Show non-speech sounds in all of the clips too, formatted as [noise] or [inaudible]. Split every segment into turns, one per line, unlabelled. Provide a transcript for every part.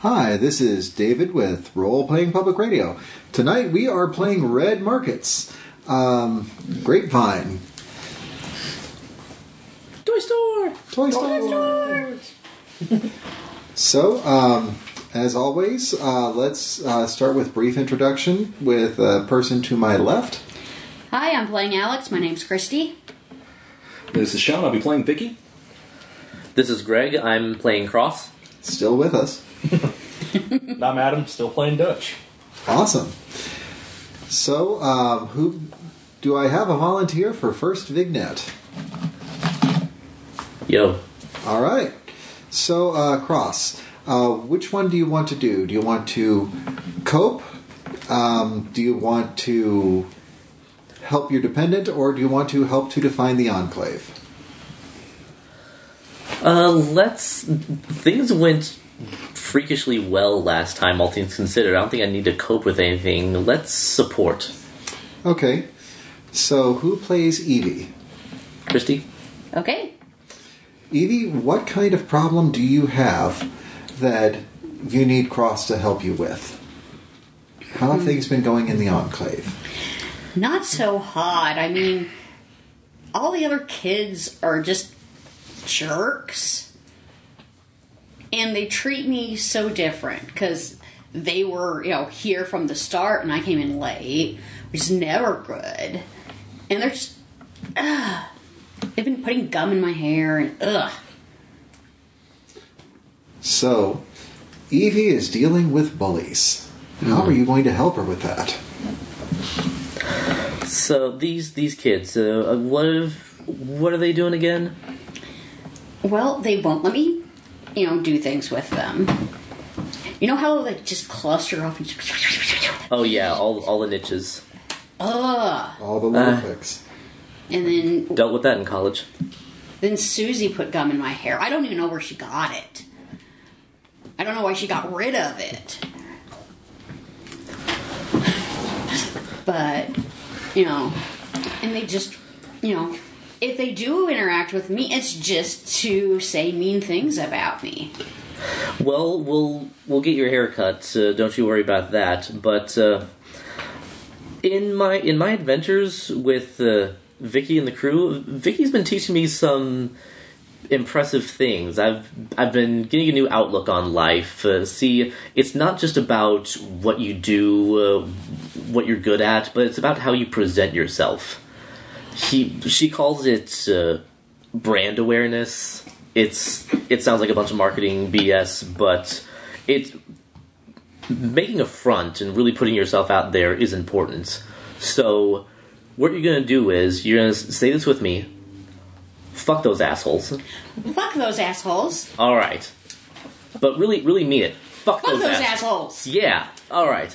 Hi, this is David with Role Playing Public Radio. Tonight we are playing Red Markets. Um, Grapevine.
Toy Store.
Toy Store. [laughs] so, um, as always, uh, let's uh, start with brief introduction with a person to my left.
Hi, I'm playing Alex. My name's Christy.
This is Sean. I'll be playing Vicky.
This is Greg. I'm playing Cross.
Still with us.
And I'm Adam, still playing Dutch.
Awesome. So, um, who do I have a volunteer for first vignette?
Yo.
All right. So, uh, Cross, uh, which one do you want to do? Do you want to cope? Um, do you want to help your dependent, or do you want to help to define the enclave?
Uh, let's. Things went freakishly well last time, all things considered. I don't think I need to cope with anything. Let's support.
Okay. So, who plays Evie?
Christy?
Okay.
Evie, what kind of problem do you have that you need Cross to help you with? How have things been going in the enclave?
Not so hot. I mean, all the other kids are just jerks. And they treat me so different because they were, you know, here from the start and I came in late, which is never good. And they're just, ugh. They've been putting gum in my hair and ugh.
So, Evie is dealing with bullies. How
Hmm.
are you going to help her with that?
So, these these kids, uh, what, have, what are they doing again?
Well, they won't let me, you know, do things with them. You know how they just cluster up and just,
Oh, yeah, all, all the niches.
ugh.
All the little
Uh.
clicks.
And then
Dealt with that in college.
then Susie put gum in my hair. I don't even know where she got it. I don't know why she got rid of it. But you know, and they just you know, if they do interact with me, it's just to say mean things about me.
Well, we'll we'll get your hair cut. Uh, don't you worry about that. But uh, in my in my adventures with uh, Vicky and the crew, Vicky's been teaching me some impressive things. I've I've been getting a new outlook on life. Uh, see, it's not just about what you do, uh, what you're good at, but it's about how you present yourself. He she calls it uh, brand awareness. It's it sounds like a bunch of marketing BS, but it making a front and really putting yourself out there is important. So what you're gonna do is you're gonna s- say this with me. Fuck those assholes.
Fuck those assholes.
All right, but really, really mean it. Fuck,
Fuck
those,
those assholes.
assholes. Yeah. All right.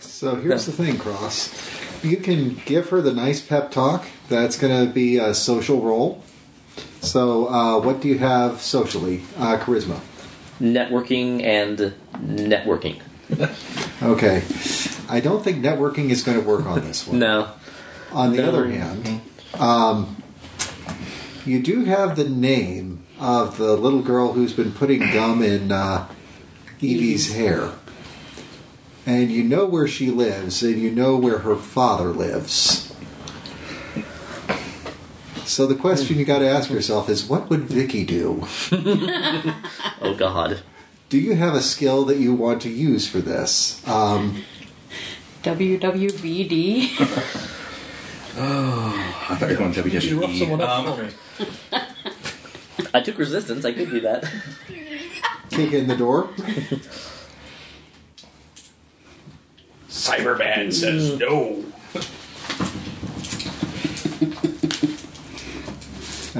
So here's the thing, Cross. You can give her the nice pep talk. That's going to be a social role. So, uh, what do you have socially? Uh, charisma.
Networking and networking.
Okay. I don't think networking is going to work on this one.
[laughs] No.
On the
No.
other hand, um,
Mm-hmm.
you do have the name of the little girl who's been putting gum in uh, Evie's hair. And you know where she lives, and you know where her father lives. So the question you got to ask yourself is what would Vicky do?
Oh God.
Do you have a skill that you want to use for this? Um,
WWBD.
I thought you were going WWE.
You rough someone up
Um,
for me.
I took resistance. I could do that. [laughs]
kick in the door?
Cyberman says no.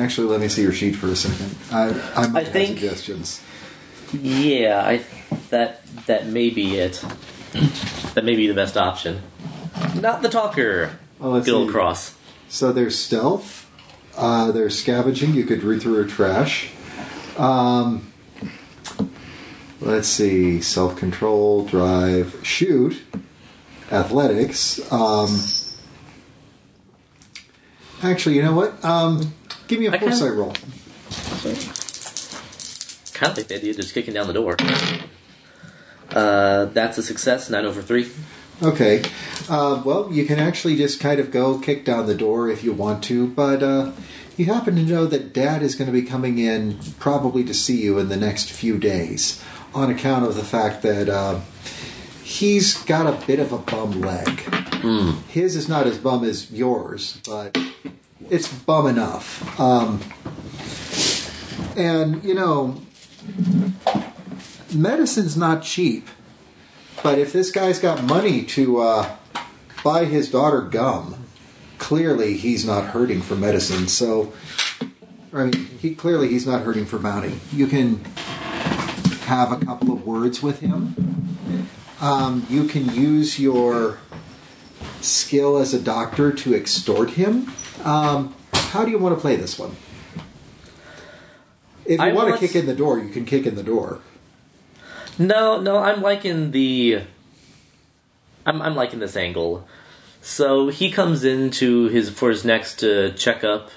Actually, let me see your sheet for a second. I, I might
I
have
think-
suggestions.
Yeah, I that that may be it. That may be the best option. Not the talker.
Oh, let's
Good old
see.
cross.
So there's stealth. Uh, there's scavenging. You could read through her trash. Um, let's see. Self control, drive, shoot, athletics. Um, actually, you know what? Um, give me a
I kinda-
foresight roll.
Kind of like the idea of just kicking down the door. Uh, that's a success, 9 over 3.
Okay. Uh, well, you can actually just kind of go kick down the door if you want to, but uh, you happen to know that Dad is going to be coming in probably to see you in the next few days on account of the fact that uh, he's got a bit of a bum leg. His is not as bum as yours, but it's bum enough. Um, and, you know, medicine's not cheap. But if this guy's got money to uh, buy his daughter gum, clearly he's not hurting for medicine. So, I mean, he clearly he's not hurting for bounty. You can have a couple of words with him. Um, you can use your skill as a doctor to extort him. Um, how do you want to play this one? If you
I
want to
want-
kick in the door, you can kick in the door.
No, no, I'm liking the. I'm, I'm liking this angle. So he comes into his for his next uh, checkup,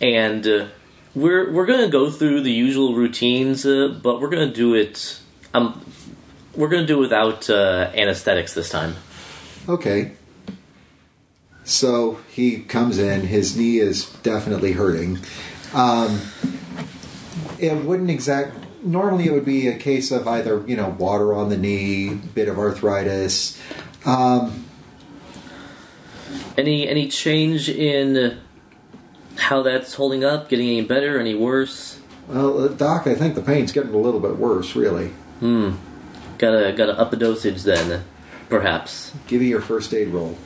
and uh, we're we're gonna go through the usual routines, uh, but we're gonna do it. Um, we're gonna do it without uh, anesthetics this time.
Okay. So he comes in. His knee is definitely hurting. Um, it wouldn't exact. Normally, it would be a case of either you know water on the knee, bit of arthritis. Um,
Any any change in how that's holding up? Getting any better? Any worse?
well, uh, doc, I think the pain's getting a little bit worse. Really,
Gotta gotta up the dosage then, perhaps.
give me your first aid roll.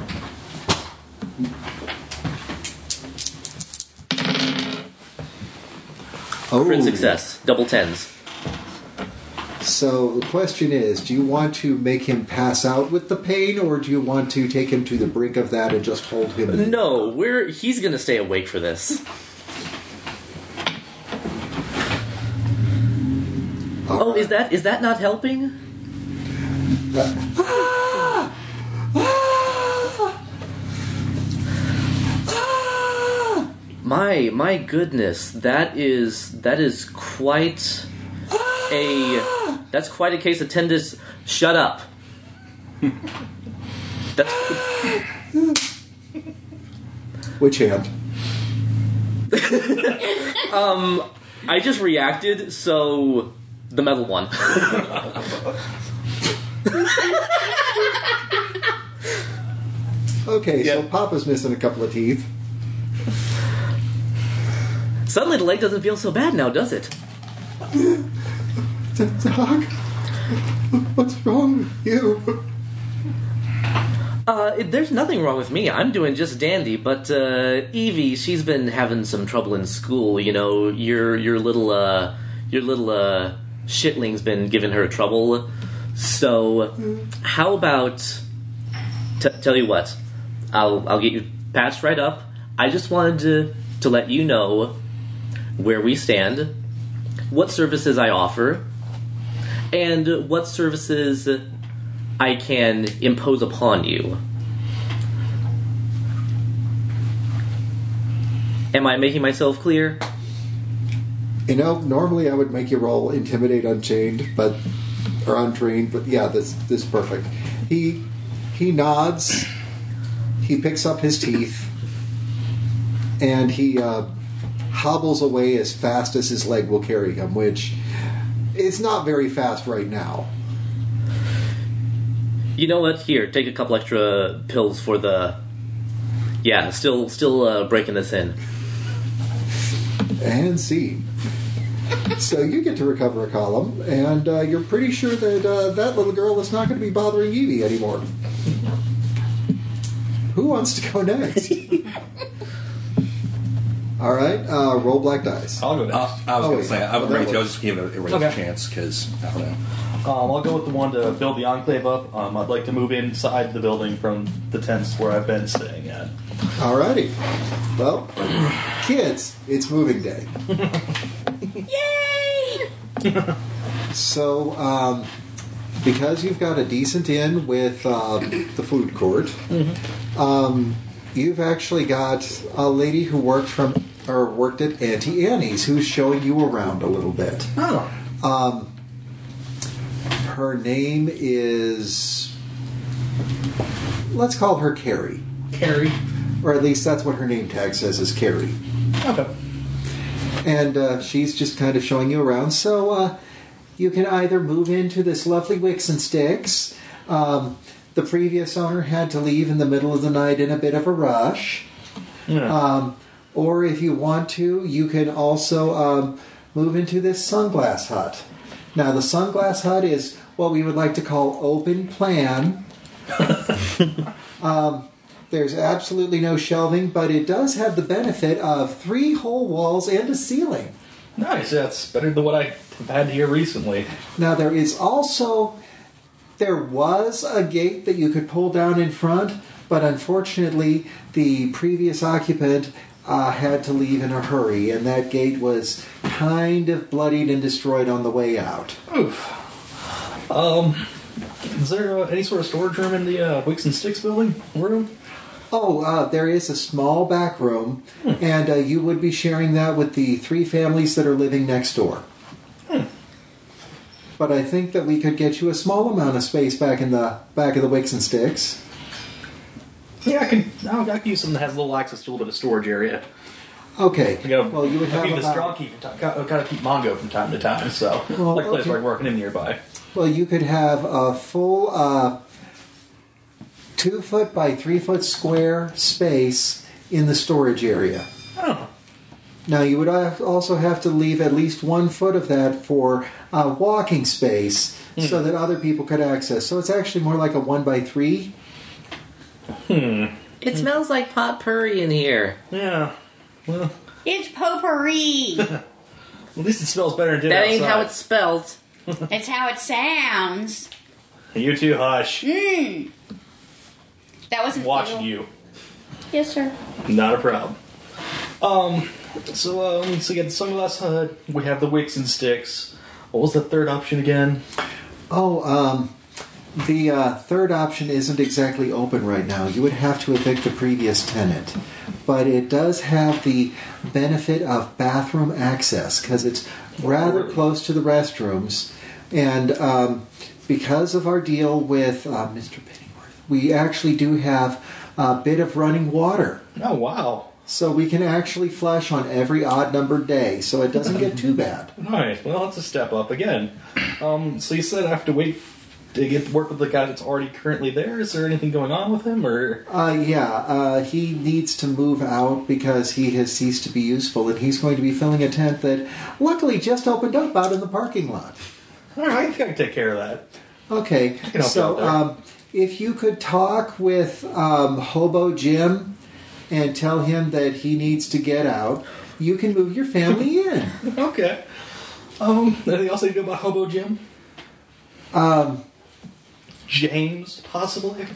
Oh,
Crit success, double tens.
So the question is, do you want to make him pass out with the pain, or do you want to take him to the brink of that and just hold him?
No, we're he's gonna stay awake for this. Oh, is that is that not helping? My my goodness, that is that is quite a that's quite a case of tendis. Shut up. That's
Which hand?
I just reacted, so the metal one. [laughs]
Okay, so
Yeah.
Papa's missing a couple of teeth. [laughs]
Suddenly the leg doesn't feel so bad now, does it?
Doc, what's wrong with you?
Uh, it- there's nothing wrong with me. I'm doing just dandy. But uh, Evie, she's been having some trouble in school. You know, your your little uh, your little uh, shitling's been giving her trouble. So, how about t- tell you what? I'll I'll get you patched right up. I just wanted to to let you know where we stand, what services I offer, and what services. I can impose upon you. Am I making myself clear?
You know, normally I would make you roll intimidate unchained, but or untrained, but yeah, this this is perfect. He he nods. He picks up his teeth, and he uh, hobbles away as fast as his leg will carry him, which is not very fast right now.
You know what? Here, take a couple extra pills for the. Yeah, still, still uh, breaking this in.
and scene. So you get to recover a column, and uh, you're pretty sure that uh, that little girl is not going to be bothering Evie anymore. Who wants to go next? All right, uh, roll black dice.
I'll go next.
Uh, I was
Oh,
going
wait.
to say, I,
Well,
am
that
ready to. I
works.
was just giving it everybody
Okay.
a chance because I don't know.
Um, I'll go with the one to build the enclave up. Um, I'd like to move inside the building from the tents where I've been staying at.
All righty. Well, kids, it's moving day.
Yay!
So, um, because you've got a decent inn with uh, the food court, um, you've actually got a lady who worked from or worked at Auntie Annie's who's showing you around a little bit.
Oh.
Um, her name is. Let's call her Carrie.
Carrie.
Or at least that's what her name tag says is Carrie.
Okay.
And uh, she's just kind of showing you around. So uh, you can either move into this lovely Wicks and Sticks. Um, the previous owner had to leave in the middle of the night in a bit of a rush. Um, or if you want to, you can also um, move into this sunglass hut. Now, the sunglass hut is what we would like to call open plan. um, there's absolutely no shelving, but it does have the benefit of three whole walls and a ceiling.
Nice. Yeah, that's better than what I have had here recently.
Now, there is also. There was a gate that you could pull down in front, but unfortunately, the previous occupant uh, had to leave in a hurry, and that gate was kind of bloodied and destroyed on the way out.
Oof. Um, is there uh, any sort of storage room in the uh, Wicks and Sticks building room?
Oh, uh, there is a small back room,
Hmm.
and uh, you would be sharing that with the three families that are living next door.
Hmm.
But I think that we could get you a small amount of space back in the back of the Wicks and Sticks.
Yeah, I can. I'll, I can use something that has a little access to a little bit of storage area.
Okay.
You know,
well, you would
I
have
need the
about-
straw key from time. Got, got to keep Mongo from time to time. So,
Well,
like place
okay.
where I'm working in nearby.
Well, you could have a full uh, two foot by three foot square space in the storage area.
Oh,
Now, you would al- also have to leave at least one foot of that for uh, walking space so that other people could access. So it's actually more like a one by three.
It smells like potpourri in here.
yeah. Well,
[laughs] It's potpourri.
at least it smells better than it did
That ain't
outside.
how it's spelled.
That's how it sounds.
You too, hush.
Mm. That wasn't
Watching
legal.
you.
Yes, sir.
Not a problem. Um, so um, so you got the sunglass hood. We have the wicks and sticks. What was the third option again?
Oh, um, the uh, third option isn't exactly open right now. You would have to evict the previous tenant. But it does have the benefit of bathroom access because it's rather
Really?
close to the restrooms. And um, because of our deal with uh, Mr. Pennyworth, we actually do have a bit of running water.
Oh wow,
So we can actually flush on every odd numbered day, so it doesn't get too bad.
nice. Well, that's a step up again. Um, so you said I have to wait to get work with the guy that's already currently there. Is there anything going on with him or?
Uh, yeah, uh, he needs to move out because he has ceased to be useful, and he's going to be filling a tent that luckily just opened up out in the parking lot.
All right, I think I can take care of that.
Okay,
can help
so
you out
um, if you could talk with um, Hobo Jim and tell him that he needs to get out, you can move your family in.
Okay. Um, anything else I need to know about Hobo Jim?
Um,
James, possibly.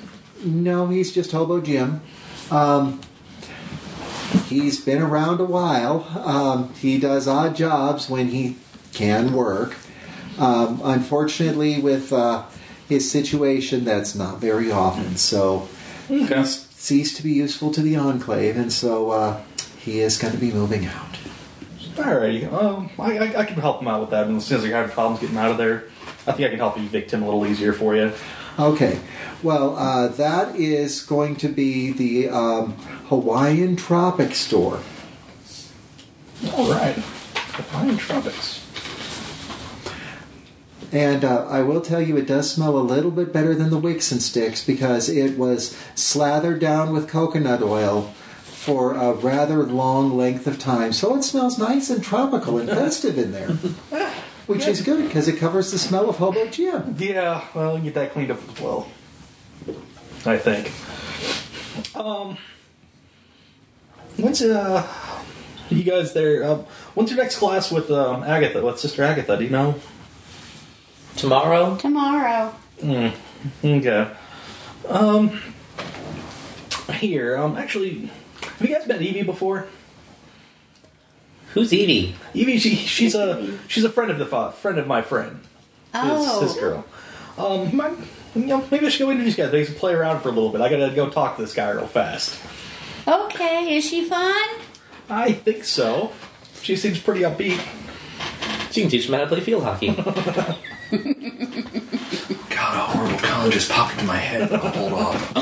No, he's just Hobo Jim. Um, he's been around a while. Um, he does odd jobs when he can work. Um, unfortunately, with uh, his situation, that's not very often. So
Okay.
ceased to be useful to the Enclave, and so uh, he is going to be moving out.
Alrighty. Um, I, I, I can help him out with that. And as soon as you're having problems getting out of there, I think I can help evict him a little easier for you.
Okay, well, uh, that is going to be the um, Hawaiian Tropic Store.
All right. The pine trumpets.
And uh, I will tell you, it does smell a little bit better than the wicks and sticks because it was slathered down with coconut oil for a rather long length of time. So it smells nice and tropical and festive in there, which is good because it covers the smell of Hobo Jim.
Yeah. Well, get that cleaned up as well. I think. Um. When's uh? You guys there? Um, when's your next class with um, Agatha? With Sister Agatha? Do you know?
Tomorrow?
Tomorrow.
Okay. Um. Here. Um. Actually, have you guys met Evie before?
Who's Evie?
Evie, she, she's a she's a friend of the fa- friend of my friend,
Oh.
his, his girl. Um, my, you know, maybe I should go introduce you guys. They can play around for a little bit. I gotta go talk to this guy real fast.
Okay. Is she fun?
I think so. She seems pretty upbeat.
[laughs] She can teach him how to play field hockey.
one just popped into my head. I'll hold off.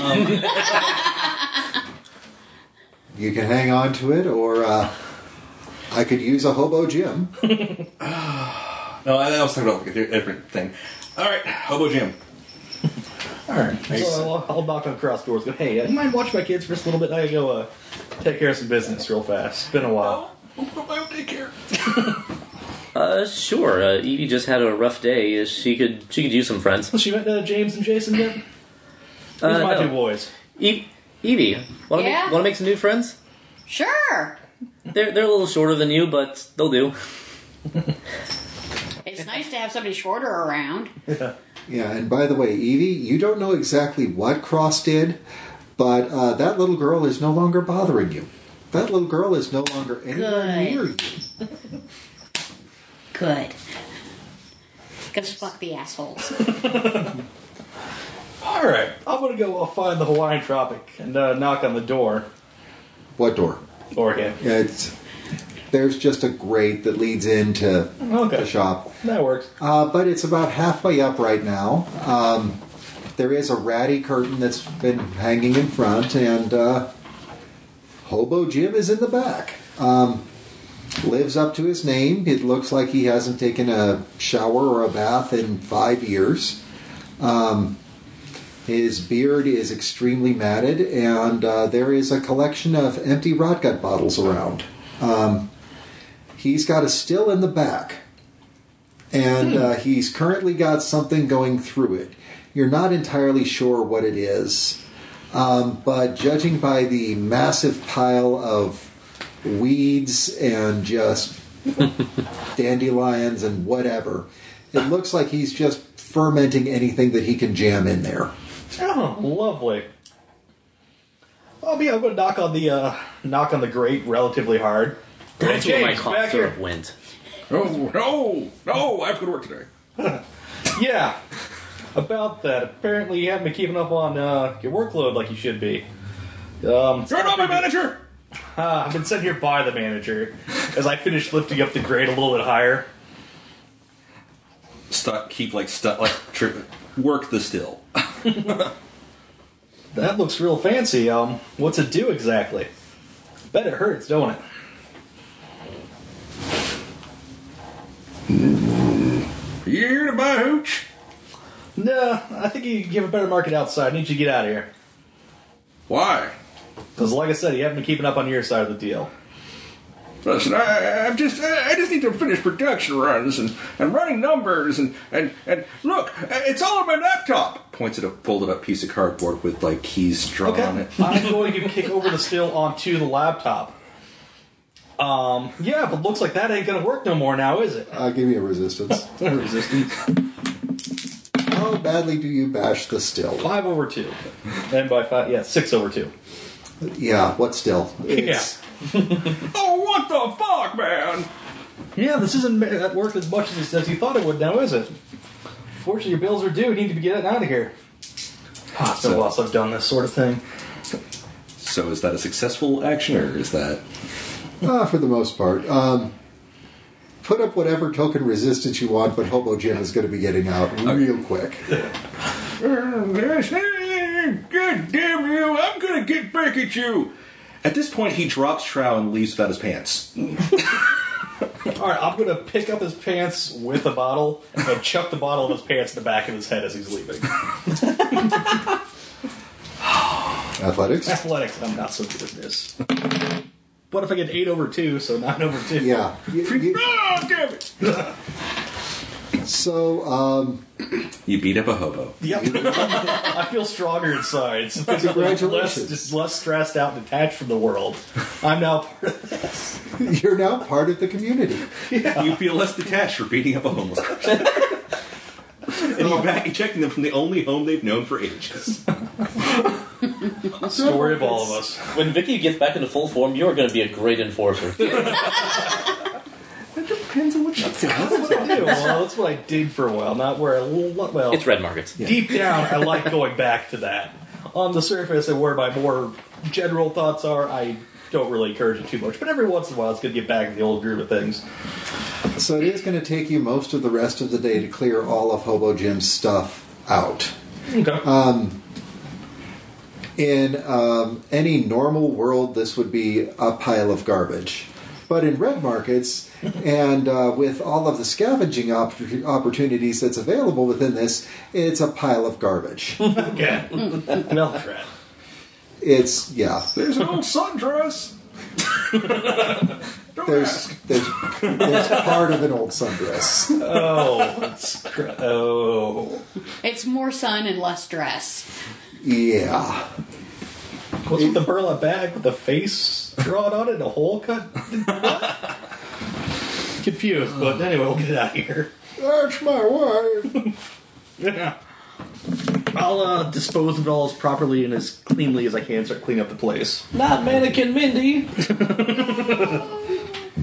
You can hang on to it, or uh, I could use a hobo Jim.
No, I, I was talking about like, a different thing. All right, Hobo Jim.
All right. So I'll, I'll knock on cross doors. Go, hey, uh, you mind watch my kids for just a little bit? I gotta go uh, take care of some business real fast. It's been a
Uh, Oh.
while.
I will take care.
Uh, sure. Uh, Evie just had a rough day. Uh, She could she could use some friends.
She met uh, James and Jason yet? Those
Uh,
are my
no.
two boys.
E- Evie, want to
Yeah?
make, wanna make some new friends?
Sure.
They're they're a little shorter than you, but they'll do.
It's nice to have somebody shorter around.
Yeah, and by the way, Evie, you don't know exactly what Cross did, but uh, that little girl is no longer bothering you. That little girl is no longer anywhere
Good.
near you.
Good. Because fuck the assholes.
All right. I'm gonna go. I'll find the Hawaiian Tropic and uh, knock on the door.
What door?
Or him.
Yeah, it's there's just a grate that leads into the
Okay.
shop.
That works.
Uh, but it's about halfway up right now. Um, there is a ratty curtain that's been hanging in front, and uh, Hobo Jim is in the back. Um, lives up to his name. It looks like he hasn't taken a shower or a bath in five years. Um, his beard is extremely matted, and uh, there is a collection of empty rot gut bottles around. Um, he's got a still in the back and uh, he's currently got something going through it. You're not entirely sure what it is, um, but judging by the massive pile of weeds and [laughs] just dandelions and whatever, it looks like he's just fermenting anything that he can jam in there.
Oh, lovely. Oh, yeah. I'm gonna knock on the uh, knock on the grate relatively hard.
That's where my
James,
cough
back here.
syrup went.
No, no, no! I have to go to work today.
Yeah. About that. Apparently, you haven't been keeping up on uh, your workload like you should be. Um,
You're not my manager.
Uh, I've been sent here by the manager as I finish lifting up the grade a little bit higher.
Stuck. Keep like stuck. Like trip. Work the still.
That looks real fancy. Um, what's it do exactly? Bet it hurts, don't it?
You're to buy hooch.
Nah, I think you could give a better market outside. I need you to get out of here.
Why?
Because, like I said, you haven't been keeping up on your side of the deal.
Listen, I, I'm just, I, I just need to finish production runs and, and running numbers and, and, and look, it's all on my laptop. Points at a folded up piece of cardboard with like keys drawn
Okay.
on it.
[laughs] I'm going to kick over the still onto the laptop. Um, yeah, but looks like that ain't gonna work no more now, is it?
Uh, give me [laughs] a resistance.
Resistance.
How badly do you bash the still?
Five over two. And by five, yeah, six over two.
Yeah, what still? It's-
[laughs] Oh, what the fuck, man!
Yeah, this isn't ma- that worth as much as, as you thought it would now, is it? Fortunately, your bills are due. You need to be getting out of here. Ah, it's been a while since I've done this sort of thing.
So is that a successful action or is that?
Uh, for the most part. Um, put up whatever token resistance you want, but Hobo Jim is going to be getting out real quick.
Oh, God damn you! I'm gonna get back at you. At this point, he drops Trow and leaves without his pants.
All right, I'm gonna pick up his pants with a bottle and chuck the bottle of his pants in the back of his head as he's [laughs] leaving.
Athletics?
Athletics, I'm not so good at this. What if I get eight over two, so nine over two?
Yeah. You- you-
Oh, damn it!
so, um,
You beat up a hobo.
Yep. [laughs] I feel stronger [laughs] inside. So Less,
Congratulations.
just less stressed out and detached from the world. I'm now part of this.
you're now part of the community.
You feel less detached for beating up a homeless [laughs] person. and you're back ejecting them from the only home they've known for ages.
Story of all of us.
When Vicky gets back into full form, you are going to be a great enforcer.
Depends on what you
That's what I do. Well, that's what I did for a while. Not where I lo- well.
[laughs] it's red markets.
Deep down, I like going back to that. On the surface, and where my more general thoughts are, I don't really encourage it too much. But every once in a while, it's good to get back to the old groove of things.
So it is going to take you most of the rest of the day to clear all of Hobo Jim's stuff out.
Okay.
In um, any normal world, this would be a pile of garbage. But in red markets, and uh, with all of the scavenging op- opportunities that's available within this, it's a pile of
[laughs]
garbage.
okay. Melt trap.
it's, yeah.
There's an old sundress. Don't
There's,
ask.
there's, there's part of an old sundress.
[laughs]
Oh, that's cr- oh.
It's more sun and less dress.
Yeah.
What's with the burlap bag with the face drawn on it and a hole cut? [laughs] Confused, but anyway, we'll get out of here.
That's my wife.
Yeah. I'll uh, dispose of it all as properly and as cleanly as I can, start cleaning up the place.
Not mannequin Mindy.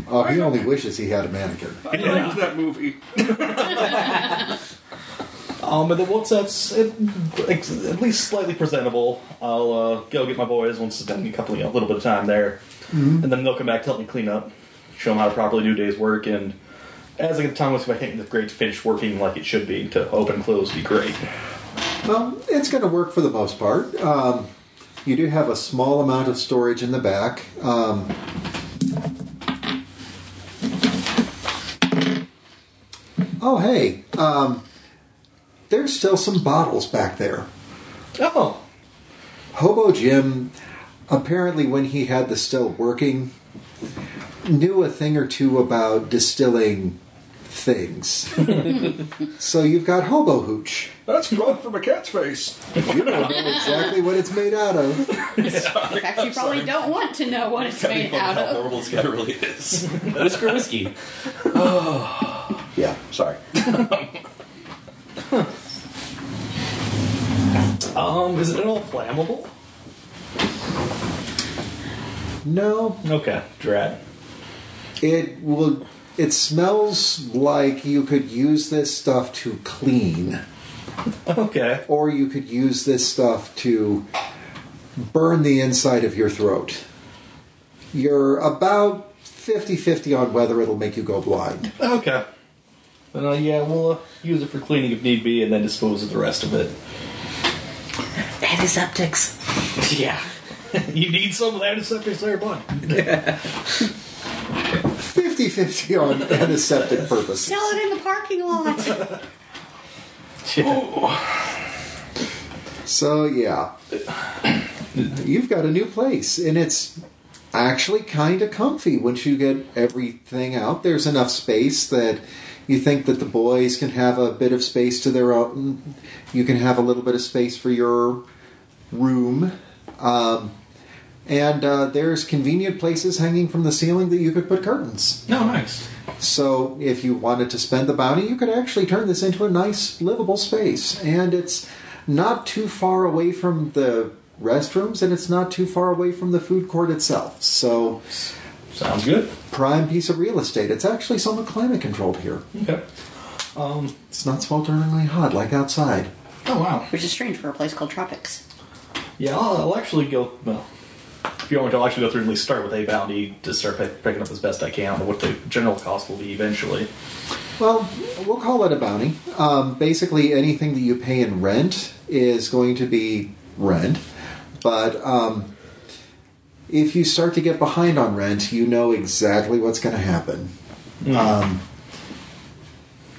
Oh, he only wishes he had a mannequin.
I liked that movie.
Um, and then once that's at, at least slightly presentable, I'll uh, go get my boys once it's done a couple, a little bit of time there, and then they'll come back to help me clean up, show them how to properly do day's work, and as I get the time with my hand, the grade's finished working like it should be to open and close be great.
Well, it's going to work for the most part. Um, you do have a small amount of storage in the back. Um, oh, hey, um, there's still some bottles back there.
Oh,
Hobo Jim, apparently, when he had the still working, knew a thing or two about distilling things. so you've got hobo hooch.
That's blood from a cat's face.
You don't know exactly what it's made out of.
In fact, you probably don't want to know what it's made out
how
of.
horrible this guy really is. Whisker whiskey.
Yeah.
Sorry.
um, is it at all flammable?
No,
Okay, drat.
it will. It smells like you could use this stuff to clean,
Okay,
or you could use this stuff to burn the inside of your throat. You're about 50 50 on whether it'll make you go blind.
okay. Then uh, yeah, we'll uh, use it for cleaning if need be, and then dispose of the rest of it.
Antiseptics.
[laughs] Yeah. [laughs] you need some of that antiseptic there, [laughs] bud.
50 50 on antiseptic purposes.
Sell it in the parking [laughs] lot.
So yeah, you've got a new place, and it's actually kind of comfy once you get everything out. There's enough space that you think that the boys can have a bit of space to their own. You can have a little bit of space for your room. Um, and uh, there's convenient places hanging from the ceiling that you could put curtains.
No, nice.
So if you wanted to spend the bounty, you could actually turn this into a nice livable space. And it's not too far away from the restrooms and it's not too far away from the food court itself. So
Sounds good.
prime piece of real estate. It's actually somewhat climate controlled here.
Okay.
It's not swelteringly hot like outside.
Oh wow.
Which is strange for a place called Tropics.
Yeah, I'll, I'll actually go. Well, if you want, I'll actually go through and at least start with a bounty to start pick, picking up as best I can. I don't know what the general cost will be eventually.
Well, we'll call it a bounty. Um, basically, anything that you pay in rent is going to be rent. But um, if you start to get behind on rent, you know exactly what's going to happen. Um,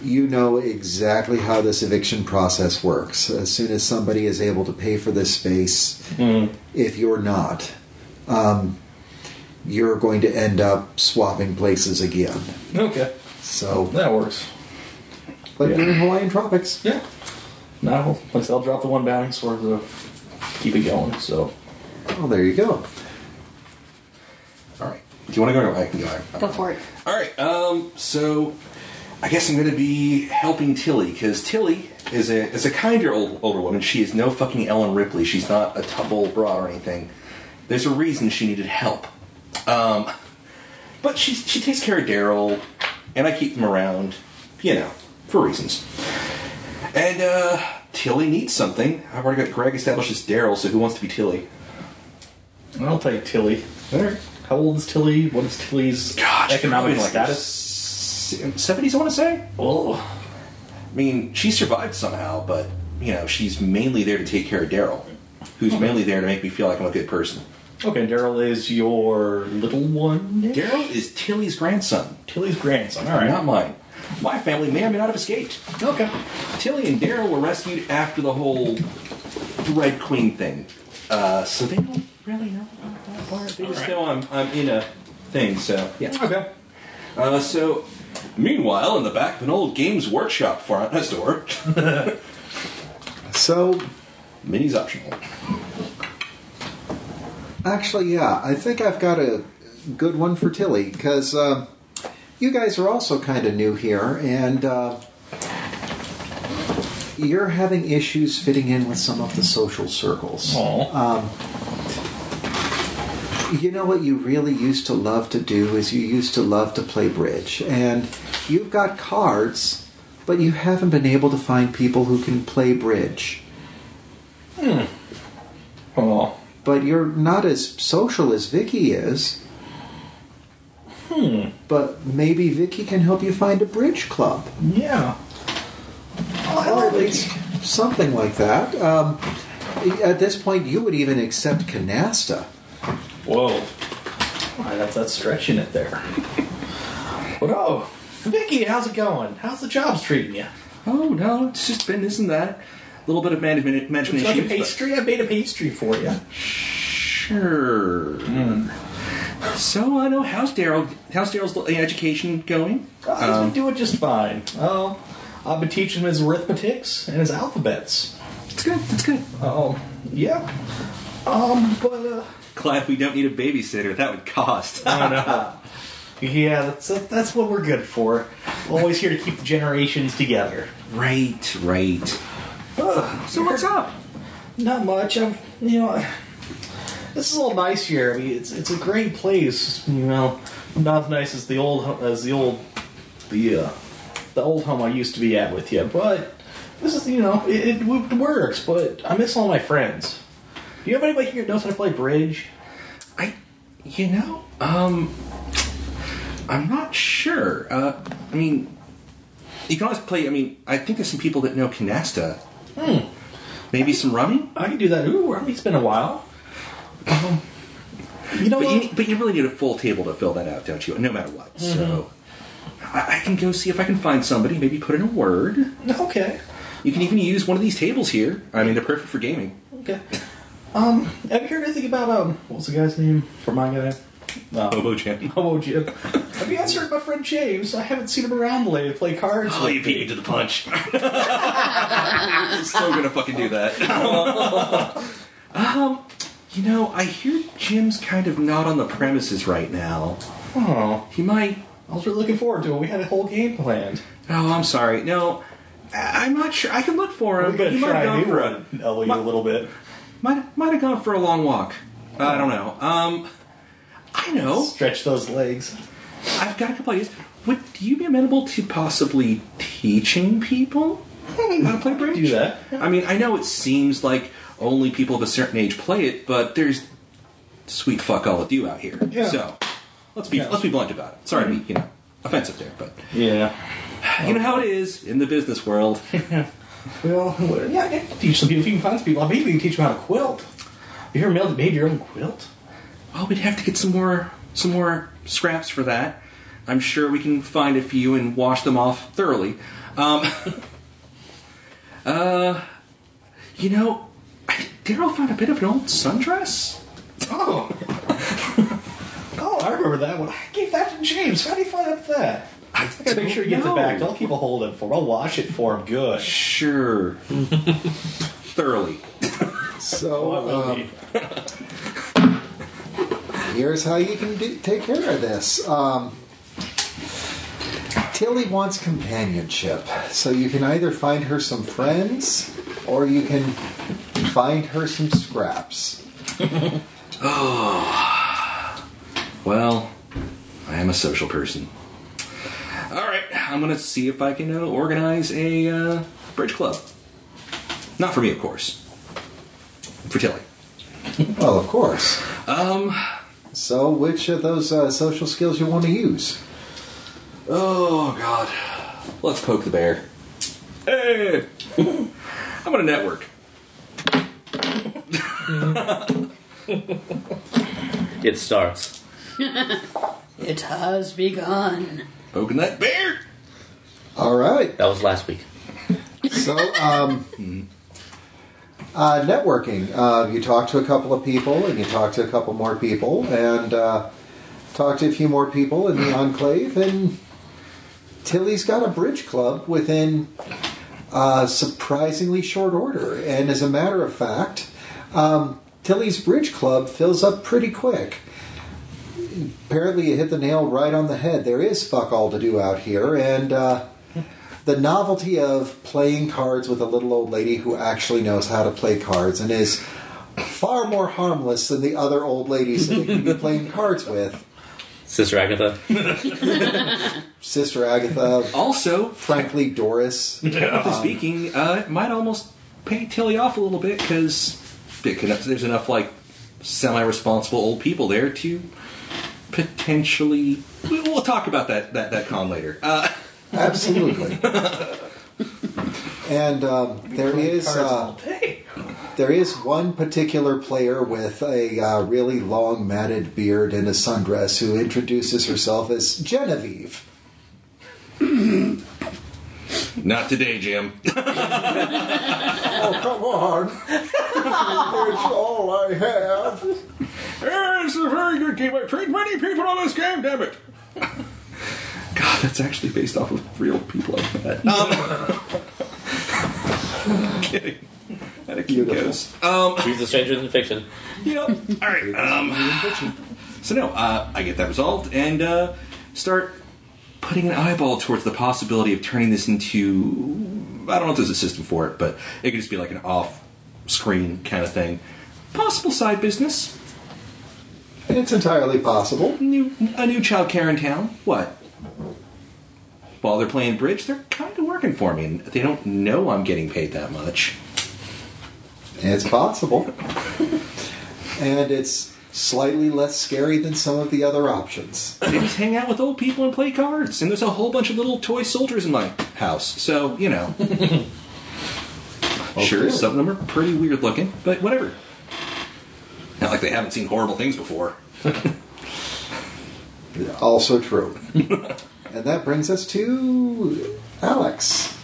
you know exactly how this eviction process works. As soon as somebody is able to pay for this space, if you're not, um, you're going to end up swapping places again.
Okay,
So
that works.
but
Yeah.
you're in Hawaiian tropics.
Yeah. Now, like I said, I'll drop the one bounty sort of keep it going. So.
Oh, there you go.
All right. Do you want to go? I can go.
Go for it.
All right. Um. So, I guess I'm going to be helping Tilly because Tilly is a is a kinder old, older woman. She is no fucking Ellen Ripley. She's not a tough old broad or anything. There's a reason she needed help. Um. But she she takes care of Daryl, and I keep them around, you know, for reasons. And uh, Tilly needs something. I've already got Greg establishes Daryl, so who wants to be Tilly?
I'll take Tilly.
All right.
How old is Tilly? What is Tilly's
God, she's
economic
probably like
status?
Seventies, I want to say.
Oh,
I mean, she survived somehow, but you know, she's mainly there to take care of Daryl, who's mainly there to make me feel like I'm a good person.
Okay, Daryl is your little one?
Daryl is Tilly's grandson,
Tilly's grandson. All right.
not mine. My family may or may not have escaped.
Okay.
Tilly and Daryl were rescued after the whole Red Queen thing. Uh, so they don't really know about that part. They
Alright.
just know I'm, I'm in a thing, so yeah.
Okay.
Uh, so, meanwhile, in the back of an old Games Workshop front [laughs] uh, store,
So,
minis optional.
actually, yeah, I think I've got a good one for Tilly because uh, you guys are also kind of new here, and uh, you're having issues fitting in with some of the social circles.
Aw.
Um, You know what you really used to love to do is you used to love to play bridge, and you've got cards, but you haven't been able to find people who can play bridge.
Aw.
But you're not as social as Vicky is. Hmm. But maybe Vicky can help you find a bridge club.
Yeah.
Or at least something like that. Um, at this point, you would even accept Canasta.
Whoa. Alright, that's, that's stretching it there. [laughs] But oh, Vicky, how's it going? How's the jobs treating you?
Oh no, it's just been this and that. A little bit of management management
Like a
issues, but-
pastry? I made a pastry for you.
Sure. Hmm. So I know how's Daryl? How's Daryl's education going?
Oh, he's been doing just fine. Oh, I've been teaching him his arithmetics and his alphabets.
It's good. It's good.
Oh, yeah. Um, but uh,
Glad we don't need a babysitter. That would cost.
I don't know. yeah, that's that's what we're good for. Always here to keep the generations together.
right. Right.
Ugh,
So what's up?
Not much. I've you know, this is all nice here. I mean, it's it's a great place. You know, not as nice as the old ho- as the old the uh, the old home I used to be at with you. But this is you know it, it, w- works. But I miss all my friends. Do you have anybody here who knows how to play bridge?
I, you know, um, I'm not sure. Uh, I mean, you can always play. I mean, I think there's some people that know canasta. Maybe some rummy.
I can do that. Ooh, I mean, it's been a while. Um, you know
But
what?
you, but you really need a full table to fill that out, don't you? No matter what. So I, I can go see if I can find somebody. Maybe put in a word.
okay.
You can even use one of these tables here. I mean, they're perfect for gaming.
Okay. Um, have you heard anything about um? What was the guy's name for my guy? Um,
Bobo Jim.
Hello, Jim. Have you answered my friend James? I haven't seen him around lately to play cards.
Oh, you beat me to the punch. I'm so gonna fucking do that. [laughs] um, you know, I hear Jim's kind of not on the premises right now.
Oh,
He might.
I was really looking forward to it. We had a whole game planned.
Oh, I'm sorry. No, I- I'm not sure. I can look for him.
We're
but
gonna
he might
try
have
a
gone
new
for a-
one, Ellie, a little bit.
Might might have gone for a long walk. I don't know. Um, I know.
Stretch those legs.
I've got a couple ideas. Would you be amenable to possibly teaching people how to play
[laughs]
bridge?
do that.
I mean, I know it seems like only people of a certain age play it, but there's sweet fuck all of you out here.
Yeah.
So let's be
Yeah.
let's be blunt about it. Sorry to be you know offensive there, but
Yeah.
you know how it is in the business world.
Well, what- yeah, I can teach some people. If you can find some people, I maybe you can teach them how to quilt. Have you ever made made your own quilt?
Oh, we'd have to get some more some more scraps for that. I'm sure we can find a few and wash them off thoroughly. Um, [laughs] uh, you know, I- Daryl found a bit of an old sundress.
Oh. oh, I remember that one. I gave that to James. How do you find out that?
I
I gotta make
don't
sure he gets
know.
it back. I'll keep a hold of it for him. I'll wash it for him. Good.
Sure,
[laughs]
thoroughly.
Uh,
So, um, uh, here's how you can do, take care of this. Um, Tilly wants companionship, so you can either find her some friends or you can find her some scraps.
Well, I am a social person. All right, I'm gonna see if I can uh, organize a uh, bridge club. Not for me, of course. For Tilly.
Well, of course. Um. So, which of those uh, social skills you want to use?
[laughs] Oh God. Let's poke the bear. Hey. I'm gonna network.
It starts.
It has begun.
Poking that bear.
All right.
That was last week.
So, um, uh, networking. Uh, you talk to a couple of people, and you talk to a couple more people, and uh, talk to a few more people in the enclave, and Tilly's got a bridge club within uh, surprisingly short order. And as a matter of fact, um, Tilly's bridge club fills up pretty quick. Apparently, you hit the nail right on the head. There is fuck all to do out here, and. Uh, the novelty of playing cards with a little old lady who actually knows how to play cards and is far more harmless than the other old ladies that they [laughs] can be playing cards with.
Sister Agatha.
Sister Agatha,
Also,
frankly, Doris.
speaking, uh, it might almost pay Tilly off a little bit because there's enough like semi-responsible old people there to potentially. we- We'll talk about that that, that con later. Uh,
Absolutely. And um, there is uh,
Hey,
there is one particular player with a uh, really long matted beard and a sundress who introduces herself as Genevieve.
not today, Jim.
Oh come [laughs] on! it's all I have.
it's a very good game. I've trained many people on this game. Damn [laughs] it. God, that's actually based off of real people I met. Um, [laughs] kidding. That a cute
Beautiful.
goes.
She's a stranger than fiction.
Yep. All right. Um, so no, uh, I get that resolved and uh, start putting an eyeball towards the possibility of turning this into. I don't know if there's a system for it, but it could just be like an off-screen kind of thing. Possible side business.
It's entirely possible.
New a new child care in town. What? While they're playing bridge, they're kind of working for me, and they don't know I'm getting paid that much.
It's possible. and it's slightly less scary than some of the other options.
they just hang out with old people and play cards. And there's a whole bunch of little toy soldiers in my house. So, you [laughs] know. sure,
Okay.
some of them are pretty weird looking, but whatever. Not like they haven't seen horrible things before.
Also
[laughs]
true. and that brings us to Alex.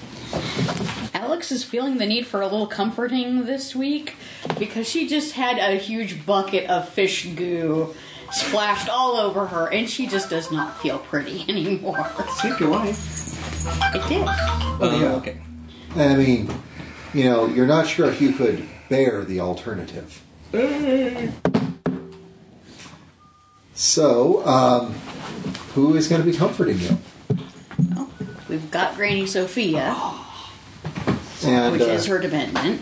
Alex is feeling the need for a little comforting this week because she just had a huge bucket of fish goo splashed all over her and she just does not feel pretty [laughs] anymore.
Saved your life. Um,
It did.
Oh, yeah.
Okay.
I mean, you know, you're not sure if you could bear the alternative. So, um, who is going to be comforting you?
Well, we've got Granny Sophia,
And
which
uh,
is her dependent.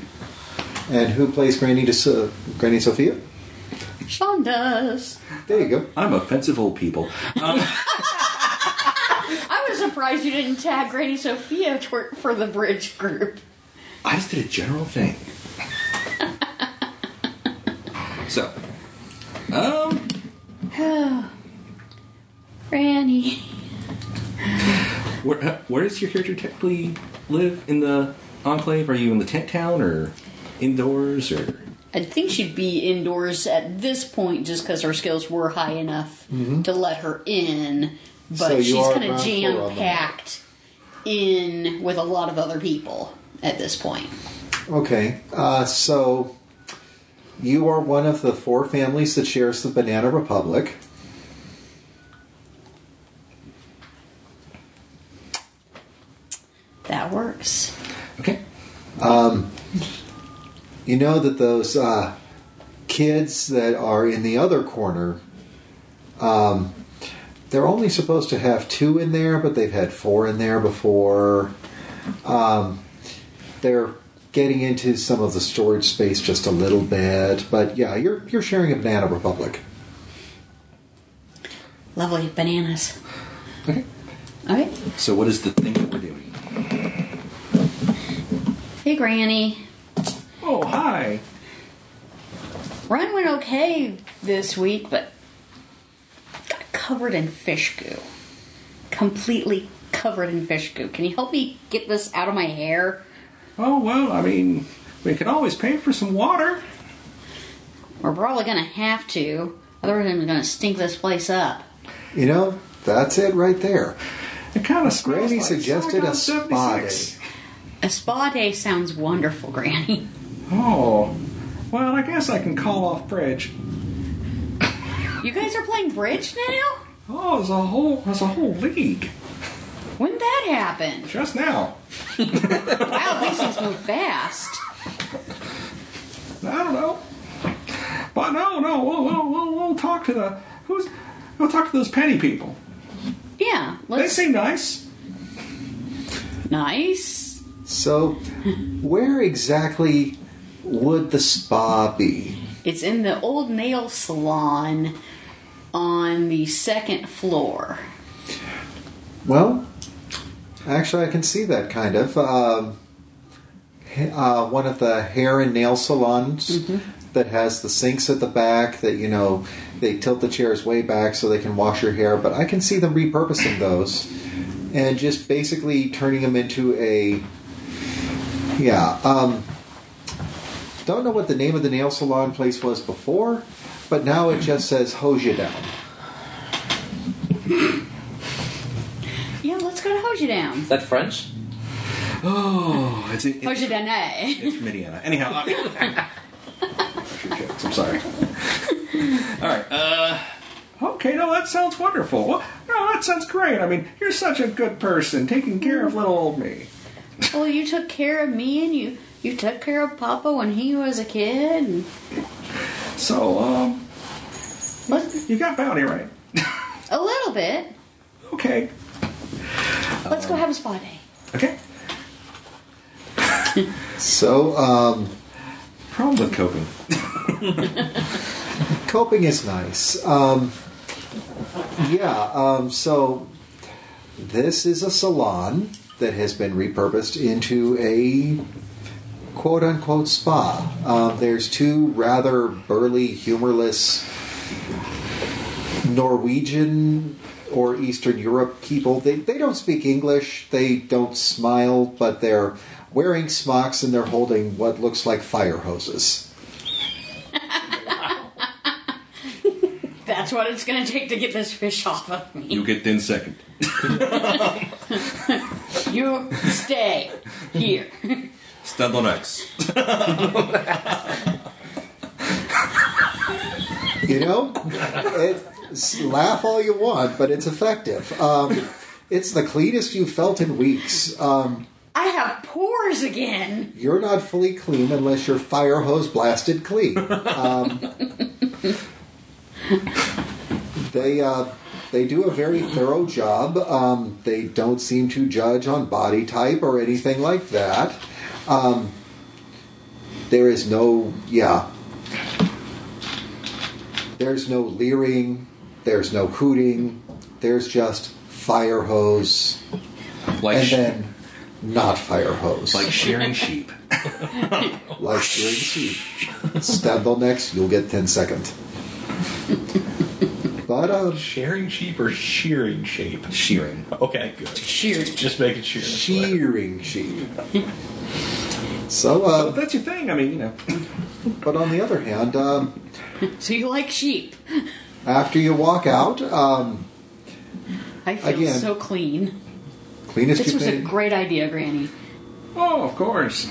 and who plays Granny to so- Granny Sophia?
Sean does.
There you go.
I'm offensive old people.
I was surprised you didn't tag Granny Sophia tw- for the bridge group.
I just did a general [laughs] thing. so, um,
Granny.
where, uh, where does your character technically live in the enclave? Are you in the tent town or indoors or?
I think she'd be indoors at this point just because her skills were high enough to let her in, but
Mm-hmm. So you
she's
are
kind of
ground floor on the
jam
map.
packed in with a lot of other people at this point.
Okay, uh, so you are one of the four families that shares the Banana Republic.
That works.
Okay.
You know that those uh, kids that are in the other corner, um, they're only supposed to have two in there, but they've had four in there before. Um, they're getting into some of the storage space just a little bit, but yeah, you're you're sharing a Banana Republic.
Lovely bananas. Okay. Okay.
So what is the thing that we're doing?
Hey, Granny.
Oh, hi.
Run went okay this week, but got covered in fish goo. Completely covered in fish goo. Can you help me get this out of my hair?
Oh well, I mean, we can always pay for some water.
We're probably gonna have to, otherwise I'm gonna stink this place up.
You know, that's it right there.
It kind of smells.
Granny
like
suggested a
Saigon
spa day.
76.
A spa day sounds wonderful, Granny. [laughs]
Oh, well, I guess I can call off bridge.
You guys are playing bridge now?
Oh, there's a whole there's a whole league
When did that happen?
just now.
Wow, these things move fast.
I don't know. But no, no, we'll, we'll, we'll, we'll talk to the who's. We'll talk to those penny people.
Yeah,
They
let's
seem nice.
nice.
So, where exactly would the spa be?
It's in the old nail salon on the second floor.
Well, actually, I can see that kind of. Um, ha- uh, one of the hair and nail salons that has the sinks at the back that, you know, they tilt the chairs way back so they can wash your hair. But I can see them repurposing those and just basically turning them into a. Yeah. Um, don't know what the name of the nail salon place was before, but now it just says Hoja Down.
Yeah, let's go to Hojidown.
that French?
Oh, it's in,
Hojidown,
[laughs]
eh?
it's from Indiana. Anyhow, I- Shoot jokes, I'm sorry. [laughs] All right. Uh, okay, no, that sounds wonderful. Well, no, that sounds great. I mean, you're such a good person, taking care of little old me.
Well, you took care of me and you you took care of Papa when he was a kid. And
So, um,
let's,
you got bounty right.
a little bit.
Okay.
Let's go have a spa day.
Okay.
So, um,
Problem with coping.
coping is nice. Um, yeah, um, so this is a salon that has been repurposed into a quote unquote spa. Um, there's two rather burly, humorless Norwegian or Eastern Europe people. They, they don't speak English, they don't smile, but they're wearing smocks and they're holding what looks like fire hoses.
That's what it's gonna take to get this fish off of me.
You get thin second.
You stay here.
Stand on X.
You know, it, laugh all you want, but it's effective. Um, it's the cleanest you've felt in weeks. Um,
I have pores again.
you're not fully clean unless you're fire hose blasted
[laughs]
clean. Um, they uh, they do a very thorough job. Um, they don't seem to judge on body type or anything like that. Um, there is no yeah. There's no leering. There's no hooting. There's just fire hose
Like,
and
sh-
then not fire hose
like shearing sheep.
like during sheep. Stand on next, you'll get 10 seconds. But uh,
Sharing sheep or shearing sheep?
Shearing.
Okay, good.
Cheer.
Just making sure.
shearing sheep. So, uh,
Well, Oh, that's your thing. I mean, you know.
but on the other hand, um,
So you like sheep?
after you walk out, um,
I feel
Again.
so clean.
cleanest
This
you
was a
can.
great idea, Granny.
Oh, of course.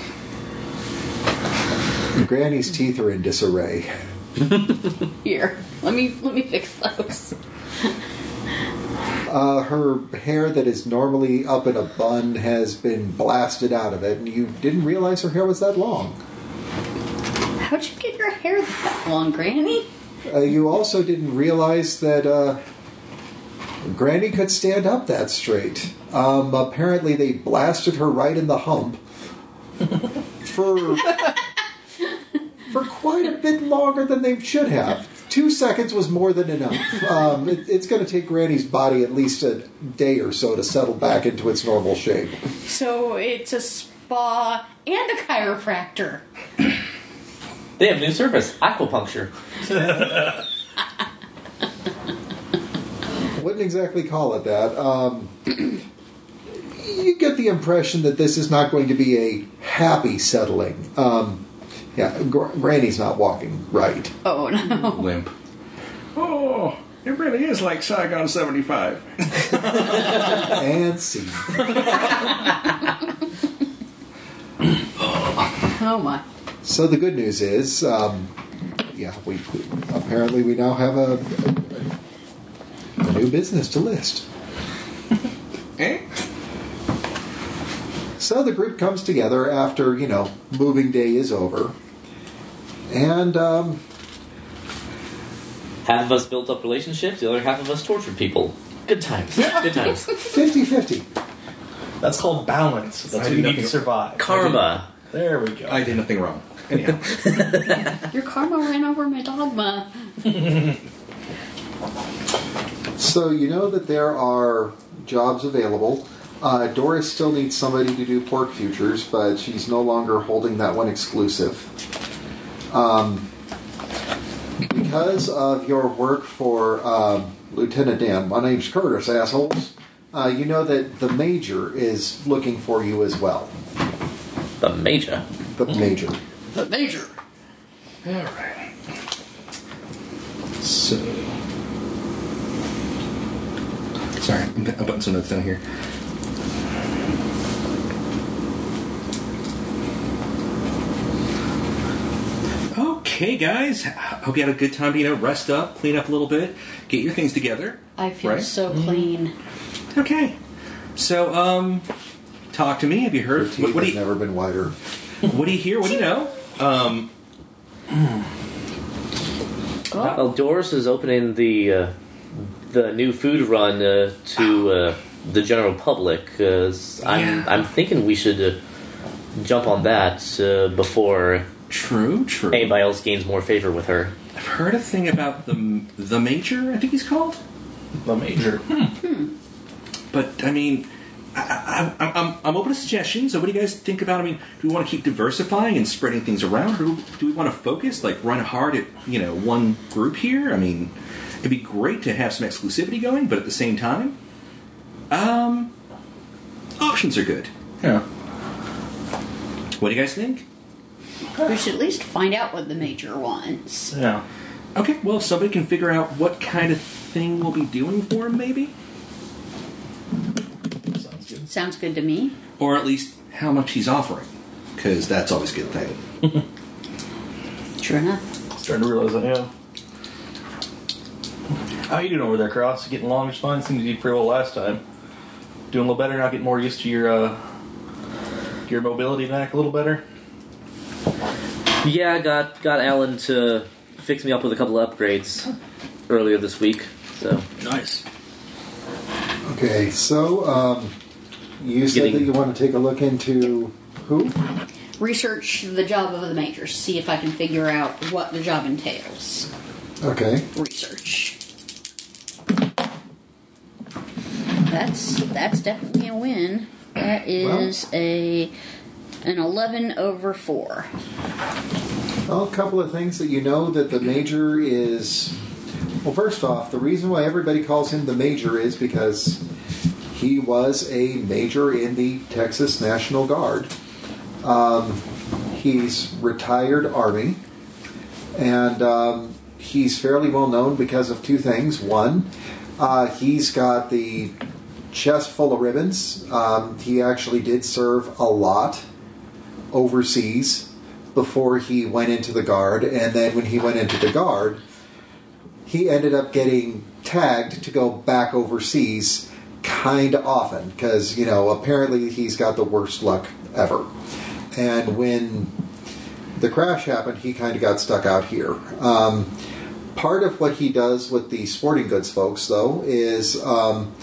Granny's teeth are in disarray.
Here, let me let me fix those.
Uh, her hair that is normally up in a bun has been blasted out of it, and you didn't realize her hair was that long.
How'd you get your hair that long, Granny?
Uh, you also didn't realize that uh, Granny could stand up that straight. Um, apparently, they blasted her right in the hump for for quite a bit longer than they should have. Two seconds was more than enough. Um, it, it's going to take Granny's body at least a day or so to settle back into its normal shape.
So it's a spa and a chiropractor.
They have a new service, acupuncture.
wouldn't exactly call it that. Um, you get the impression that this is not going to be a happy settling. Um, yeah, gr- Granny's not walking right.
Oh no.
Limp.
Oh, it really is like Saigon 75.
And see,
Oh my.
so the good news is, um, yeah, we apparently we now have a, a new business to list.
Eh?
So the group comes together after, you know, moving day is over. And um,
Half of us built up relationships, the other half of us tortured people. Good times. Good times.
50 50.
That's called balance. That's what you need to survive.
Karma.
There we go.
I did nothing wrong. Anyhow,
Your karma ran over my dogma.
So you know that there are jobs available. Uh, Doris still needs somebody to do pork futures, but she's no longer holding that one exclusive. Um, because of your work for um, Lieutenant Dan, my name's Curtis, assholes. Uh, you know that the major is looking for you as well.
The major.
The
Hmm.
major.
The major.
so. Sorry, I'm I'm putting some notes down here. Okay, guys. Hope you had a good time to you know rest up, clean up a little bit, get your things together.
I feel
Right.
so clean.
Okay. So, um, talk to me. Have you
Your
heard?
teeth
What, what do
has
you
never been whiter.
What do you hear? What do you know? Um,
Well, Doris is opening the uh, the new food run uh, to uh, the general public. Uh, s- I'm
Yeah.
I'm thinking we should uh, jump on that uh, before
true, true.
anybody else gains more favor with her.
I've heard a thing about the the major. I think he's called.
the major.
But I mean, I, I, I'm- I'm I'm open to suggestions. So, what do you guys think about? I mean, do we want to keep diversifying and spreading things around, or do we want to focus, like run hard at you know one group here? I mean, it'd be great to have some exclusivity going, but at the same time, um, options are good.
Yeah.
What do you guys think?
We should at least find out what the major wants.
Yeah.
Okay, well, if somebody can figure out what kind of thing we'll be doing for him, maybe,
Sounds good.
Sounds good to me.
or at least how much he's offering, because that's always a good thing.
Sure enough.
Starting to realize that, yeah. How you doing over there, Cross? Getting along just fine? Seemed to do pretty well last time. Doing a little better now, getting more used to your uh, your mobility back a little better?
Yeah, I got got Alan to fix me up with a couple of upgrades earlier this week. So
Nice.
Okay, so um, you said
Getting-
that you want to take a look into who?
Research the job of the major. See if I can figure out what the job entails.
Okay.
Research. That's that's definitely a win. That is a an eleven over four.
Well, a couple of things that you know that the major is. Well, first off, the reason why everybody calls him the major is because he was a major in the Texas National Guard. Um, he's retired Army, and um, he's fairly well known because of two things. One, uh, he's got the chest full of ribbons. Um, he actually did serve a lot overseas before he went into the guard, and then when he went into the guard, he ended up getting tagged to go back overseas kind of often because you know apparently he's got the worst luck ever. And when the crash happened, he kind of got stuck out here. Um, part of what he does with the sporting goods folks, though, is um,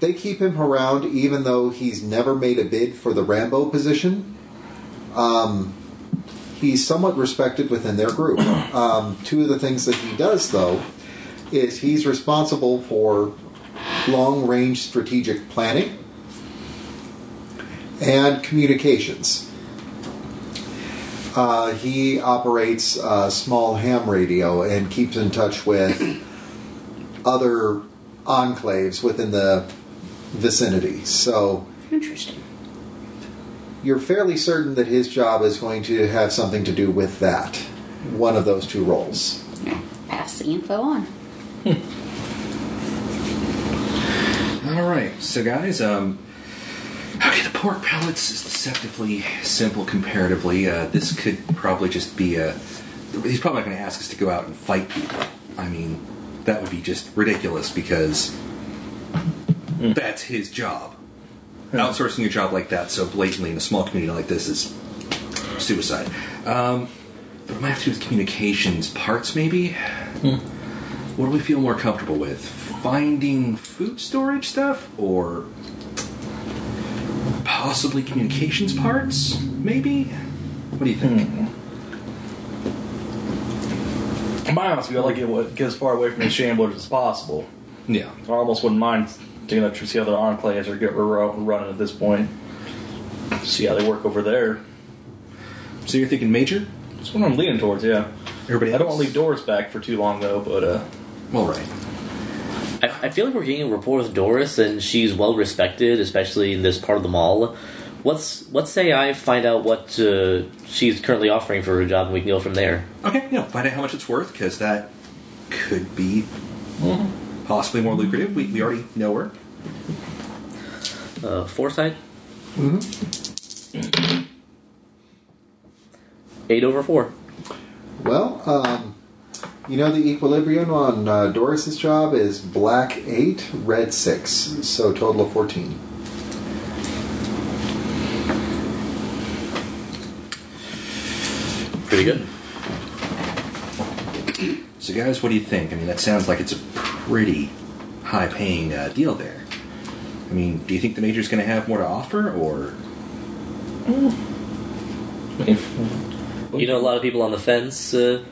they keep him around even though he's never made a bid for the Rambo position he's somewhat respected within their group. Um, two of the things that he does, though, is he's responsible for long range strategic planning and communications. Uh, he operates a small ham radio and keeps in touch with other enclaves within the vicinity. So
Interesting.
You're fairly certain that his job is going to have something to do with that, one of those two roles.
Yeah. Pass the info on.
All right, so guys, um, okay, the pork pellets is deceptively simple comparatively. Uh, this could probably just be a. He's probably not going to ask us to go out and fight people. I mean, that would be just ridiculous because that's his job. Outsourcing a job like that so blatantly in a small community like this is suicide. Um, but it might have to do with communications parts, maybe. What do we feel more comfortable with? Finding food storage stuff or possibly communications parts, maybe? What do you think?
My honest view, I like it what get as far away from the shamblers as possible.
Yeah.
I almost wouldn't mind taking up to see other enclaves or get ro- running at this point. See how they work over there.
So you're thinking major?
That's what I'm leaning towards, yeah.
Everybody
I don't want
else?
to leave doors back for too long though, but uh,
Well, right.
I, I feel like we're getting a rapport with Doris, and she's well respected, especially in this part of the mall. What's let's say I find out what uh, she's currently offering for her job, and we can go from there.
Okay, yeah. Find out how much it's worth because that could be possibly more lucrative. We, we already know her.
Uh, foresight. Eight over four.
Well, um, you know the equilibrium on uh, Doris's job is black 8, red 6, so total of 14.
Pretty good.
So, guys, what do you think? I mean, that sounds like it's a pretty high paying uh, deal there. I mean, do you think the major's going to have more to offer or.
You know, a lot of people on the fence. Uh,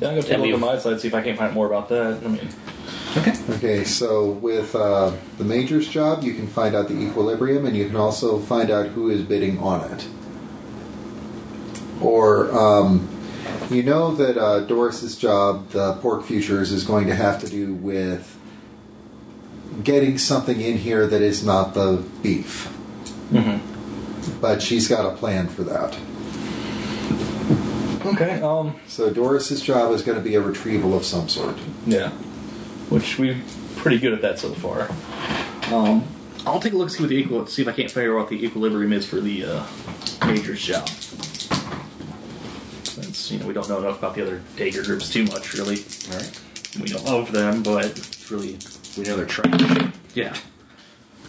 yeah, I'm gonna take
And
a look
we've-
at my side see if I can't find out more about that. I mean,
Okay.
Okay, so with uh, the major's job, you can find out the equilibrium, and you can also find out who is bidding on it. Or um, you know that uh, Doris's job, the pork futures, is going to have to do with getting something in here that is not the beef.
Mm-hmm.
But she's got a plan for that.
okay, um,
So Doris's job is going to be a retrieval of some sort.
Yeah. Which we're pretty good at that so far. Um, I'll take a look see what the equal see if I can't figure out what the equilibrium is for the uh, major's job. Since you know we don't know enough about the other Dager groups too much, really.
All right.
We know of them, but it's really
We know they're trying.
yeah.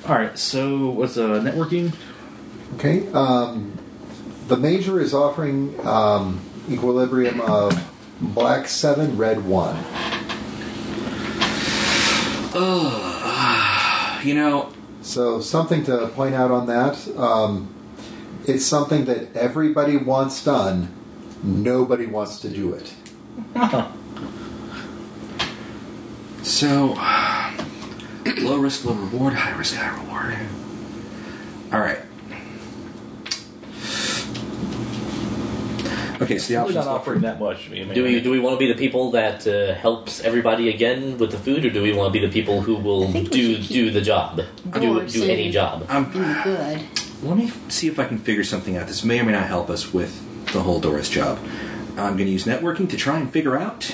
All right, so what's uh, networking?
Okay. Um, the major is offering um, equilibrium of black seven, red one.
[sighs] You know,
So something to point out on that. Um, it's something that everybody wants done. Nobody wants to do it.
So, [sighs] low risk, low reward, high risk, high reward. All right. Okay, so the
Probably
options.
not offering that much. I mean,
do we do we want to be the people that uh, helps everybody again with the food, or do we want to be the people who will
I think we
do
should keep
do the job, do
Doris
do
in.
any job?
Um,
Pretty good.
let me see if I can figure something out. This may or may not help us with the whole Doris job. I'm going to use networking to try and figure out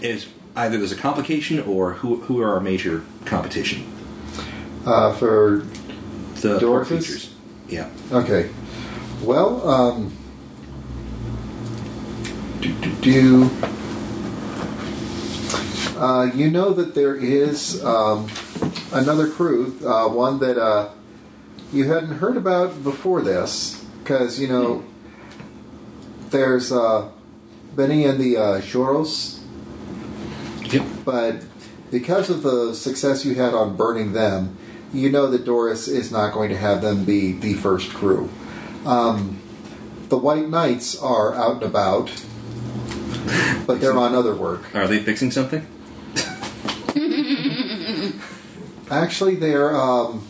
is either there's a complication or who who are our major competition.
Uh, for
The
Doris?
features. Yeah.
okay. Well, um, do, do, do. Uh, you know that there is um, another crew, uh, one that uh, you hadn't heard about before this, because you know there's uh, Benny and the uh, Joros,
Yep.
but because of the success you had on burning them, you know that Doris is not going to have them be the first crew. Um, the White Knights are out and about, but they're on other work.
Are they fixing something?
Actually, they're um,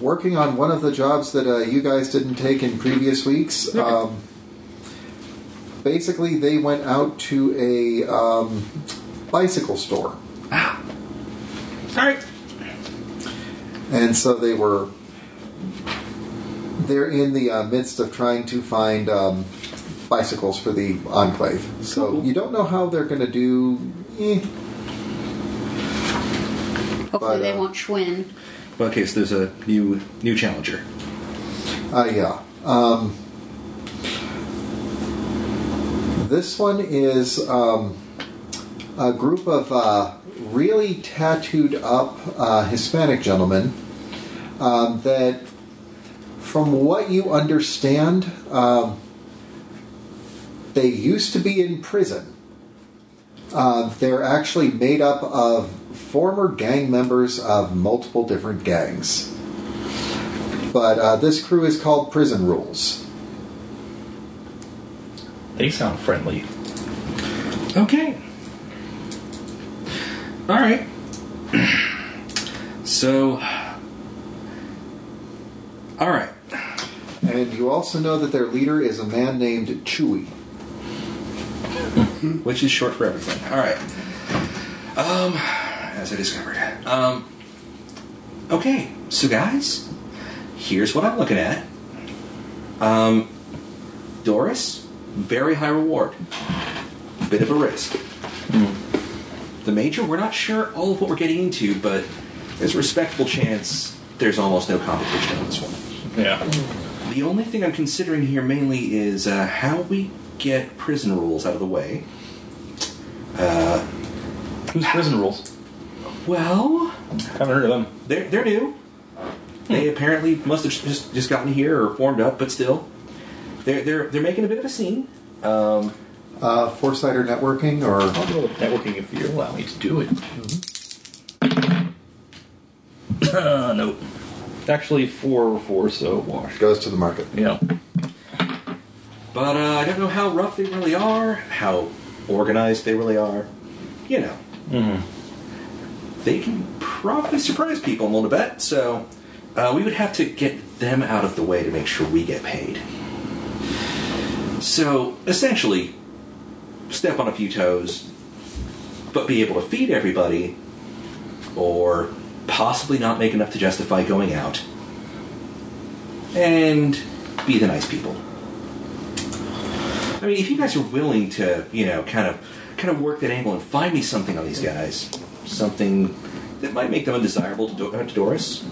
working on one of the jobs that uh, you guys didn't take in previous weeks. Um, basically, they went out to a um, bicycle store.
Ah,
All right.
and so they were. They're in the uh, midst of trying to find um, bicycles for the enclave. So you don't know how they're going to do. eh.
Hopefully
But,
they
uh,
won't Schwinn.
Well, okay, so there's a new new challenger.
Uh, yeah. Um, this one is um, a group of uh, really tattooed up uh, Hispanic gentlemen um, that, from what you understand, um, they used to be in prison. Uh, they're actually made up of former gang members of multiple different gangs but uh, this crew is called Prison Rules.
They sound friendly.
Okay. All right. So. All right.
And you also know that their leader is a man named Chewy.
which is short for everything. All right. Um, as I discovered. Um, okay, so guys, here's what I'm looking at. Um, Doris, very high reward, bit of a risk. The major, we're not sure all of what we're getting into, but there's a respectable chance there's almost no competition on this one.
Yeah.
The only thing I'm considering here mainly is uh, how we get prison rules out of the way.
Who's prison rules?
Well,
Haven't heard of them.
They're, they're new. They apparently must have just, just gotten here or formed up, but still, they're they're they're making a bit of a scene. Um,
Uh, Foresighter Networking, or
I'll roll with networking if you allow me to do it. uh, Mm-hmm. [coughs] nope. Actually, four or four, so wash.
goes to the market.
Yeah.
but uh, I don't know how rough they really are, how organized they really are. You know, they can probably surprise people. I'm willing to bet. So uh, we would have to get them out of the way to make sure we get paid. So essentially, step on a few toes, but be able to feed everybody, or possibly not make enough to justify going out, and be the nice people. I mean, if you guys are willing to, you know, kind of, kind of work that angle and find me something on these guys, something that might make them undesirable to, Do- uh, to Doris.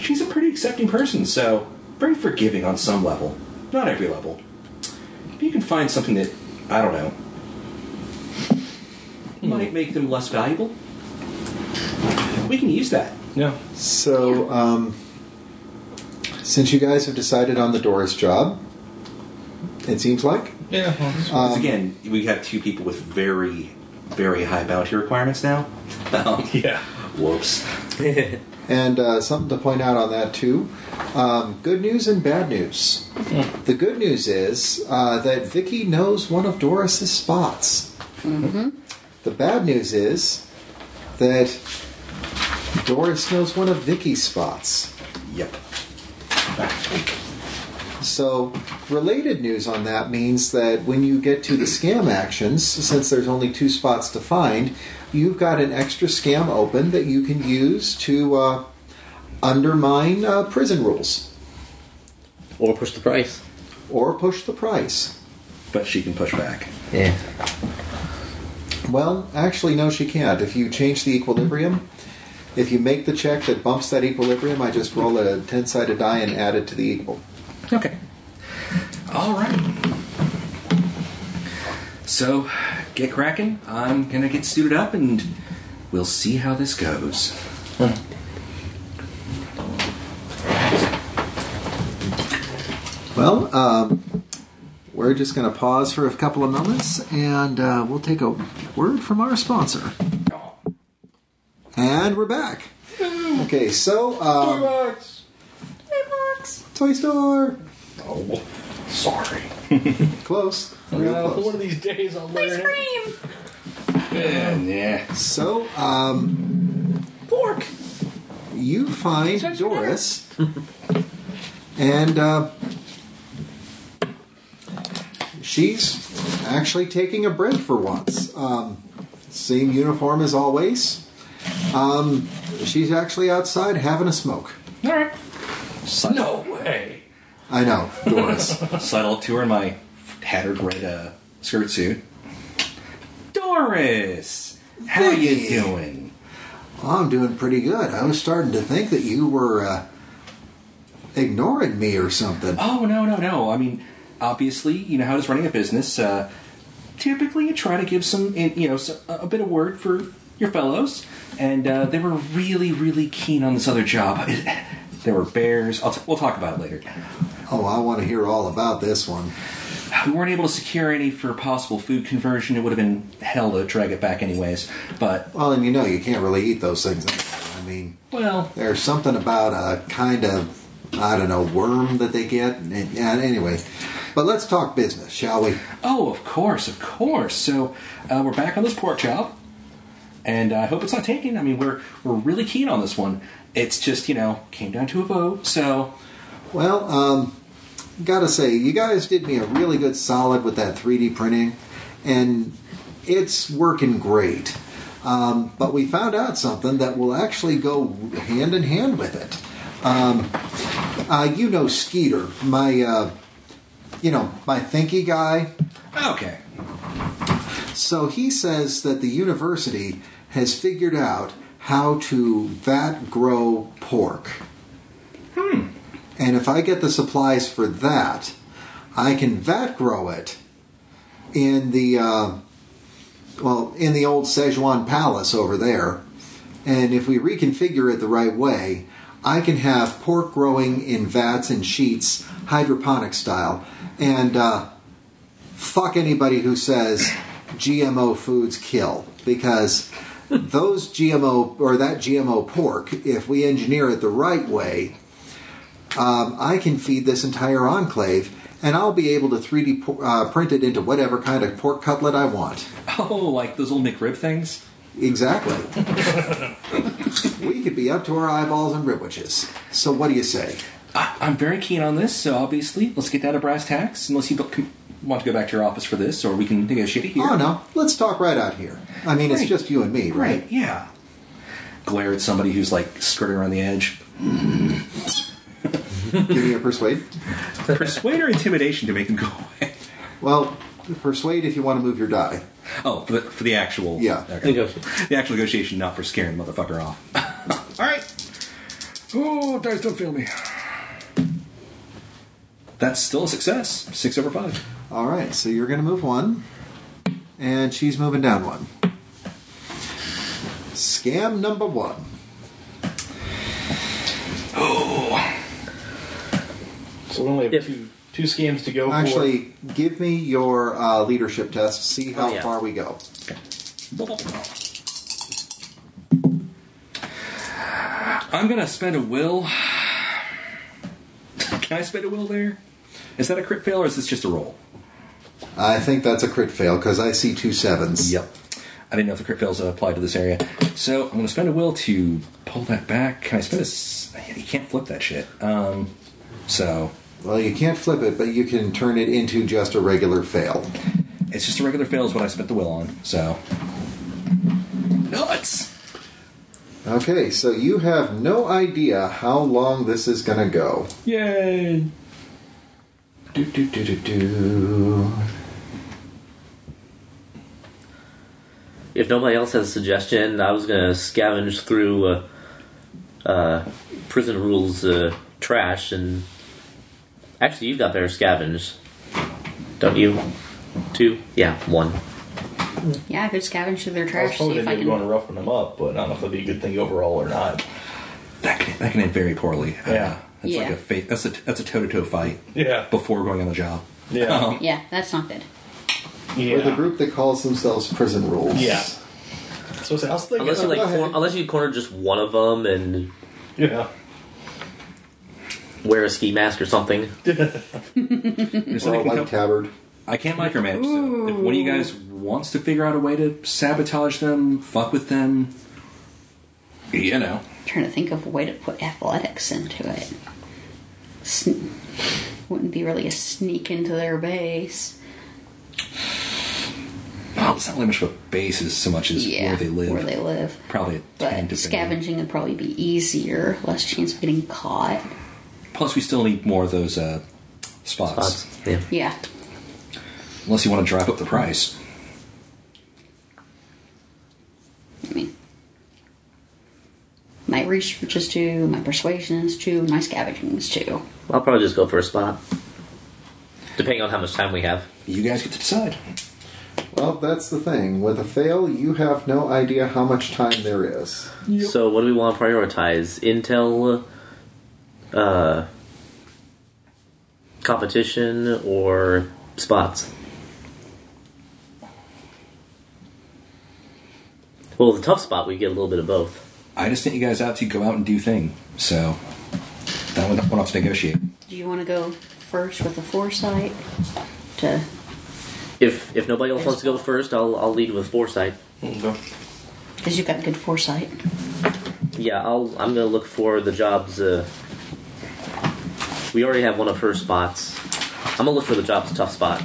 She's a pretty accepting person, so very forgiving on some level, not every level. If you can find something that I don't know might make them less valuable, we can use that.
Yeah.
So, um, since you guys have decided on the Doris job, it seems like.
Yeah. well,
Um,
Because again, we have two people with very, very high bounty requirements now. [laughs] Um,
yeah.
whoops.
And uh, something to point out on that too: um, good news and bad news. The good news is uh, that Vicky knows one of Doris's spots. The bad news is that Doris knows one of Vicky's spots.
Yep.
So, related news on that means that when you get to the scam actions, since there's only two spots to find, you've got an extra scam open that you can use to uh, undermine uh, prison rules
Or push the price.
or push the price.
but she can push back.
Yeah.
Well, actually, no, she can't. If you change the equilibrium, if you make the check that bumps that equilibrium, I just roll a 10 sided die and add it to the equal.
Okay. All right. So, get cracking. I'm gonna get suited up, and we'll see how this goes.
Well, um, we're just going to pause for a couple of moments and uh, we'll take a word from our sponsor. And we're back. Okay, so. Um, Toy Store!
Oh, sorry.
Close. Real
Well,
close.
Uh, one of these days I'll learn. it.
Cream!
yeah.
So, um,
Fork.
you find Doris and uh, she's actually taking a break for once. Um, same uniform as always. Um, She's actually outside having a smoke.
All right.
No way.
I know, Doris. Oh,
Sidled to her in my tattered red uh, skirt suit. Doris, how you
Vicky.
doing?
I'm doing pretty good. I was starting to think that you were uh, ignoring me or something.
Oh no no no! I mean, obviously, you know how it is running a business. Uh, typically, you try to give some, in- you know, s- a a bit of word for your fellows, and uh, they were really really keen on this other job. [laughs] there were bears. I'll t- we'll talk about it later.
Oh, I want to hear all about this one.
We weren't able to secure any for possible food conversion. It would have been hell to drag it back anyways. But
Well, and you know, you can't really eat those things. anymore. I mean,
well,
there's something about a kind of, I don't know, worm that they get. And, and anyway, but let's talk business, shall we?
oh of course, of course. So uh, we're back on this pork chop, and I hope it's not taken. I mean, we're we're really keen on this one. It's just you know came down to a vote. So
Well, um, gotta say, you guys did me a really good solid with that 3D printing, and it's working great. Um, but we found out something that will actually go hand in hand with it. Um, uh, you know, Skeeter, my, uh, you know, my thinky guy.
okay,
So he says that the university has figured out how to vat grow pork. Hmm. And if I get the supplies for that, I can vat grow it in the uh, well in the old Szechuan palace over there. And if we reconfigure it the right way, I can have pork growing in vats and sheets, hydroponic style, and. Uh, fuck anybody who says GMO foods kill because those GMO or that GMO pork, if we engineer it the right way, um, I can feed this entire enclave and I'll be able to 3D po- uh, print it into whatever kind of pork cutlet I want.
oh like those old McRib things.
Exactly. we could be up to our eyeballs in ribwiches. So what do you say?
I, I'm very keen on this. So obviously, let's get down to brass tacks. Unless you don't- want to go back to your office for this, or we can negotiate it here.
Oh no, let's talk right out here. I mean, it's
Right.
just you and me, right?
Right, yeah. Glare at somebody who's like skirting around the edge.
Give me a persuade.
Persuade or intimidation to make them go away.
Well, persuade if you want to move your die.
[laughs] Oh, for the, for the actual
Yeah.
okay.
Negotiate.
the actual negotiation, not for scaring the motherfucker off.
All right. Oh, dice don't fail me.
That's still a success. Six over five.
All right, so you're going to move one, and she's moving down one. Scam number one.
So we only have
Yep.
two two scams to go. for.
Actually, give me your uh, leadership test. See how
Oh, yeah.
far we go.
I'm gonna spend a will. Can I spend a will there? Is that a crit fail or is this just a roll?
I think that's a crit fail because I see two sevens.
Yep. I didn't know if the crit fails applied to this area. So I'm going to spend a will to pull that back. Can I spend a. s- You can't flip that shit. Um, so
Well, you can't flip it, but you can turn it into just a regular fail.
it's just a regular fail is what I spent the will on. So. Nuts!
Okay, so you have no idea how long this is going to go.
Yay!
Do, do, do, do, do.
If nobody else has a suggestion, I was gonna scavenge through uh, uh, prison rules uh, trash, and actually, you've got better scavenge, don't you? Two? Yeah, one.
Yeah, I could scavenge through their
I was
trash, see
probably
if I
thinking of going to
can.
roughen them up, but I don't know if that'd be a good thing overall or not.
That can, that can end very poorly.
Yeah.
that's
Yeah.
like a fa- that's a that's a toe to toe fight
Yeah.
before going on the job.
Yeah.
Um,
Yeah, that's not good.
Yeah.
With a group that calls themselves Prison Rules.
Yeah. So I was thinking.
Unless you like,
Go ahead.
cor- unless you corner just one of them and
[laughs] yeah.
wear a ski mask or something.
there's
Or a
nothing-
white tabard.
I can't micromanage. So if one of you guys wants to figure out a way to sabotage them, fuck with them, you know.
trying to think of a way to put athletics into it. Sn- wouldn't be really a sneak into their base.
Well, Oh, it's not really much of a basis so much as
yeah,
where they live.
Where they live.
Probably a tiny
But
different-
scavenging would probably be easier, less chance of getting caught.
Plus, we still need more of those uh, spots,
Spots. Yeah.
Yeah.
Unless you want to drive up the price.
I mean, my research is two, my persuasion is two, my scavenging is two.
I'll probably just go for a spot. Depending on how much time we have.
You guys get to decide.
Well, that's the thing. With a fail, you have no idea how much time there is.
So, what do we want to prioritize? Intel, uh, competition, or spots? Well, the tough spot, we get a little bit of both.
I just sent you guys out to go out and do thing, so that one, that one off to negotiate.
Do you want to go first with the foresight? To
If if nobody else wants to go first, I'll I'll lead with foresight.
because you've got good foresight.
Yeah, I'll I'm gonna look for the jobs. Uh, we already have one of her spots. I'm gonna look for the job's tough spot.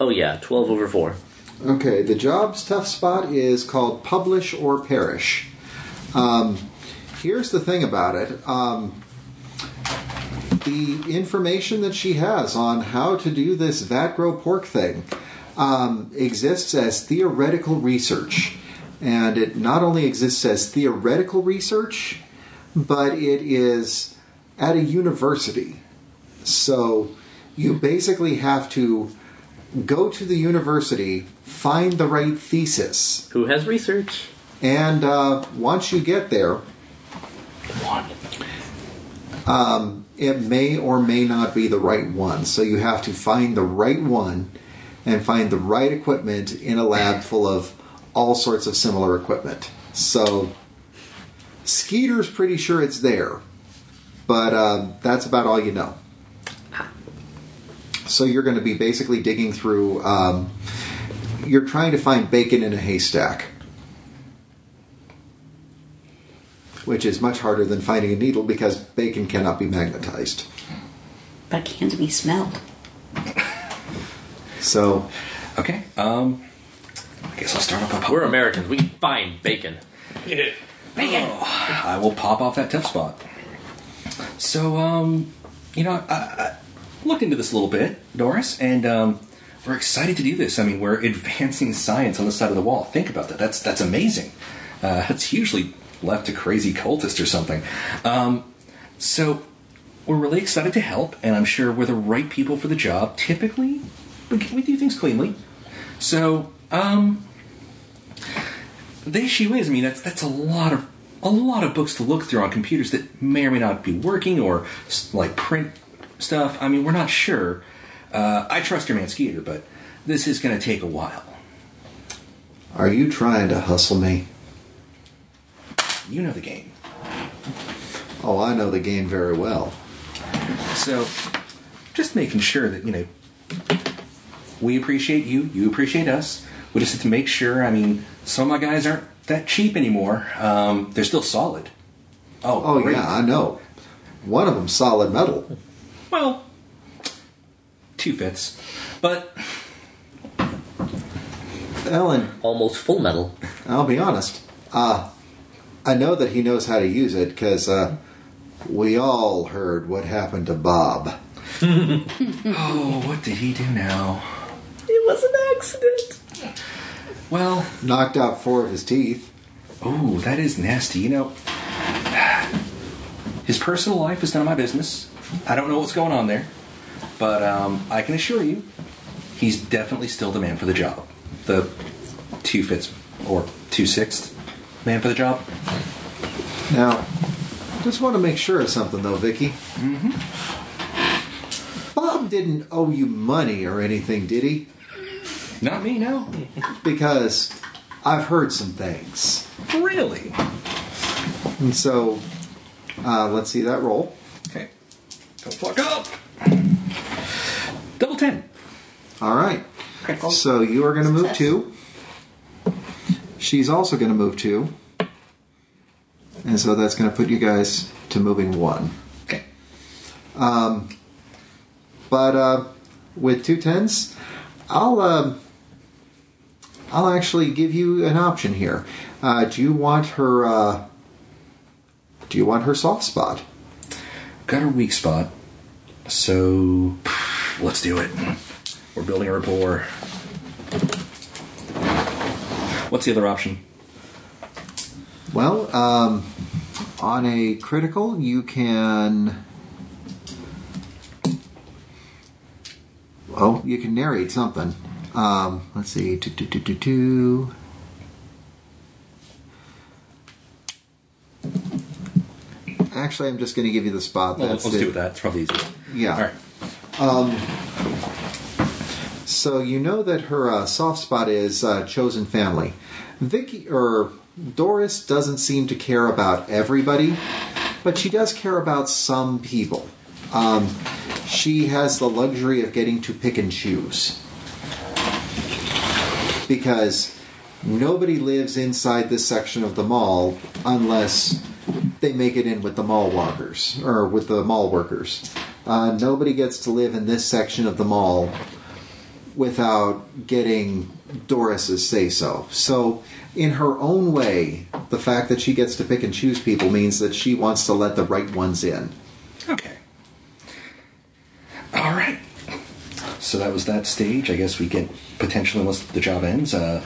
Oh yeah, twelve over four.
Okay, the job's tough spot is called Publish or Perish. Um, here's the thing about it um, the information that she has on how to do this vat grow pork thing um, exists as theoretical research. And it not only exists as theoretical research, but it is at a university. So you basically have to go to the university, find the right thesis,
Who has research?
and uh, once you get there, um, um, it may or may not be the right one. So you have to find the right one and find the right equipment in a lab full of all sorts of similar equipment. So Skeeter's pretty sure it's there, but uh, that's about all you know. So you're going to be basically digging through. Um, you're trying to find bacon in a haystack, which is much harder than finding a needle because bacon cannot be magnetized.
But it can't be smelled.
So
Okay. Um, I guess I'll start up.
We're Americans. We can find bacon.
I will pop off that tough spot. So, um, you know, I, I looked into this a little bit, Doris, and um, we're excited to do this. I mean, we're [laughs] advancing science on the side of the wall. Think about that. That's that's amazing. Uh, that's hugely left to crazy cultists or something. Um, so, we're really excited to help, and I'm sure we're the right people for the job. Typically, we, we do things cleanly. So, um, they she weighs. I mean, that's that's a lot of a lot of books to look through on computers that may or may not be working or s- like print stuff. I mean, we're not sure. Uh, I trust your man Skeeter, but this is going to take a while.
are you trying to hustle me?
You know the game.
Oh, I know the game very well.
So, just making sure that you know we appreciate you, you appreciate us. We just have to make sure. I mean, some of my guys aren't that cheap anymore. Um, they're still solid. Oh,
Oh
great.
yeah, I know. One of them solid metal.
Well, two fifths, but
Ellen,
Almost full metal.
I'll be honest. Uh, I know that he knows how to use it because uh, we all heard what happened to Bob.
Oh, what did he do now?
It was an accident.
Well,
Knocked out four of his teeth.
oh, that is nasty. You know, his personal life is none of my business. I don't know what's going on there, but um, I can assure you, he's definitely still the man for the job. The two fifths or two sixths man for the job.
Now, just want to make sure of something though, Vicky. Mm-hmm. Bob didn't owe you money or anything, did he?
Not me, no.
Because I've heard some things.
Really?
And so, uh, let's see that roll.
Okay. Don't fuck up. Double ten.
All right.
Critical.
So you are going to move
Success.
two. She's also going to move two. And so that's going to put you guys to moving one.
Okay.
Um, But uh, with two tens, I'll uh, I'll actually give you an option here. Uh, do you want her? Uh, do you want her soft spot?
Got her weak spot. So let's do it. We're building a rapport. What's the other option?
Well, um, on a critical, you can. Oh, you can narrate something. Um, let's see. Do, do, do, do, do. Actually, I'm just going to give you the spot.
Well, let's
it.
do with that. It's probably easiest.
Yeah. Um,
All right.
So you know that her uh, soft spot is uh, chosen family. Vicky or Doris doesn't seem to care about everybody, but she does care about some people. Um, she has the luxury of getting to pick and choose because nobody lives inside this section of the mall unless they make it in with the mall walkers or with the mall workers. Uh, nobody gets to live in this section of the mall without getting Doris's say so. So, in her own way, the fact that she gets to pick and choose people means that she wants to let the right ones in.
Okay. All right. So that was that stage. I guess we get potentially, unless the job ends, uh,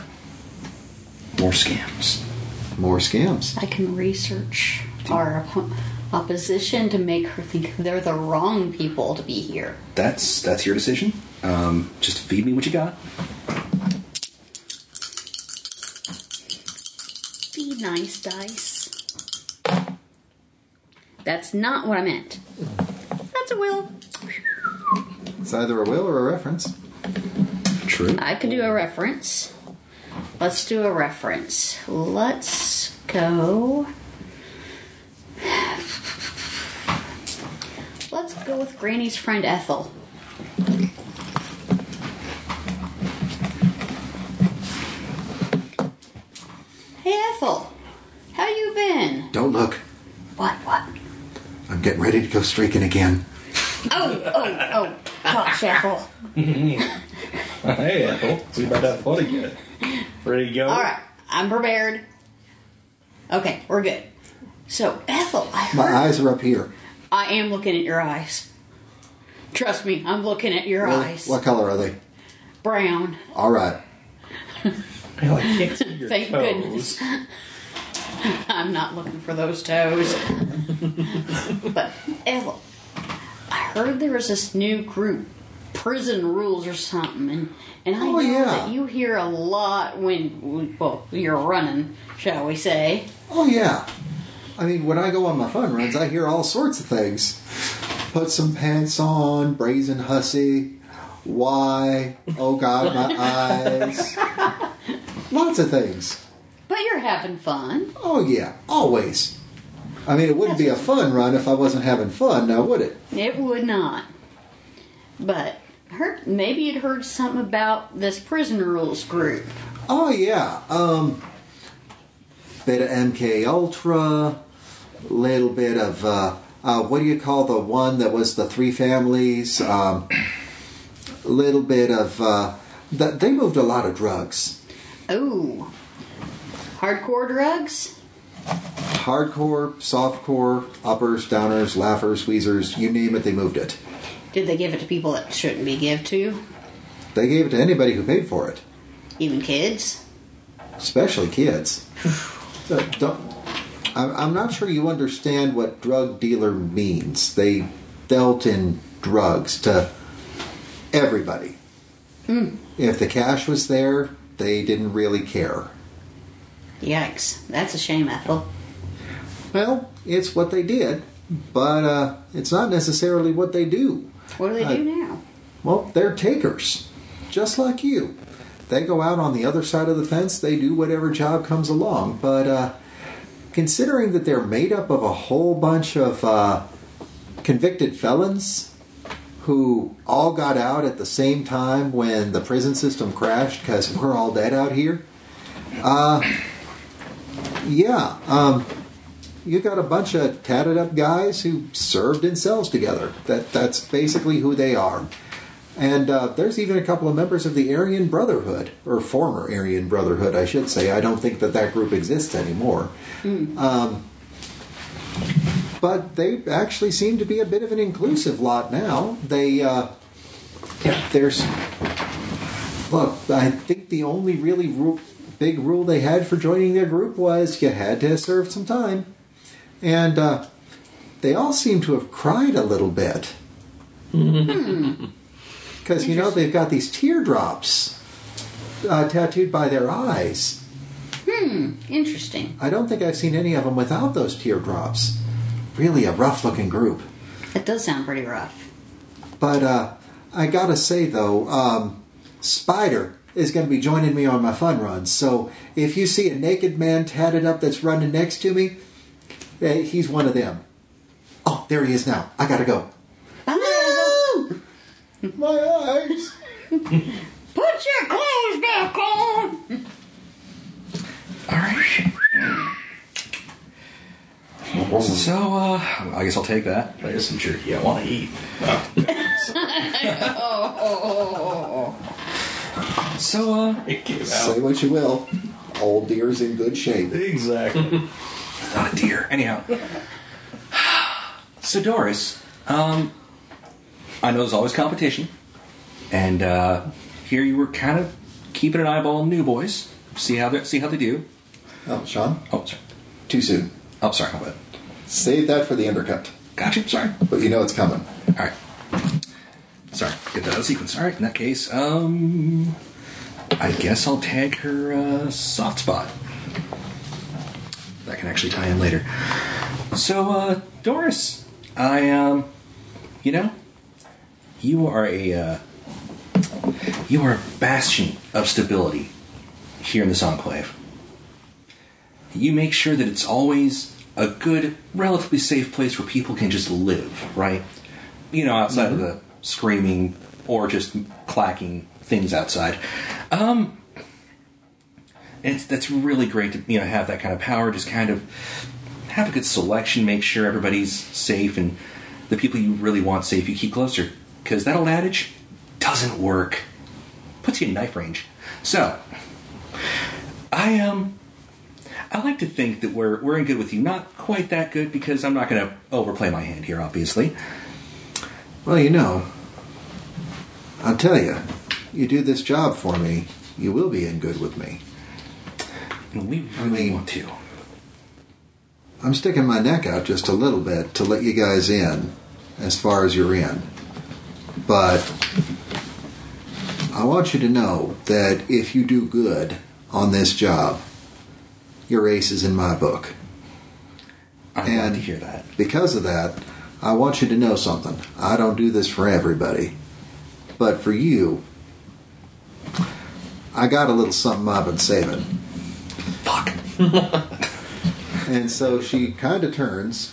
more scams.
More scams.
I can research our op- opposition to make her think they're the wrong people to be here.
That's that's your decision. Um, just feed me what you got.
Be nice, dice. That's not what I meant. That's a will.
It's either a will or a reference.
True.
I could do a reference. Let's do a reference. Let's go. Let's go with Granny's friend Ethel. Hey Ethel, how you been?
Don't look.
What? What?
I'm getting ready to go streaking again.
Oh, oh, oh! [laughs] Gosh, Ethel.
hey, Ethel, we about that fun again. Ready to go?
All right, I'm prepared. Okay, we're good. So, Ethel, I heard
My eyes are up here.
I am looking at your eyes. Trust me, I'm looking at your
Really?
eyes.
What color are they?
Brown.
All right.
Well, I can't see your
Thank
toes.
goodness. [laughs] I'm not looking for
[laughs]
those toes. but, Ethel, I heard there was this new group, Prison Rules or something, and, and I
Oh,
know
yeah.
that you hear a lot when, well, you're running, shall we say.
Oh, yeah. I mean, when I go on my fun runs, I hear all sorts of things. Put some pants on, brazen hussy. Why? Oh, God, my eyes. Lots of things.
But you're having fun.
Oh yeah, always. I mean, it wouldn't be a fun run if I wasn't having fun, now would it?
It would not. But, I heard, maybe you'd heard something about this Prison Rules group.
Oh yeah. Um, bit of MK Ultra, little bit of uh, uh, what do you call the one that was the three families? Um, little bit of uh, th- they moved a lot of drugs.
Oh. Hardcore drugs?
Hardcore, softcore, uppers, downers, laughers, wheezers, you name it, they moved it.
Did they give it to people that shouldn't be give to?
They gave it to anybody who paid for it.
Even kids?
especially kids. So [sighs] don't- I'm I'm not sure you understand what drug dealer means. They dealt in drugs to everybody. If the cash was there, they didn't really care.
Yikes. That's a shame, Ethel.
Well, it's what they did, but uh, it's not necessarily what they do.
What do they do now?
Well, they're takers, just like you. They go out on the other side of the fence, they do whatever job comes along. But uh, considering that they're made up of a whole bunch of uh, convicted felons who all got out at the same time when the prison system crashed because we're all dead out here, uh, yeah, um, you got a bunch of tatted up guys who served in cells together. That that's basically who they are. And uh, there's even a couple of members of the Aryan Brotherhood, or former Aryan Brotherhood, I should say. I don't think that that group exists anymore. Um, but they actually seem to be a bit of an inclusive lot now. They uh, there's look. I think the only really ru- big rule they had for joining their group was you had to serve some time, and uh, they all seem to have cried a little bit because you know they've got these teardrops uh, tattooed by their eyes.
Hmm. Interesting.
I don't think I've seen any of them without those teardrops. Really, a rough looking group.
That does sound pretty rough.
But uh, I gotta say though, um, Spider is going to be joining me on my fun run. So if you see a naked man tatted up that's running next to me, eh, he's one of them. Oh, there he is now. I gotta go.
Boo!
My eyes.
Put your clothes back on!
So, uh, I guess I'll take that.
That isn't jerky. I want to eat.
So, uh,
It came
Say
out.
what you will. Old deer's in good shape.
Exactly.
not a deer. Anyhow. So, Doris, um, I know there's always competition, and uh, here you were kind of keeping an eyeball on new boys, see how they see how they do.
Oh, Sean,
Oh, sorry.
too soon.
Oh, sorry. My bad.
Save that for the undercut.
Gotcha. Sorry.
But you know it's coming.
All right. Sorry. Get that out of sequence. All right. In that case, um, I guess I'll tag her uh, soft spot. That can actually tie in later. So, uh, Doris, I um, you know, you are a uh, you are a bastion of stability here in this enclave. You make sure that it's always a good, relatively safe place where people can just live, right? You know, outside of the screaming or just clacking things outside. Um, it's that's really great to you know have that kind of power. Just kind of have a good selection, make sure everybody's safe, and the people you really want safe you keep closer. Because that old adage doesn't work. Puts you in knife range. So, I um, I like to think that we're we're in good with you. Not quite that good because I'm not going to overplay my hand here, obviously.
Well, you know, I'll tell you, you do this job for me, you will be in good with me.
And we
I
really
mean-
want to.
I'm sticking my neck out just a little bit to let you guys in as far as you're in. But I want you to know that if you do good on this job, your ace is in my book.
I'm glad
And-
to hear that.
Because of that, I want you to know something. I don't do this for everybody, but for you, I got a little something I've been saving.
Fuck.
[laughs] And so she kind of turns,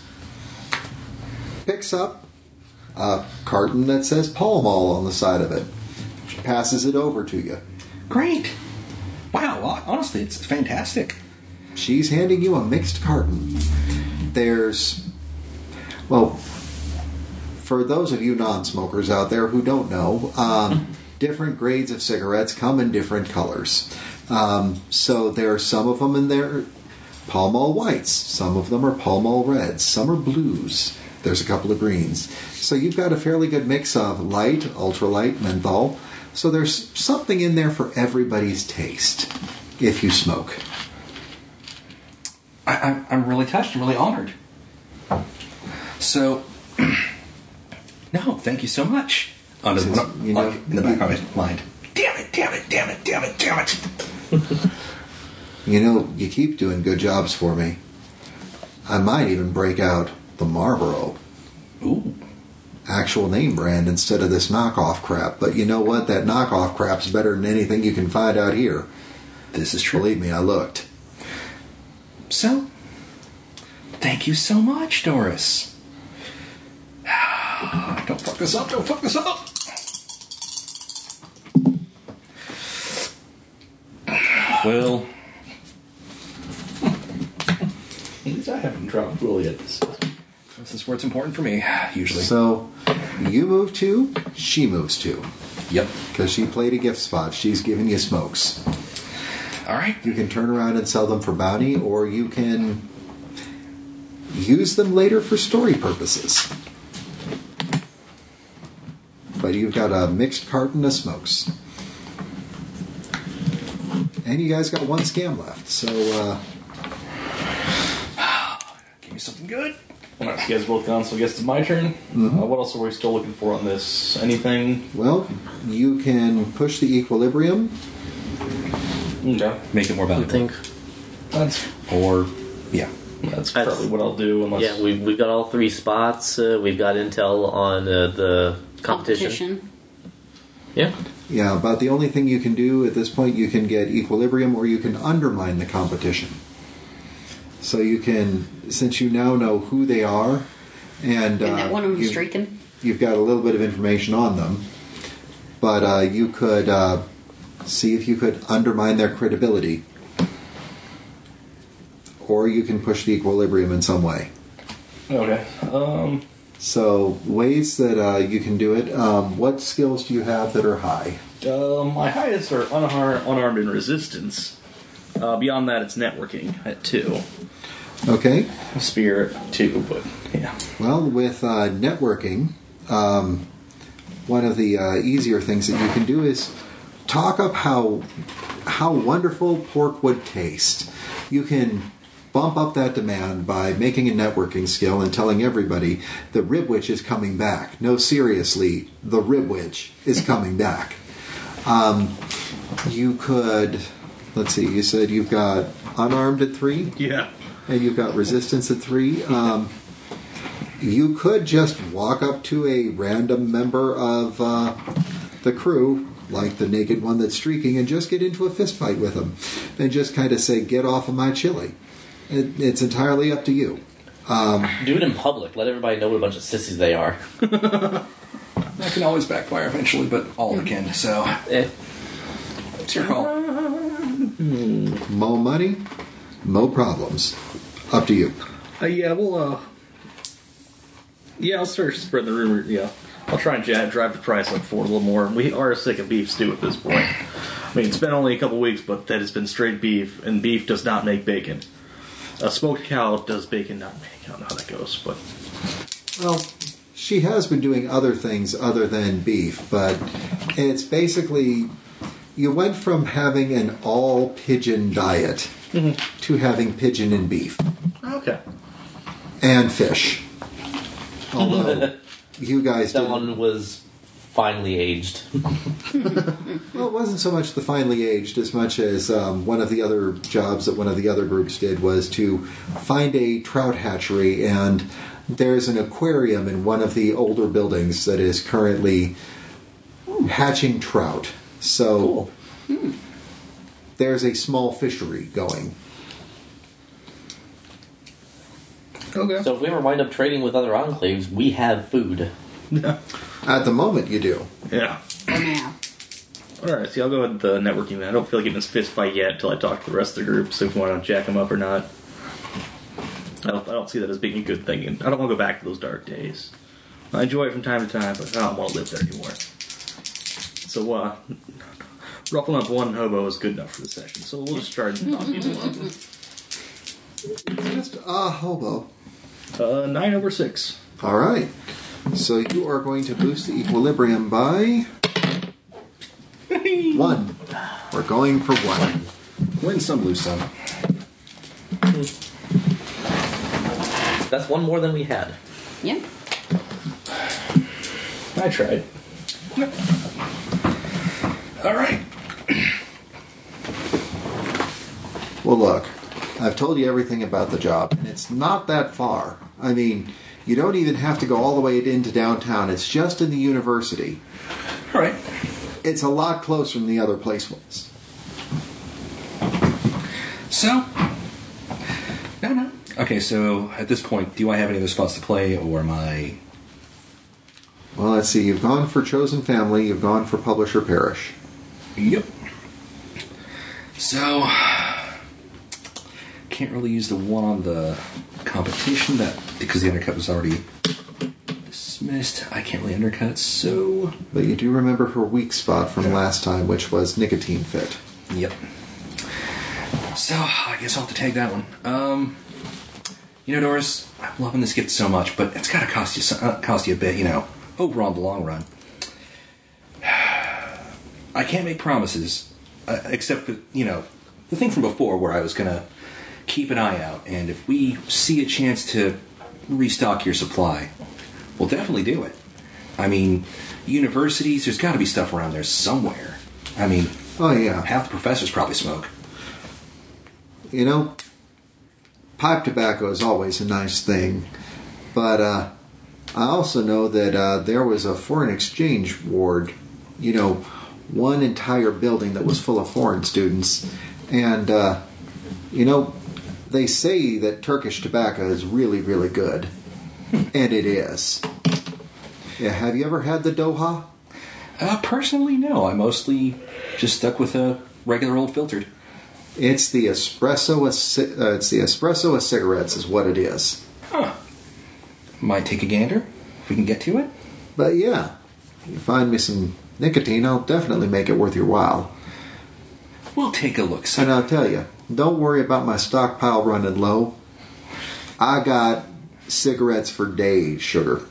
picks up a carton that says Pall Mall on the side of it. She passes it over to you.
Great. Wow. well, Honestly, it's fantastic.
She's handing you a mixed carton. There's, well, for those of you non smokers out there who don't know, um, different grades of cigarettes come in different colors. Um, so there are some of them in there Pall Mall whites, some of them are Pall Mall reds, some are blues, there's a couple of greens. So you've got a fairly good mix of light, ultralight, menthol. So there's something in there for everybody's taste if you smoke.
I, I'm, I'm really touched. I'm really honored. So, [clears throat] no, thank you so much. Oh, no,
Since,
no,
you know,
in the back of my mind. Damn it! Damn it! Damn it! Damn it! Damn it!
You know, you keep doing good jobs for me. I might even break out the Marlboro.
Ooh.
Actual name brand instead of this knockoff crap. But you know what? That knockoff crap's better than anything you can find out here.
This is true.
Believe me, I looked.
So, thank you so much, Doris. [sighs] Don't fuck this up. Don't fuck this up. Well,
I have drop Juliet. This
This is where it's important for me, usually.
So you move two, she moves two.
yep.
Because she played a gift spot. She's giving you smokes.
All right.
You can turn around and sell them for bounty, or you can use them later for story purposes. But you've got a mixed carton of smokes. And you guys got one scam left, so uh,
Give me something good.
All right, you guys are both gone, so I guess it's my turn.
Mm-hmm.
Uh, what else are we still looking for on this? Anything?
well, you can push the equilibrium.
Okay.
Make it more
I
valuable.
think.
That's
Or, yeah.
that's
That's-
probably what I'll do. Unless
Yeah, we we've got all three spots. Uh, we've got intel on uh, the competition.
competition.
Yeah.
Yeah, about the only thing you can do at this point, you can get equilibrium or you can undermine the competition. So you can, since you now know who they are, and,
and that
uh,
one of them
you,
streaking.
have got a little bit of information on them, but uh, you could uh, see if you could undermine their credibility, or you can push the equilibrium in some way.
okay. Um,
So ways that uh, you can do it. Um, what skills do you have that are high?
uh, my highest are unhar- unarmed and resistance. Uh, beyond that, it's networking at two.
Okay.
Spirit two, but yeah.
Well, with uh, networking, um, one of the uh, easier things that you can do is talk up how how wonderful pork would taste. You can bump up that demand by making a networking skill and telling everybody the rib witch is coming back. No, seriously, the rib witch is coming back. Um, you could, let's see, you said you've got unarmed at three
Yeah.
and you've got resistance at three. Um, you could just walk up to a random member of uh, the crew, like the naked one that's streaking, and just get into a fist fight with him, and just kind of say, "Get off of my chili." It, it's entirely up to you.
Do it in public. Let everybody know what a bunch of sissies they are.
That can always backfire eventually, but all it can, so.
Eh.
It's your call.
Mo money, mo problems. Up to you.
Uh, yeah, we'll. Uh, yeah, I'll start spreading the rumor. Yeah, I'll try and ja drive the price up for a little more. We are sick of beef stew at this point. I mean, it's been only a couple weeks, but that has been straight beef, and beef does not make bacon. A smoked cow does bacon, not make. I don't know how that goes, but
Well, she has been doing other things other than beef, but it's basically you went from having an all pigeon diet to having pigeon and beef
okay.
and fish. Although you guys
That
didn't.
one was finally aged.
Well, it wasn't so much the finely aged as much as um, one of the other jobs that one of the other groups did was to find a trout hatchery, and there's an aquarium in one of the older buildings that is currently hatching trout. So Hmm. there's a small fishery going.
Okay.
So if we ever wind up trading with other enclaves, we have food.
At the moment, you do.
[laughs] Yeah.
For now.
All right. See, I'll go with the networking. Then I don't feel like getting this fist fight yet until I talk to the rest of the group. See if we want to jack them up or not. I don't, I don't see that as being a good thing, and I don't want to go back to those dark days. I enjoy it from time to time, but I don't want to live there anymore. So, uh, ruffling up one hobo is good enough for the session. So we'll just try and knock people up.
Just a hobo.
Uh, nine over six.
All right. So you are going to boost the equilibrium by one. We're going for one.
Win some, lose some.
That's one more than we had.
Yeah.
I tried.
All right.
Well, look, I've told you everything about the job, and it's not that far. I mean, you don't even have to go all the way into downtown. It's just in the university.
All right.
It's a lot closer than the other place was.
So. No, no. Okay, so at this point, do I have any other spots to play, or am I.
Well, let's see. You've gone for chosen family. You've gone for publisher parish.
Yep. So. Can't really use the one on the competition that because the undercut was already dismissed. I can't really undercut, so
But you do remember her weak spot from last time, which was nicotine fit.
Yep. So I guess I'll have to tag that one. Um, you know, Doris, I'm loving this gift so much, but it's gotta cost you so- uh, cost you a bit, you know, overall in the long run. I can't make promises, uh, except for you know, the thing from before where I was gonna keep an eye out, and if we see a chance to restock your supply, we'll definitely do it. I mean, universities, there's got to be stuff around there somewhere. I mean,
Oh yeah,
Half the professors probably smoke.
you know, pipe tobacco is always a nice thing, but uh, I also know that uh, there was a foreign exchange ward. You know, one entire building that was full of foreign students, and uh, you know, they say that Turkish tobacco is really really good, and it is. Yeah, have you ever had the Doha?
Uh, personally, no. I mostly just stuck with a regular old filtered.
It's the espresso. Of, ci- uh, it's the espresso of cigarettes, is what it is.
Might take a gander if we can get to it.
But yeah, you find me some nicotine, I'll definitely make it worth your while.
We'll take a look.
And
So,
I'll tell you, don't worry about my stockpile running low. I got cigarettes for days, sugar.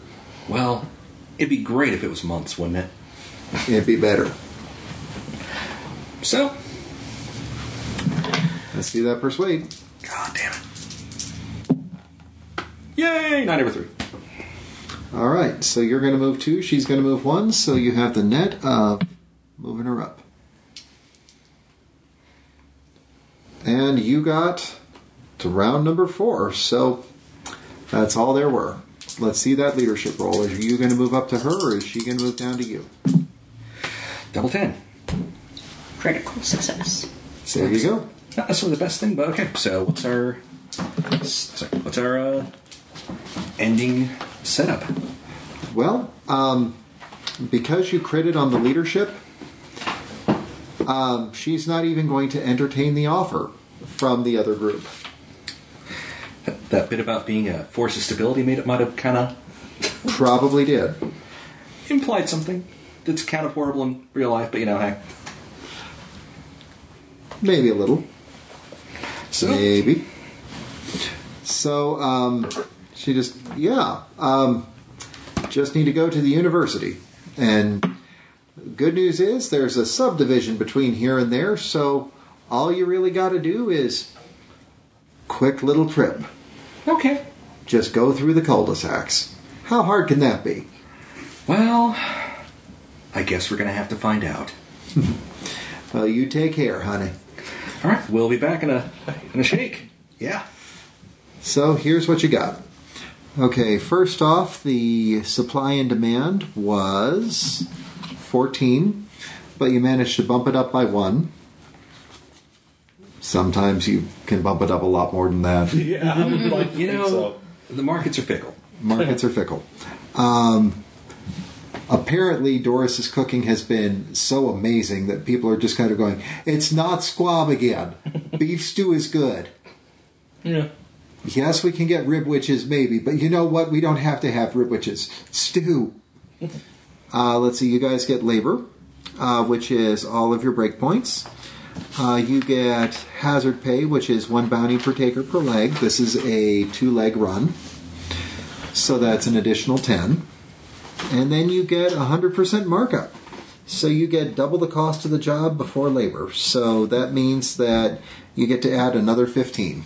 well, it'd be great if it was months, wouldn't it?
It'd be better.
So,
Let's do that persuade.
god damn it. Yay! Nine over three.
All right, so you're going to move two, she's going to move one, so you have the net of moving her up. And you got to round number four, so that's all there were. Let's see that leadership role. Is you going to move up to her, or is she going to move down to you?
Double ten.
Critical success.
So there you go.
Not necessarily the best thing, but okay. So, what's our sorry, what's our uh, ending setup?
Well, um, because you critted on the leadership, um, she's not even going to entertain the offer from the other group.
That bit about being a force of stability made it might have kind of
Probably did.
implied something that's kind of horrible in real life, but you know, hey.
Maybe a little.
So,
Maybe. So, um, she just, yeah, um, just need to go to the university. And good news is there's a subdivision between here and there, so all you really got to do is quick little trip.
okay.
Just go through the cul-de-sacs. How hard can that be?
Well, I guess we're going to have to find out.
Well, you take care, honey.
All right, we'll be back in a in a shake.
Yeah. So here's what you got. Okay, first off, the supply and demand was 14, but you managed to bump it up by one. Sometimes you can bump it up a lot more than that.
Yeah, I would like to
You
think
know,
so.
the markets are fickle.
Markets are fickle. Um, apparently, Doris's cooking has been so amazing that people are just kind of going, It's not squab again. Beef stew is good.
Yeah.
Yes, we can get rib witches, maybe, but you know what? We don't have to have rib witches. Stew. Uh, let's see, you guys get labor, uh, which is all of your breakpoints. Uh, you get hazard pay, which is one bounty per taker per leg. This is a two leg run, so that's an additional 10. And then you get 100% markup. So you get double the cost of the job before labor. So that means that you get to add another 15.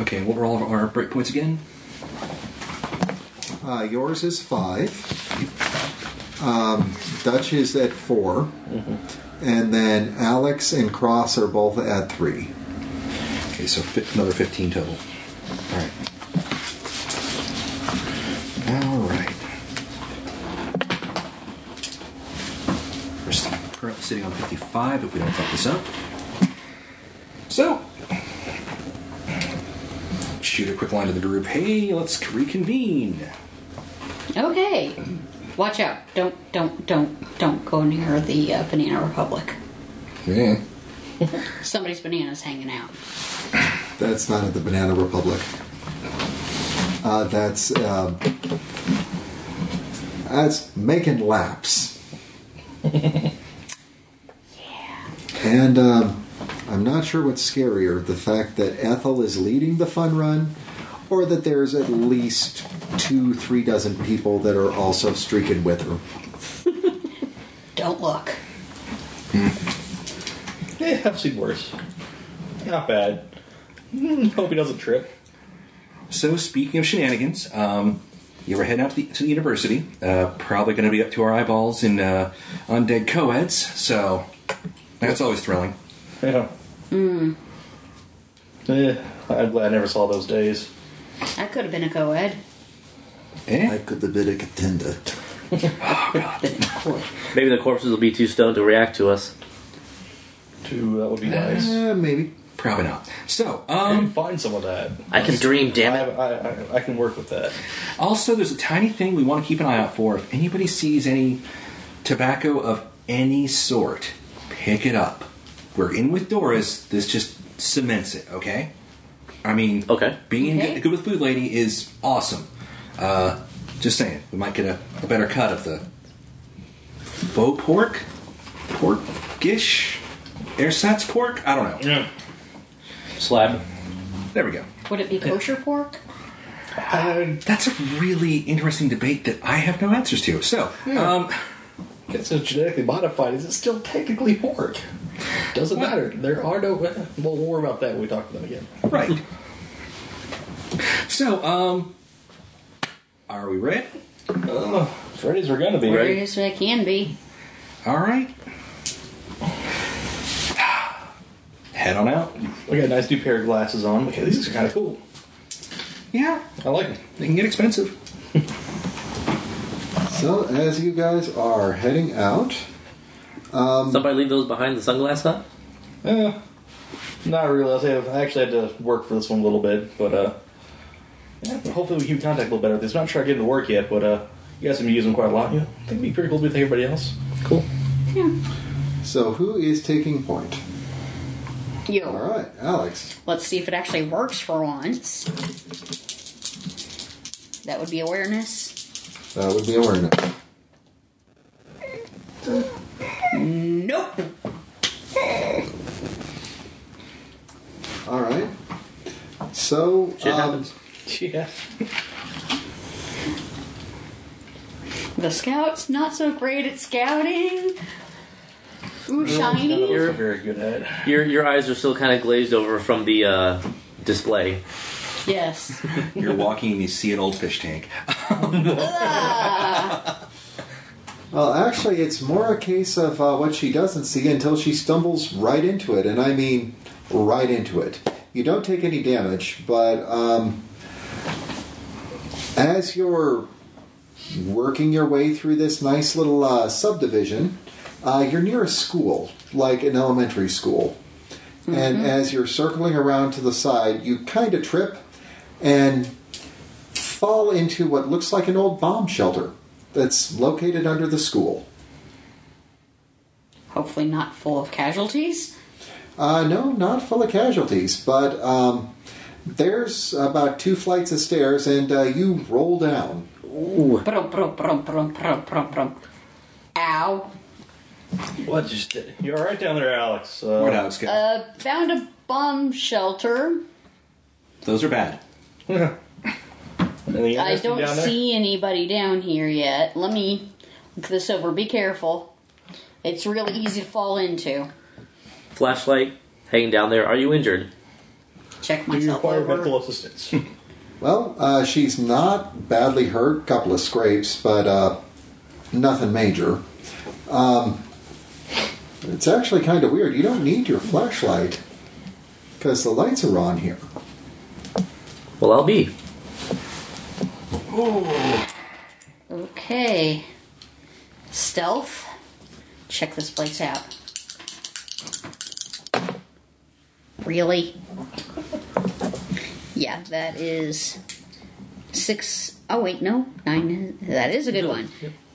Okay, what were all of our breakpoints again?
Uh, yours is five. Um, Dutch is at 4 And then Alex and Cross are both at three.
Okay, so fi- another fifteen total. All right. All right. We're st- currently sitting on fifty-five. If we don't fuck this up, so shoot a quick line to the group. Hey, let's reconvene.
Okay. Watch out. Don't, don't, don't, don't go near the uh, Banana Republic.
Yeah.
Somebody's banana's hanging out.
That's not at the Banana Republic. Uh, that's uh, that's making laps. And um, I'm not sure what's scarier the fact that Ethel is leading the fun run, or that there's at least two, three dozen people that are also streaking with her.
Don't look.
Yeah, Eh, I've seen worse. Not bad. Hmm, hope he doesn't trip.
So speaking of shenanigans, um, you were heading out to the, to the university. Uh, probably going to be up to our eyeballs in uh, undead co-eds. So that's always thrilling.
Yeah. Mm. Yeah, I'm glad I never saw those days.
That could have been a co ed.
Eh?
could have been a contender.
Maybe the corpses will be too stoned to react to us.
Two, uh, that would be
[laughs]
nice.
Eh, maybe.
Probably not. So
I can
um,
find some of that.
I can dream,
I,
damn it.
have, I, I, I can work with that.
also there's a tiny thing we want to keep an eye out for. If anybody sees any tobacco of any sort, pick it up. We're in with Doris. This just cements it. Okay. I mean,
Okay.
Being
Okay.
good, good with food lady is awesome. Uh, just saying, we might get a, a better cut of the faux pork, porkish, ersatz pork. I don't know.
Yeah.
Slab.
There we go.
Would it be kosher pork?
That's a really interesting debate that I have no answers to. So, um,
It's so genetically modified. Is it still technically pork? Doesn't matter. There are no. Well, we'll worry about that when we talk to them again.
right. So, um, are we ready?
Freddy's are gonna be
Where is it can be?
All right. Head on out.
We got a nice new pair of glasses on. Okay, these are kind of cool.
Yeah,
I like them.
they can get expensive.
So, as you guys are heading out,
Somebody leave those behind the sunglass hut?
Yeah. Uh, Not really. I have- I actually had to work for this one a little bit, but uh, yeah, hopefully we keep contact a little better with this. Not sure I get into work yet, but uh, you guys have been using them quite a lot. Yeah, I think it'd be pretty cool with everybody else. Cool.
so who is taking point? All
You.
right, Alex.
Let's see if it actually works for once. That would be awareness.
That would be awareness.
Nope.
All right. So,
Shit
um,
happens.
Yeah.
The scout's not so great at scouting. Ooh, shiny.
You're very good at. it.
Your your eyes are still kind of glazed over from the uh, display.
Yes. [laughs]
You're walking and you see an old fish tank.
Ah.
well, actually, it's more a case of uh, what she doesn't see until she stumbles right into it, and I mean right into it. You don't take any damage, but um, as you're working your way through this nice little uh, subdivision, uh, you're near a school, like an elementary school. And as you're circling around to the side, you kind of trip and fall into what looks like an old bomb shelter that's located under the school.
Hopefully not full of casualties.
Uh, no, not full of casualties, but um, there's about two flights of stairs, and uh, you roll down.
Brum, brum, brum, brum, brum, brum, brum. Ow.
What just did? You're all right down there, Alex. Uh,
What else, guys?
Uh, found a bomb shelter.
Those are bad.
anything
I
interesting
don't
down there?
see anybody down here yet. Let me look this over. Be careful. It's real easy to fall into.
Flashlight hanging down there. Are you injured?
Check
You
myself
require medical
over.
assistance. [laughs]
Well, uh, she's not badly hurt, couple of scrapes, but uh, nothing major. Um, it's actually kind of weird. You don't need your flashlight because the lights are on here.
Well, I'll be.
Okay. Stealth. Check this place out. Really? Yeah, that is six oh wait, no, nine. That is a good one.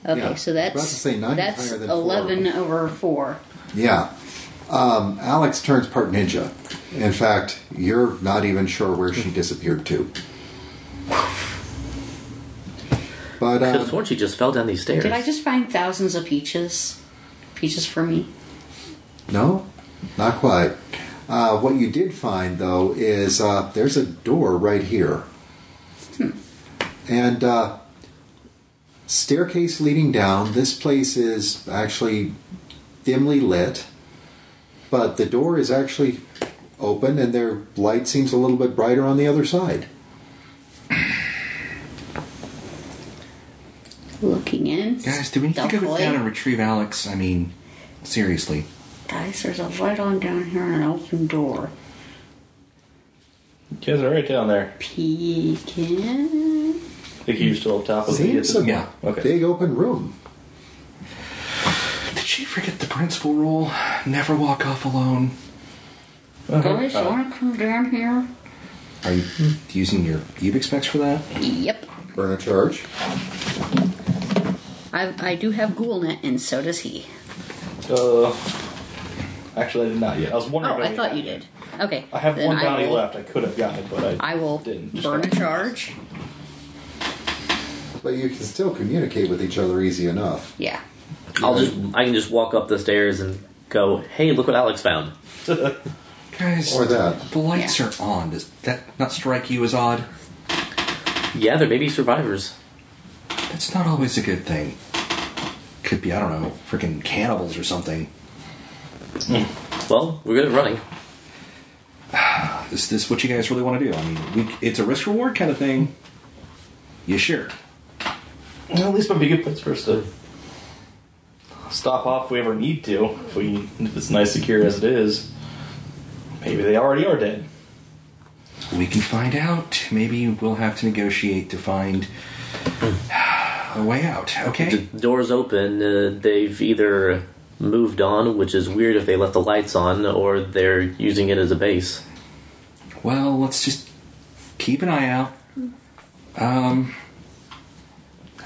Okay,
Yeah,
so
I was about
that's
to say nine is
that's
higher than four.
eleven over four.
Yeah. Um, Alex turns part ninja. In fact, you're not even sure where she disappeared to. But
Could have
um,
sworn she just fell down these stairs.
Did I just find thousands of peaches? Peaches for me.
no, not quite. Uh, what you did find though is uh, there's a door right here, and uh, staircase leading down. This place is actually dimly lit, but the door is actually open, and their light seems a little bit brighter on the other side.
Looking in.
Guys, do we need to go
stealthily.
down and retrieve Alex? I mean, seriously.
Guys, there's a light on down here and an open door.
Kids are right down there.
Peek in.
I think you're still up top of the.
Seems a
yeah,
okay.
big open room.
Did she forget the principal rule? Never walk off alone.
Guys, you want to come down here?
Are you using your Ubix specs for that?
Yep.
Burn a charge.
I, I do have Ghoulnet, and so does he.
Uh, actually, I did not yet. I was wondering.
Oh,
if
I thought you did. Okay.
I have
then
one
I
bounty
will-
left. I could have gotten it, but I.
I will
Didn't.
burn
[laughs]
a charge.
But you can still communicate with each other easy enough.
Yeah.
I'll just I can just walk up the stairs and go, "Hey, look what Alex found."
Guys,
Or that.
the lights
Yeah.
are on. Does that not strike you as odd?
Yeah, there may be survivors.
That's not always a good thing. Could be, I don't know, freaking cannibals or something.
Well, we're good at running.
Is this what you guys really want to do? I mean, we, it's a risk reward kind of thing. You sure?
Well, at least might be a good place for us to stop off if we ever need to. If we, if it's nice secure as it is, maybe they already are dead.
We can find out. Maybe we'll have to negotiate to find [sighs] a way out. Okay.
The door's open. Uh, they've either moved on, which is weird if they left the lights on, or they're using it as a base.
Well, let's just keep an eye out. Um,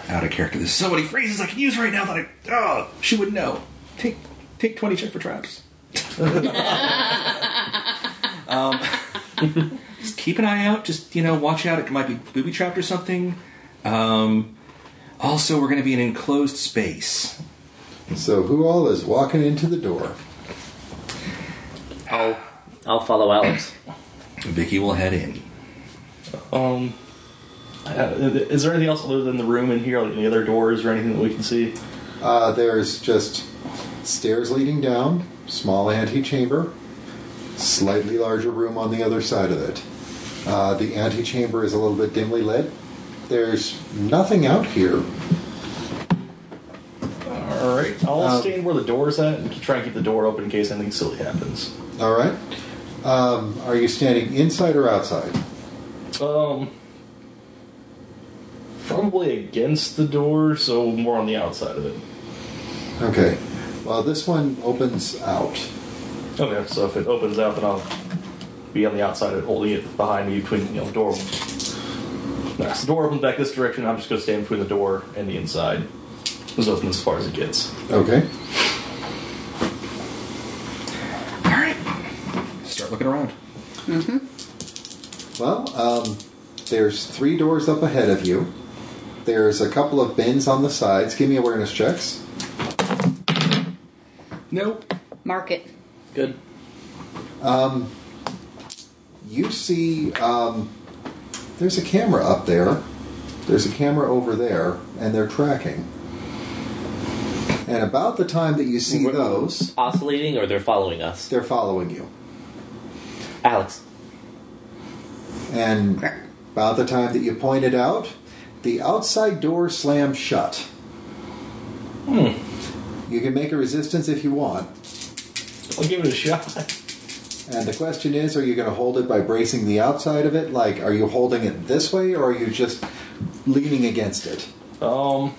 out of character. There's so many phrases I can use right now that I. Oh, she would know. Take take twenty check for traps. [laughs] um, just keep an eye out. Just you know, watch out. It might be booby trapped or something. Um, also, we're going to be in an enclosed space.
So who all is walking into the door?
I'll I'll follow Alex.
Vicky will head in.
Um, uh, is there anything else other than the room in here? Like any other doors or anything that we can see?
Uh, there's just stairs leading down, small antechamber, slightly larger room on the other side of it. Uh, the antechamber is a little bit dimly lit. There's nothing out here.
All right, I'll stand where the door's at and try and keep the door open in case anything silly happens.
All right. Um, are you standing inside or outside?
Um, probably against the door, so more on the outside of it.
Okay. Well, this one opens out.
Okay, so if it opens out, then I'll be on the outside of it, holding it behind me between you know, the door. Nice. The door opens back this direction. I'm just going to stand between the door and the inside. It's open as far as it gets.
Okay.
All right. Start looking around.
Well, um, there's three doors up ahead of you. There's a couple of bins on the sides. Give me awareness checks.
Nope.
Mark it.
[coughs] Good.
You see, um, there's a camera up there. There's a camera over there, and they're tracking. And about the time that you see
Wh-
those,
Oscillating, or they're following us.
they're following you.
Alex,
And
Crap.
about the time that you pointed out, the outside door slams shut. Hmm. You can make a resistance if you want.
I'll give it a shot.
And the question is, are you going to hold it by bracing the outside of it? Like, are you holding it this way, or are you just leaning against it?
Um,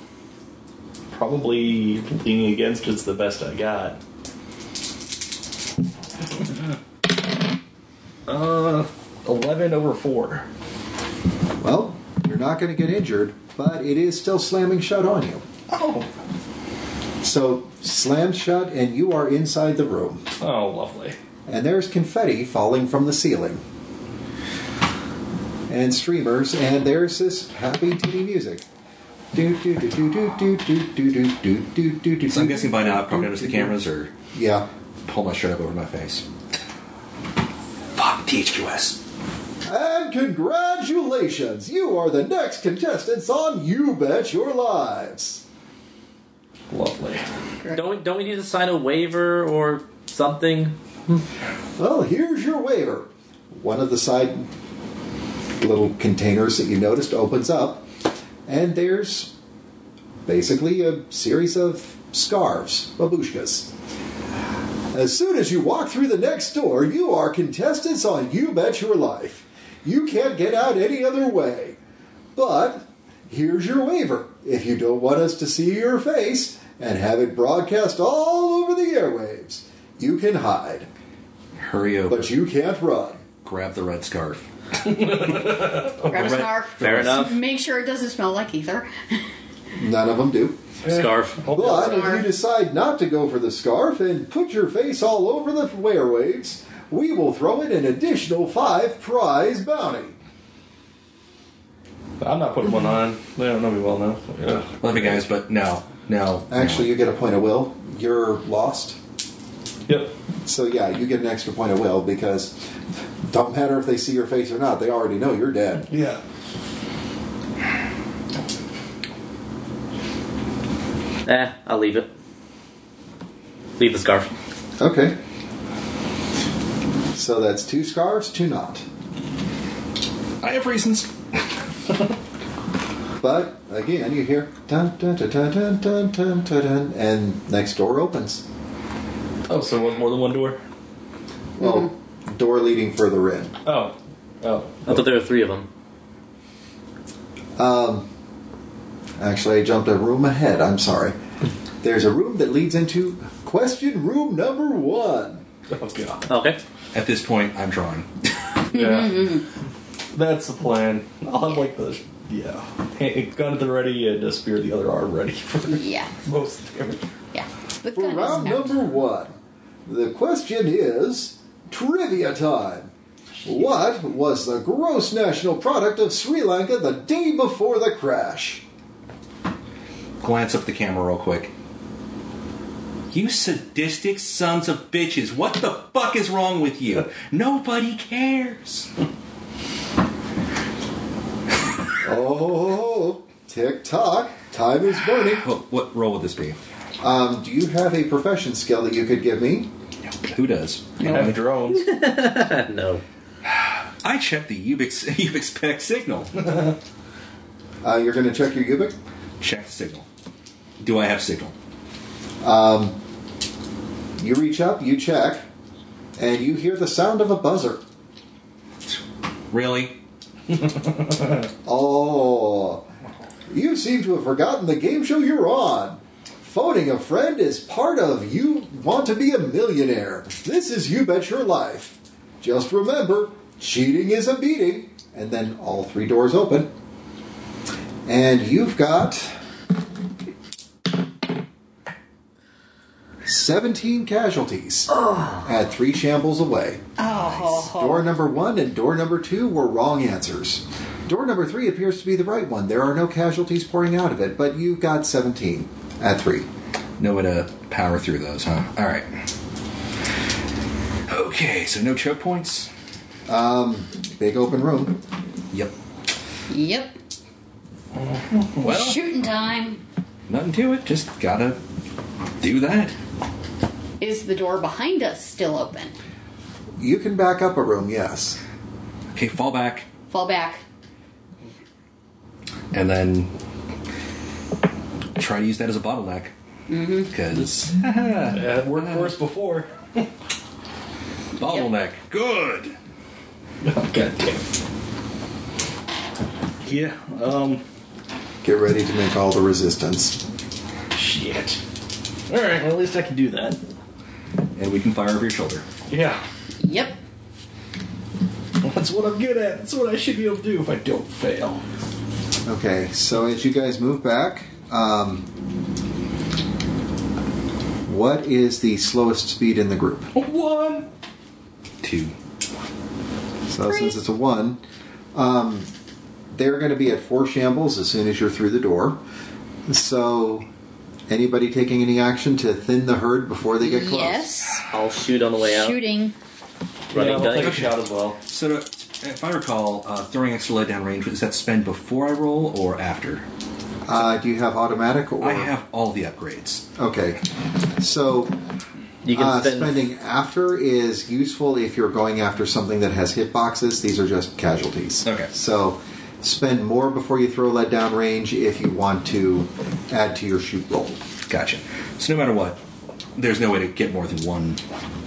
probably leaning against it's the best I got. [laughs] Uh, eleven over four.
Well, you're not going to get injured, but it is still slamming shut on you.
Oh,
So, slam shut, and you are inside the room.
oh, lovely.
And there's confetti falling from the ceiling. And streamers, and there's this happy titty music. Do, do, do, do, do, do, do, do, do, do, do, do,
So I'm guessing by now I've probably noticed the cameras or
Yeah.
pull my shirt up over my face. Fuck THQS.
And congratulations! You are the next contestants on You Bet Your Lives.
Lovely.
Don't we, don't we need to sign a waiver or something?
Well, here's your waiver. One of the side little containers that you noticed opens up, and there's basically a series of scarves, babushkas. As soon as you walk through the next door, you are contestants on You Bet Your Life. You can't get out any other way. But here's your waiver. If you don't want us to see your face and have it broadcast all over the airwaves, you can hide.
Hurry over.
But you can't run.
Grab the red scarf.
Grab a scarf.
Fair enough.
Make sure it doesn't smell like ether.
None of them do.
Scarf.
But if
Scarf.
you decide not to go for the scarf and put your face all over the airwaves, we will throw in an additional five prize bounty.
I'm not putting one on. They don't know me well enough. Yeah.
Love you guys, but no. No.
Actually, you get a point of will. You're lost.
Yep.
So, yeah, you get an extra point of will because don't matter if they see your face or not, they already know you're dead.
Yeah.
Eh, I'll leave it. Leave the scarf.
Okay. So that's two scarves, two not.
I have reasons.
But again, you hear dun dun dun dun dun dun dun dun, dun and next door opens.
Oh, so one more than one door?
Well, door leading further in.
Oh. Oh.
I thought there were three of them.
Actually, I jumped a room ahead. I'm sorry. There's a room that leads into question room number one.
Oh, [laughs] God.
Okay. [laughs]
At this point, I'm drawing.
[laughs] Yeah. That's the plan. I'll have like the. Yeah. Hand, gun at the ready and a spear at the other arm ready [laughs] for
Yeah,
most of the damage.
yeah. The
For
gun
round
is not.
number one, the question is trivia time. What was the gross national product of Sri Lanka the day before the crash?
Glance up at the camera real quick. You sadistic sons of bitches. What the fuck is wrong with you? Nobody cares.
Oh, tick tock. Time is burning.
Well, what role would this be?
Um, do you have a profession skill that you could give me?
Who does?
You have drones.
no.
I checked the Ubix, [laughs] Ubix spec signal.
Uh, you're going to check your Ubik.
Check the signal. Do I have signal?
You reach up, you check, and you hear the sound of a buzzer.
Really?
Oh, you seem to have forgotten the game show you're on. Phoning a friend is part of You Want to Be a Millionaire. This is You Bet Your Life. Just remember, cheating is a beating. And then all three doors open. And you've got 17 casualties at three shambles away.
Oh,
Door number one and door number two were wrong answers. Door number three appears to be the right one. There are no casualties pouring out of it, but you've got 17 at three.
No way to power through those, huh? All right. Okay, so no choke points?
Big open room.
Yep.
yep.
Well,
Shooting time.
nothing to it. Just gotta do that.
Is the door behind us still open?
You can back up a room, yes.
Okay, fall back.
Fall back.
and then try to use that as a bottleneck. Because
Yeah, it worked for us before.
bottleneck, good.
[laughs] Oh, God damn. Yeah, um,
Get ready to make all the resistance.
shit. Alright, well, at least I can do that.
And we can fire over your shoulder.
Yeah.
Yep.
That's what I'm good at. That's what I should be able to do if I don't fail.
Okay, so as you guys move back, um, what is the slowest speed in the group?
One!
Two.
So since it's a one, um, they're going to be at four shambles as soon as you're through the door. So, anybody taking any action to thin the herd before they get close?
Yes.
I'll shoot on the way out.
Shooting.
Yeah,
Running
I'll take a
dice.
shot as well.
So, if I recall, uh, throwing extra lead down range, is that spend before I roll or after?
Uh, do you have automatic or
I have all the upgrades.
okay? So
You can
uh,
spend.
spending after is useful if you're going after something that has hitboxes. These are just casualties.
Okay.
So spend more before you throw lead down range if you want to add to your shoot roll.
Gotcha. So, no matter what, there's no way to get more than one,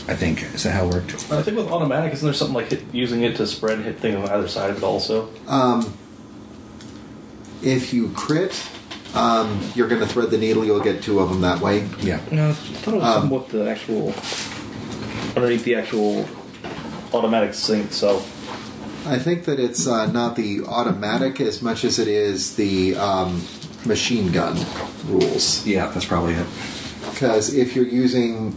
I think. Is that how it worked?
I think with automatic, isn't there something like hit, using it to spread hit thing on either side of it also?
If you crit, um, you're going to thread the needle. You'll get two of them that way.
Yeah.
No, I thought it was something with the actual Um, underneath the actual automatic sync. So
I think that it's uh, not the automatic as much as it is the um, machine gun rules.
Yeah, that's probably it.
Because if you're using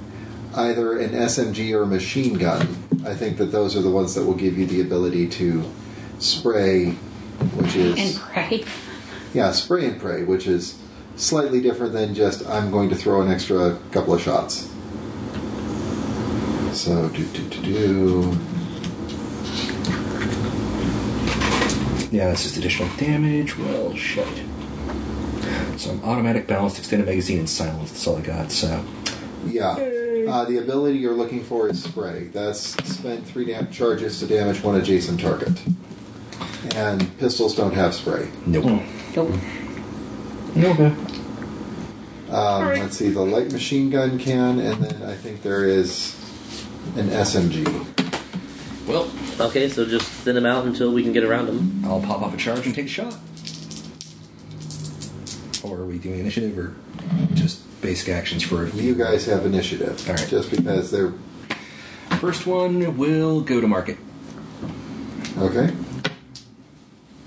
either an SMG or a machine gun, I think that those are the ones that will give you the ability to spray, which
And [laughs]
is
pray.
yeah, spray and pray, which is slightly different than just I'm going to throw an extra couple of shots. So do do do do.
Yeah, that's just additional damage. Well, shit. So, I'm automatic balanced, extended magazine, and silenced. That's all I got, so.
Yeah. Uh, the ability you're looking for is spray. That's spend three dam- charges to damage one adjacent target. And pistols don't have spray.
Nope.
Nope.
Okay.
Um, Let's see, the light machine gun can, and then I think there is an SMG.
Well,
Okay, so just thin them out until we can get around them.
I'll pop off a charge and take a shot. Or are we doing initiative or just basic actions for
You guys have initiative,
All right.
just because they're
First one will go to market.
okay.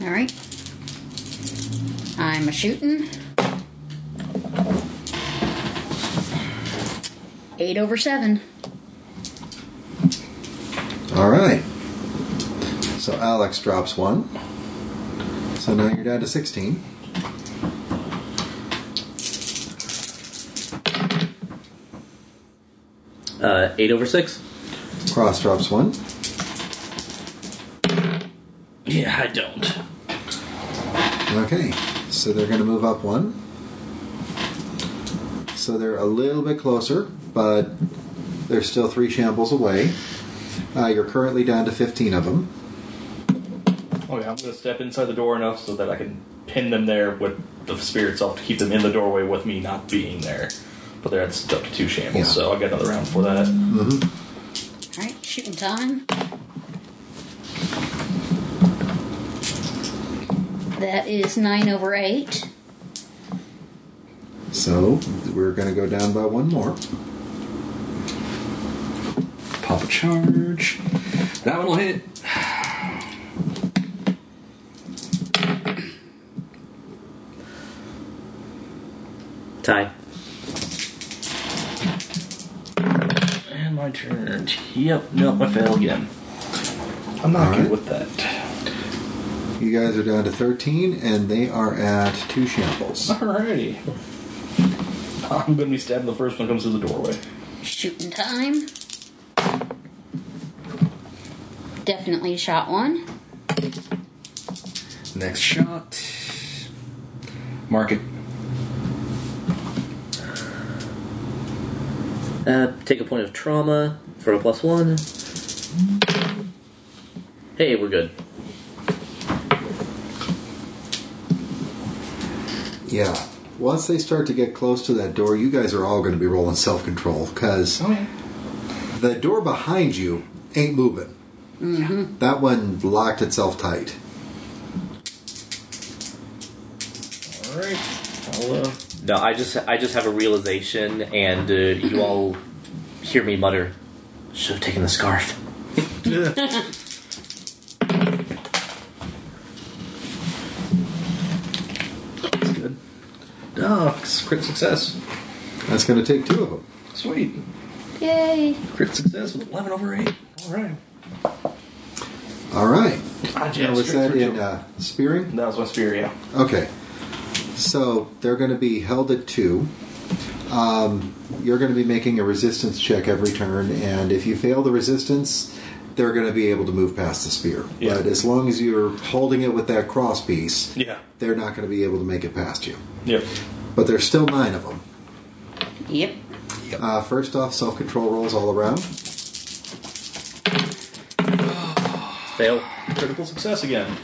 All right. I'm a shooting. Eight over seven.
All right. So Alex drops one. So now you're down to sixteen.
Uh, eight over six.
Cross drops one.
Yeah, I don't.
Okay, so they're going to move up one. So they're a little bit closer, but they're still three shambles away. Uh, you're currently down to 15 of them.
okay, Oh, I'm gonna step inside the door enough so that I can pin them there with the spear itself to keep them in the doorway with me not being there. But they're at up to two shambles,
Yeah.
so I got another round for that.
All right, shooting time. That is nine over eight.
So we're going to go down by one more.
Pop a charge. That one will hit.
Tie.
And my turn. Yep, nope, I fail again. I'm not
All
good
right.
with that.
You guys are down to 13, and they are at two shambles.
Alrighty. I'm gonna be stabbing the first one that comes through the doorway.
Shooting time. Definitely shot one.
Next shot. Market.
Uh, take a point of trauma for a plus one. Hey, we're good.
Yeah. Once they start to get close to that door, you guys are all going to be rolling self control because
yeah.
the door behind you ain't moving. That one locked itself tight.
Alright. I'll, uh,
No, I just I just have a realization, and uh, you all hear me mutter, "Should have taken the scarf."
That's good. Oh, crit success.
That's going to take two of them.
Sweet.
Yay.
Crit success with 11 over 8. Alright.
All right.
Ah, yeah,
Now, was
straight
that
through
in
two.
uh, spearing?
That was my spear, yeah.
Okay. So they're going to be held at two. Um, you're going to be making a resistance check every turn, and if you fail the resistance, they're going to be able to move past the spear.
Yeah.
But as long as you're holding it with that cross piece,
Yeah.
they're not going to be able to make it past you.
Yep.
But there's still nine of them.
Yep.
Uh, first off, self control rolls all around.
Fail.
Critical success again.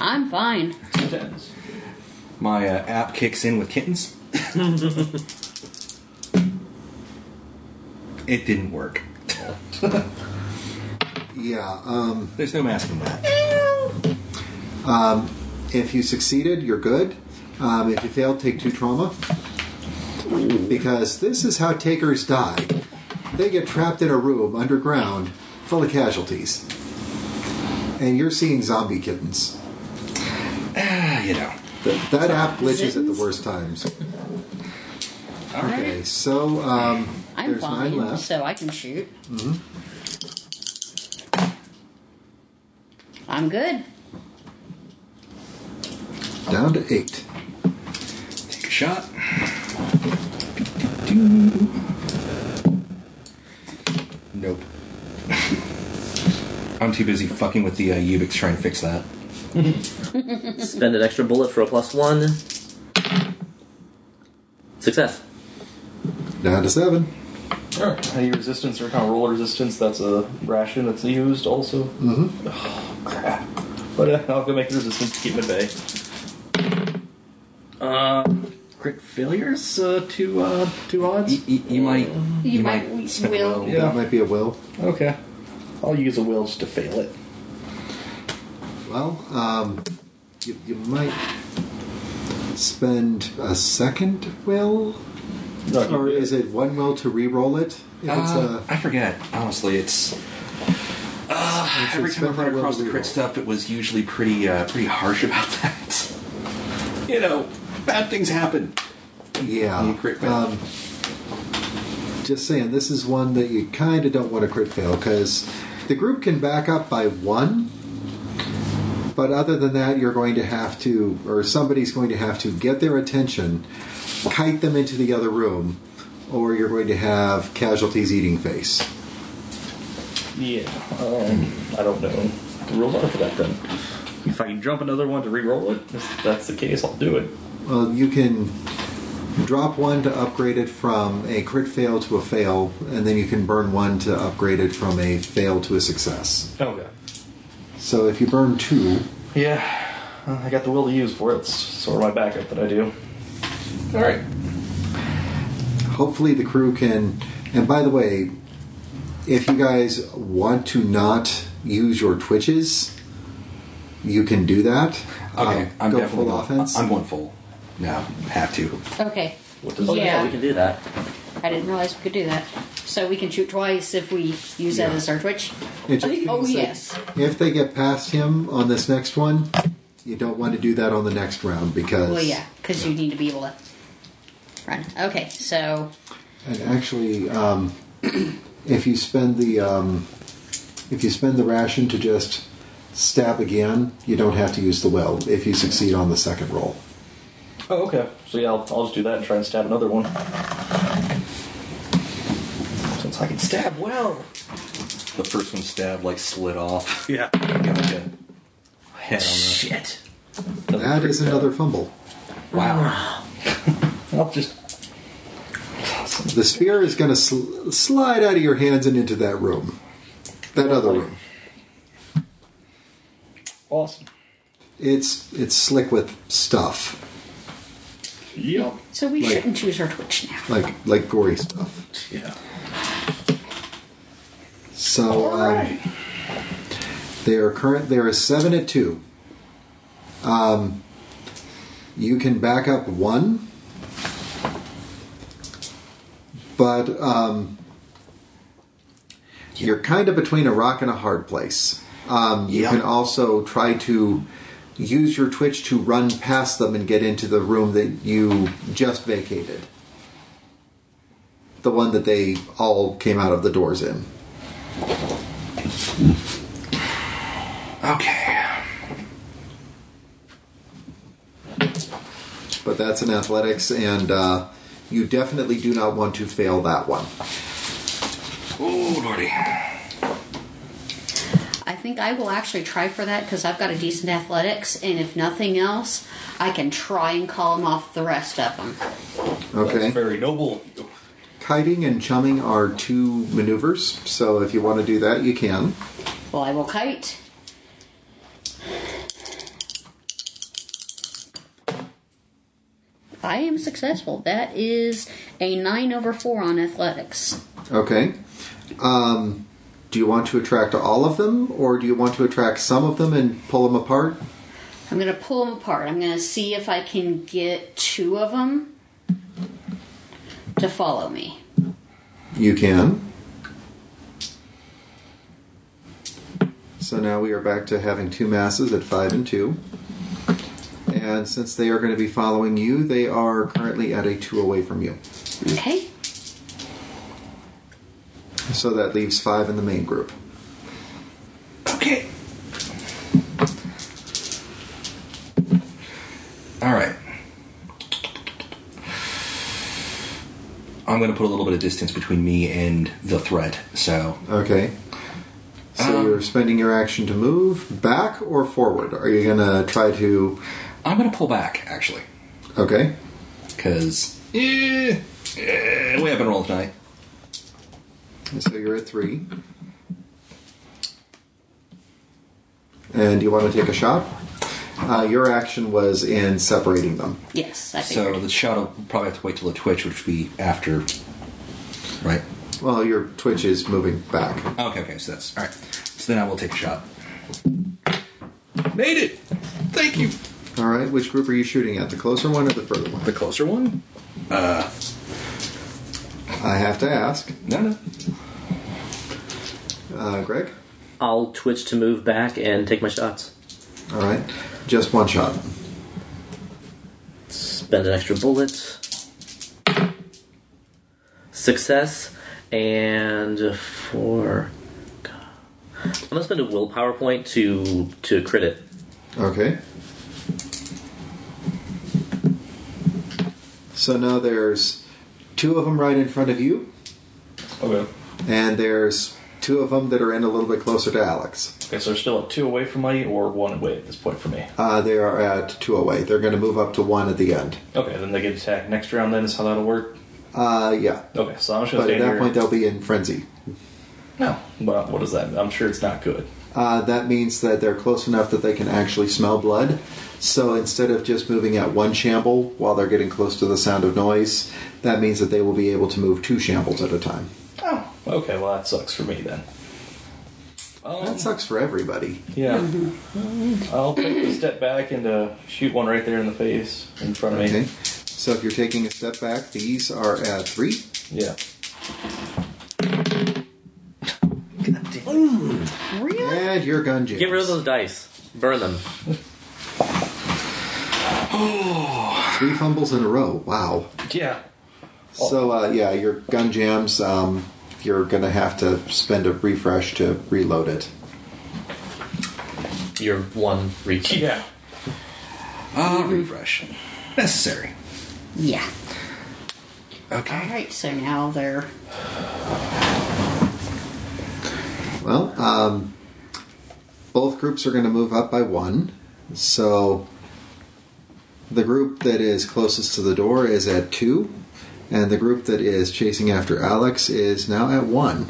I'm fine.
Two tens.
My uh, app kicks in with kittens. [laughs] it didn't work.
Yeah. Um,
There's no masking that.
if you succeeded, you're good. Um, if you failed, take two trauma. Because this is how takers die. They get trapped in a room underground full of casualties. And you're seeing zombie kittens.
Ah, you know.
That, that app glitches at the worst times. Okay, so um,
I'm
there's nine
fine,
left. Mm-hmm.
so I can shoot. I'm good.
Down to eight.
Take a shot. Nope. I'm too busy fucking with the uh, Ubix trying to fix that.
Spend an extra bullet for a plus one. Success.
Down to seven.
Sure. Any resistance or kind of roll resistance, that's a ration that's used also. Mm-hmm. Oh, crap. But uh, I'll go make the resistance to keep him at bay. Uh, crit failures? Uh, two, uh, two odds?
You, you, you might.
You might- we
spend
will.
a little-
Yeah.
That might be a will.
Okay. I'll use a will just to fail it.
Well, um, you, you might spend a second will,
No,
or is it one will to re-roll it? If it's
Uh,
a,
I forget. Honestly, it's. Uh,
should
every time I
spend that
run
will
across
to
the
re-roll.
crit stuff, it was usually pretty uh, pretty harsh about [laughs] that. you know, bad things happen.
yeah,
You crit fail.
um, just saying, this is one that you kind of don't want to crit fail because the group can back up by one. But other than that, you're going to have to, or somebody's going to have to get their attention, kite them into the other room, or you're going to have casualties eating face.
Yeah. Um, I don't know. The rules are for that then. If I can jump another one to re-roll it, if that's the case, I'll do it.
Well, you can drop one to upgrade it from a crit fail to a fail, and then you can burn one to upgrade it from a fail to a success.
Okay.
So if you burn two,
Yeah. Uh, I got the will to use for it. It's sort of my backup that I do.
All right.
hopefully the crew can. And by the way, if you guys want to not use your twitches, you can do that.
Okay,
Um,
I'm
go
definitely
full
going-
offense.
I'm going full. No, have to.
Okay.
What does
Oh,
Yeah.
we can do that.
I didn't realize we could do that. So we can shoot twice if we use that
Yeah.
as our twitch.
It just means
Oh,
that
yes.
If they get past him on this next one, you don't want to do that on the next round because
Well, yeah, because you need to be able to run. Okay, so
And actually, um, if you spend the um, if you spend the ration to just stab again, you don't have to use the will if you succeed on the second roll.
Oh, okay. So yeah, I'll, I'll just do that and try and stab another one. Since I can stab well.
The first one stabbed, like slid off.
Yeah.
Got like a head on
Shit.
That is another fumble.
the. Wow.
I'll Oh, just.
The spear is going to sl- slide out of your hands and into that room, that other room.
Awesome.
It's it's slick with stuff
Yep.
so we
Right.
shouldn't choose our twitch now.
like like gory stuff.
Yeah.
So um, they are current. There is seven at two. Um, you can back up one, but um, you're kind of between a rock and a hard place. Um, you
Yeah.
can also try to use your twitch to run past them and get into the room that you just vacated. The one that they all came out of the doors in.
Okay.
But that's in athletics, and uh, you definitely do not want to fail that one.
Oh, lordy.
I think I will actually try for that because I've got a decent athletics, and if nothing else, I can try and call them off the rest of them.
Okay.
That's very noble of you.
Kiting and chumming are two maneuvers, so if you want to do that, you can.
Well, I will kite. I am successful. That is a 9 over 4 on athletics.
Okay. Um, do you want to attract all of them, or do you want to attract some of them and pull them apart?
I'm going to pull them apart. I'm going to see if I can get two of them to follow me.
You can. So now we are back to having two masses at 5 and 2. And since they are going to be following you, they are currently at a 2 away from you.
Okay?
So that leaves 5 in the main group.
Okay. All right. I'm going to put a little bit of distance between me and the threat. So,
Okay. So you're spending your action to move back or forward? Are you going to try to.
I'm going to pull back actually
Okay.
cuz Eh. we haven't rolled tonight.
So you're at 3. And you want to take a shot? Uh, your action was in separating them.
Yes, I think.
So the shot will probably have to wait till the twitch, which would be after, right?
Well, your twitch is moving back.
Okay, okay, so that's all right. So then I will take a shot. Made it. Thank you.
All right, which group are you shooting at? The closer one or the further one?
The closer one?
I have to ask.
No, no.
Uh, Greg?
I'll twitch to move back and take my shots.
All right, just one shot.
Spend an extra bullet. Success and four. I'm gonna spend a willpower point to to crit it.
Okay. So now there's two of them right in front of you,
Okay.
and there's two of them that are in a little bit closer to Alex.
Okay, so they're still at two away from me or one away at this point from me.
Uh, they are at two away. They're going to move up to one at the end.
Okay, then they get attacked next round then is how that'll work.
Uh, yeah.
Okay, so I'm just gonna
But
stay
at that
here.
point, they'll be in frenzy.
no. Well what is that? I'm sure it's not good.
Uh, that means that they're close enough that they can actually smell blood. So instead of just moving at one shamble while they're getting close to the sound of noise, that means that they will be able to move two shambles at a time.
Oh. Okay, well that sucks for me then. Um,
That sucks for everybody.
yeah. [laughs] I'll take a step back and uh, shoot one right there in the face in front of me.
Okay. So if you're taking a step back, these are at three.
Yeah.
Really?
And your gun jams.
Get rid of those dice. Burn them.
Three fumbles in a row. Wow.
Yeah.
So uh, yeah, your gun jams. Um, you're gonna have to spend a refresh to reload it.
Your one reach.
Yeah.
Ah, refresh. Necessary.
Yeah.
Okay.
Alright, so now they're.
Well, um, both groups are going to move up by one. So the group that is closest to the door is at two, and the group that is chasing after Alex is now at one.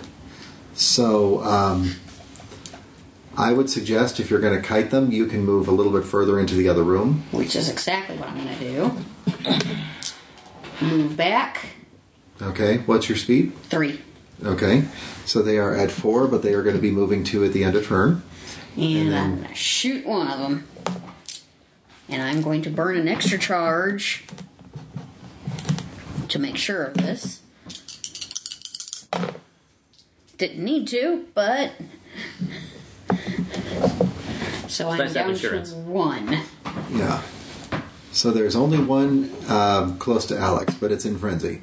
So um, I would suggest if you're going to kite them, you can move a little bit further into the other room.
Which is exactly what I'm going to do. Move back.
Okay, what's your speed?
Three.
Okay, so they are at four, but they are going to be moving two at the end of turn.
And I'm going to shoot one of them. And I'm going to burn an extra charge to make sure of this. Didn't need to, but. So I'm
nice to have
down
insurance.
to one.
Yeah. So there's only one um, close to Alex, but it's in frenzy.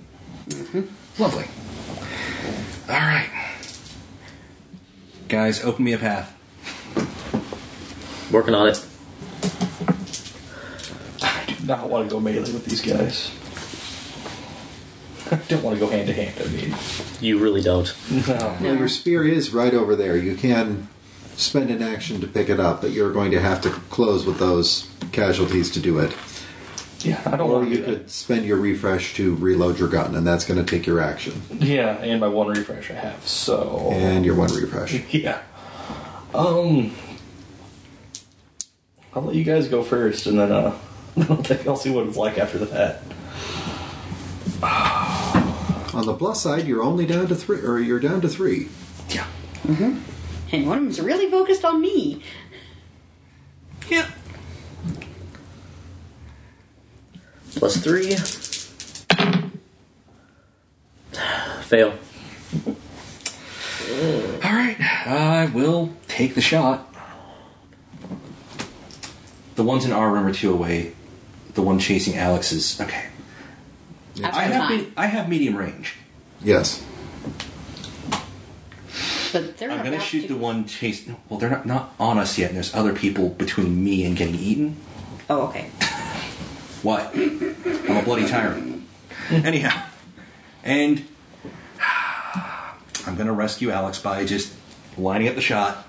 Lovely. All right. Guys, open me a path.
Working on it.
I do not want to go melee with these guys. [laughs] I don't want to go hand to hand. I mean,
You really don't.
no.
Well, your spear is right over there. You can spend an action to pick it up, but you're going to have to close with those casualties to do it.
Yeah, I don't
Or
want to
you
do that.
could spend your refresh to reload your gun, and that's going to take your action
Yeah, and my one refresh I have. So
and your one refresh.
yeah. Um, I'll let you guys go first, and then uh, [laughs] I'll think- I'll see what it's like after that.
On the plus side, you're only down to three, or you're down to three.
Yeah.
And one of them's really focused on me.
Yeah.
Plus three. [sighs] Fail.
All right, I will take the shot.
The one's in our room or two away. The one chasing Alex is okay.
That's
I have
fine.
me- I have medium range.
Yes.
But they're
I'm
going
gonna shoot the one chase. no, Well, they're not not on us yet, and there's other people between me and getting eaten.
Oh, okay.
What? I'm a bloody tyrant. Anyhow, and I'm gonna rescue Alex by just lining up the shot.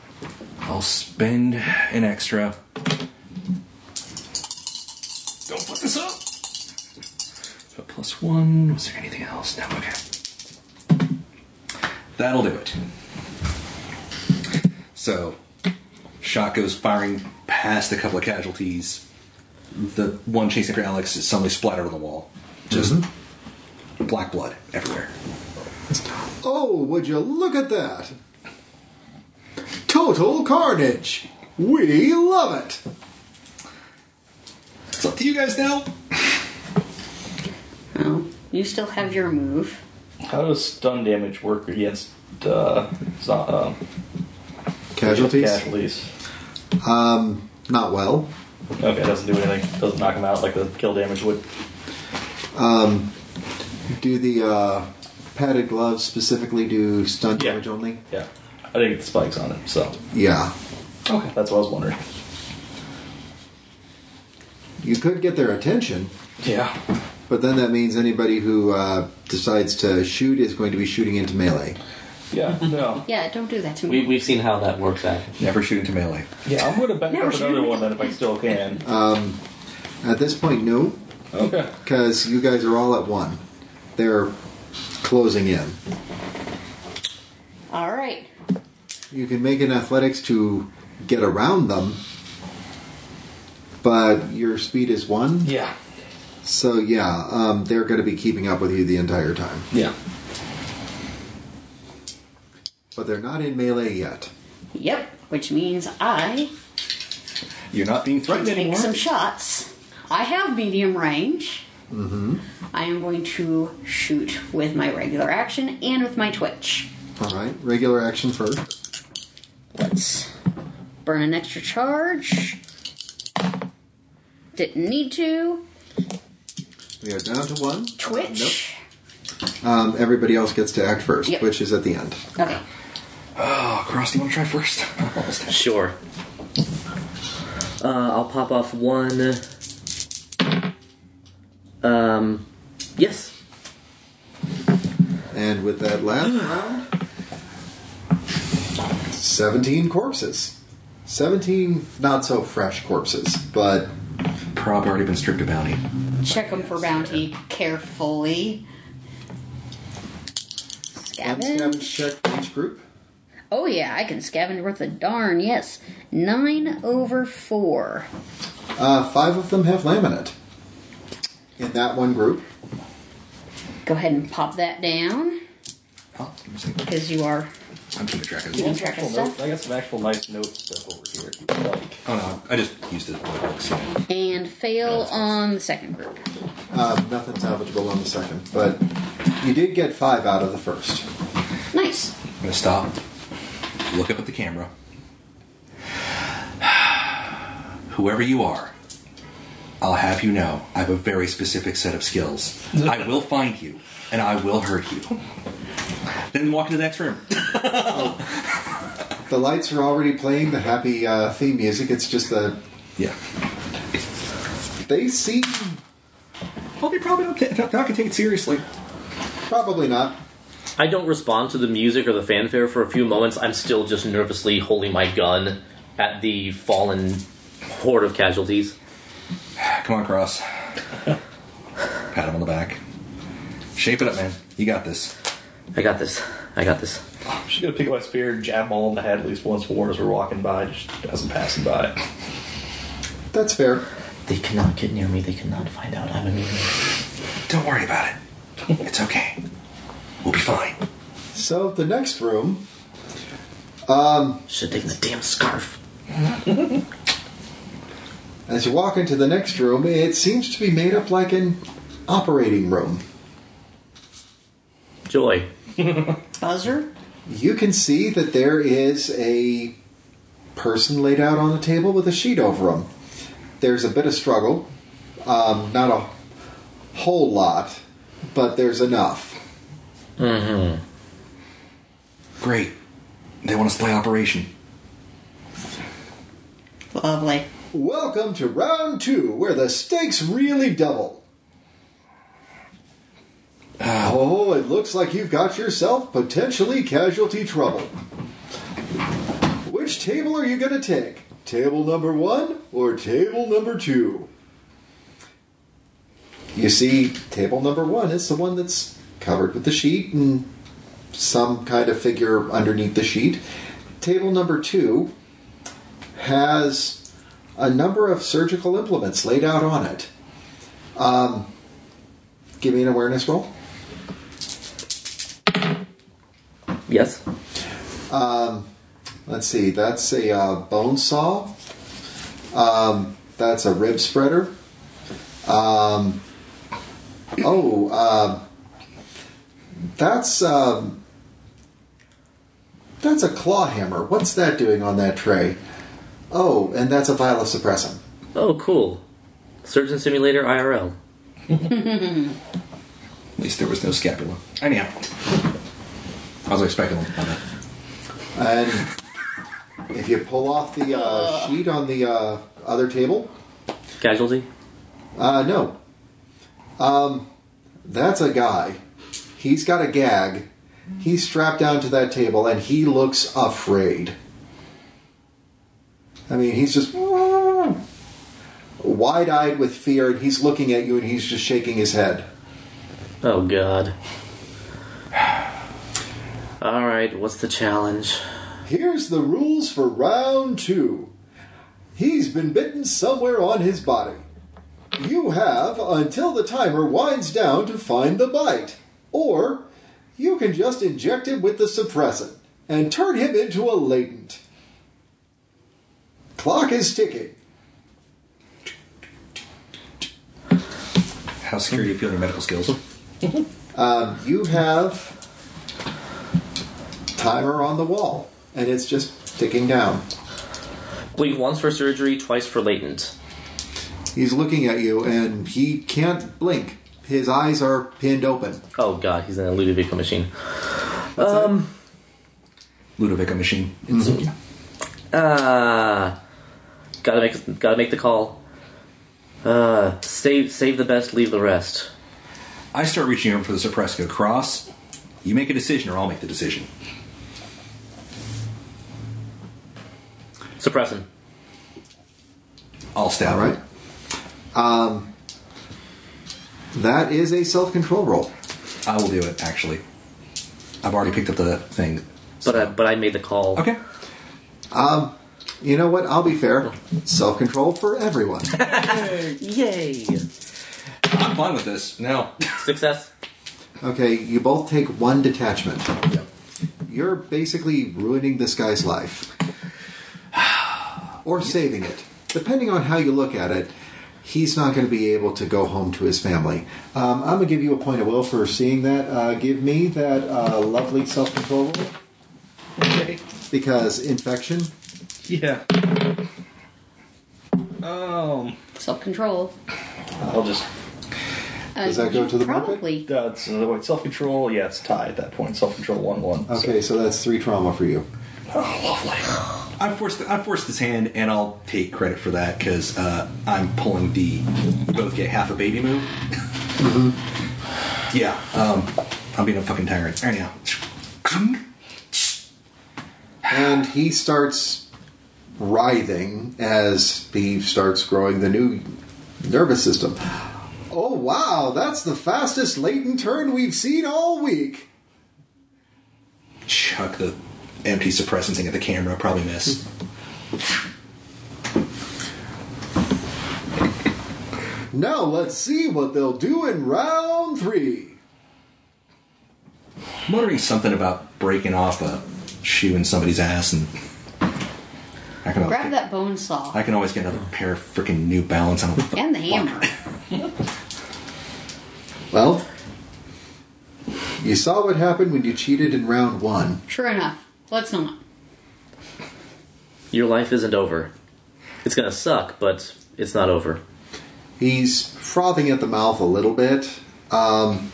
I'll spend an extra.
Don't fuck this up.
So plus one. Was there anything else? No. Okay.
That'll do it. So, shot goes firing past a couple of casualties. The one chasing after Alex is suddenly splattered on the wall. Just black blood everywhere.
Oh, would you look at that? Total carnage. We love it.
It's up to you guys now.
Well, you still have your move.
How does stun damage work against uh, zo- uh,
Casualties?
Casualties.
Not well.
Okay, doesn't do anything. Doesn't knock them out like the kill damage would.
Do the uh, padded gloves specifically do stun
Yeah.
damage only?
Yeah, I didn't get the spikes on it, so
Yeah.
okay, that's what I was wondering.
You could get their attention,
Yeah,
but then that means anybody who uh, decides to shoot is going to be shooting into melee.
yeah, no,
Yeah, don't do that to me.
We, we've seen how that works out.
Never shoot into melee.
yeah. I'm gonna back
Never
up
shoot.
another one then if I still can.
At this point, no,
Uh, okay.
because you guys are all at one. They're closing in.
All right.
You can make an athletics to get around them, but your speed is one.
Yeah,
So, yeah, um, they're going to be keeping up with you the entire time.
yeah.
But they're not in melee yet.
Yep. Which means I
You're not being
can
threatened
take
anymore.
some shots. I have medium range. Mm-hmm. I am going to shoot with my regular action and with my twitch.
All right, regular action first.
Let's burn an extra charge. Didn't need to.
We are down to one.
Twitch.
Um, everybody else gets to act first,
Yep.
which is at the end.
Okay.
Oh, Cross, do you want to try first? Almost.
Sure. Uh, I'll pop off one. Um, yes.
And with that last round, 17 corpses. 17 not so fresh corpses, but
Prob already been stripped of bounty.
Check them for bounty carefully.
one
Scavenge.
scavenge check for each group.
Oh yeah, I can scavenge worth a darn. Yes, nine over four.
Uh, five of them have laminate in that one group.
Go ahead and pop that down
Oh, give me a second.
because you are
I'm keeping track of this.
keeping track of
Actual
stuff.
note, I got some actual nice notes stuff over here. Like,
Oh no, I just used it. All
And fail on the second group.
Uh, nothing salvageable on the second, but you did get five out of the first.
Nice.
I'm gonna stop. Look up at the camera. [sighs] Whoever you are, I'll have you know I have a very specific set of [laughs] skills. I will find you and I will hurt you. Then walk into the next room.
Th- The lights are already playing the happy uh, theme music. It's just the
Yeah.
they seem
Well, they probably don't, ta- not gonna take it seriously.
probably not.
I don't respond to the music or the fanfare for a few moments. I'm still just nervously holding my gun at the fallen horde of casualties.
Come on, Cross. Pat him on the back. Shape it up, man. You got this.
I got this. I got this.
She's gonna pick up my spear and jab them all in the head at least once more as we're walking by, just as I'm passing by.
That's fair.
They cannot get near me. They cannot find out I'm immune.
Don't worry about it. It's okay. We'll be fine.
So the next room, um,
Should have taken the damn scarf.
as you walk into the next room, it seems to be made up like an operating room.
Joy.
Buzzer?
You can see that there is a person laid out on a table with a sheet over him. There's a bit of struggle, um, not a whole lot, but there's enough.
Great. They want us to play Operation.
Lovely.
Welcome to round two, where the stakes really double. Oh, it looks like you've got yourself potentially casualty trouble. Which table are you going to take? Table number one or table number two? You see, table number one is the one that's covered with the sheet and some kind of figure underneath the sheet. Table number two has a number of surgical implements laid out on it. Um, give me an awareness roll.
Yes.
Let's see, that's a uh, bone saw. Um, that's a rib spreader. Um, oh, uh, that's um, that's a claw hammer. What's that doing on that tray? Oh, and that's a vial of suppressant.
Oh, cool. Surgeon Simulator IRL.
At least there was no scapula. Anyhow. I was expecting one. My bad.
And if you pull off the uh, sheet on the uh, other table,
Casualty.
uh, no. Um, that's a guy. He's got a gag. He's strapped down to that table and he looks afraid. I mean, he's just wide eyed with fear and he's looking at you and he's just shaking his head.
Oh, God. [sighs] Alright, what's the challenge?
Here's the rules for round two. He's been bitten somewhere on his body. You have until the timer winds down to find the bite. Or you can just inject him with the suppressant and turn him into a latent. Clock is ticking.
How secure do you feel in your medical skills?
Um, you have timer on the wall, and it's just ticking down.
Wait, once for surgery, twice for latent.
He's looking at you, and he can't blink. His eyes are pinned open.
Oh, God, he's in a Ludovico machine.
Ludovica machine.
Uh, gotta make gotta make the call. Uh, save save the best, leave the rest.
I start reaching over for the suppressor. Cross. You make a decision, or I'll make the decision.
Suppressing.
I'll stab.
All right. Um, that is a self control roll.
I will do it. Actually, I've already picked up the thing.
But I, but I made the call.
Okay.
You know what? I'll be fair. Self control for everyone.
Yay!
I'm fine with this. No.
[laughs] Success.
Okay, you both take one detachment. You're basically ruining this guy's life. Or saving it. Depending on how you look at it, he's not going to be able to go home to his family. Um, I'm going to give you a point of will for seeing that. Uh, give me that uh, lovely self control roll
Okay.
because infection.
Yeah. Um.
Self control.
I'll just.
Does that go to the market?
Uh, Probably.
Uh, it's, uh, wait, self control. Yeah, it's tied at that point. Self control one one.
Okay, so that's three trauma for you.
So,
I forced I forced his hand, and I'll take credit for that because uh, I'm pulling the we both get half a baby move.
Mm-hmm.
Yeah, um, I'm being a fucking tyrant. Anyhow,
and he starts writhing as he starts growing the new nervous system. Oh wow, that's the fastest latent turn we've seen all week.
chuck the empty suppressant thing at the camera. Probably miss.
Mm-hmm. Now let's see what they'll do in round three.
Muttering something about breaking off a shoe in somebody's ass, and I can always
Grab
get,
that bone saw
I can always get another pair of freaking New Balance. I don't fuck-
and the hammer.
Well, you saw what happened when you cheated in round one.
Sure enough, let's not.
Your life isn't over. It's gonna suck, but it's not over.
He's frothing at the mouth a little bit. Um,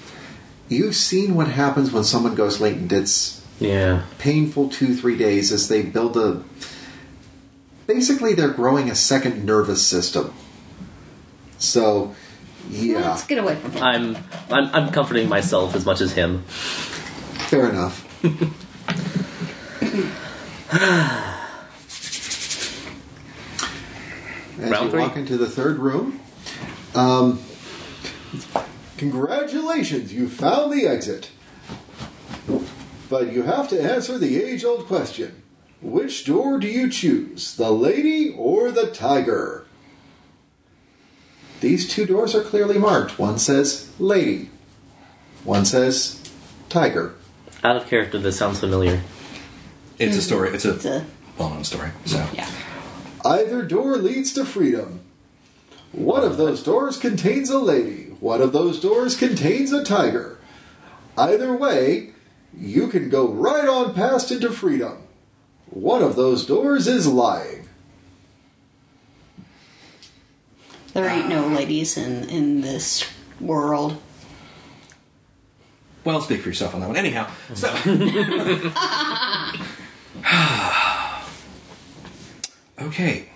you've seen what happens when someone goes latent. It's
Yeah.
painful two, three days as they build a. Basically, they're growing a second nervous system. So, yeah,
Let's get away from it.
I'm I'm I'm comforting myself as much as him.
fair enough.
[sighs]
As
Round
you
three.
walk into the third room, um, congratulations, you found the exit. But you have to answer the age old question which door do you choose, the lady or the tiger? These two doors are clearly marked. One says lady, one says tiger.
Out of character, this sounds familiar.
It's a story. It's a,
It's a-
well-known story. So
yeah.
Either door leads to freedom. One of those doors contains a lady. One of those doors contains a tiger. Either way, you can go right on past into freedom. One of those doors is lying.
There ain't no ladies in in this world.
well, speak for yourself on that one. Anyhow, so [sighs] okay.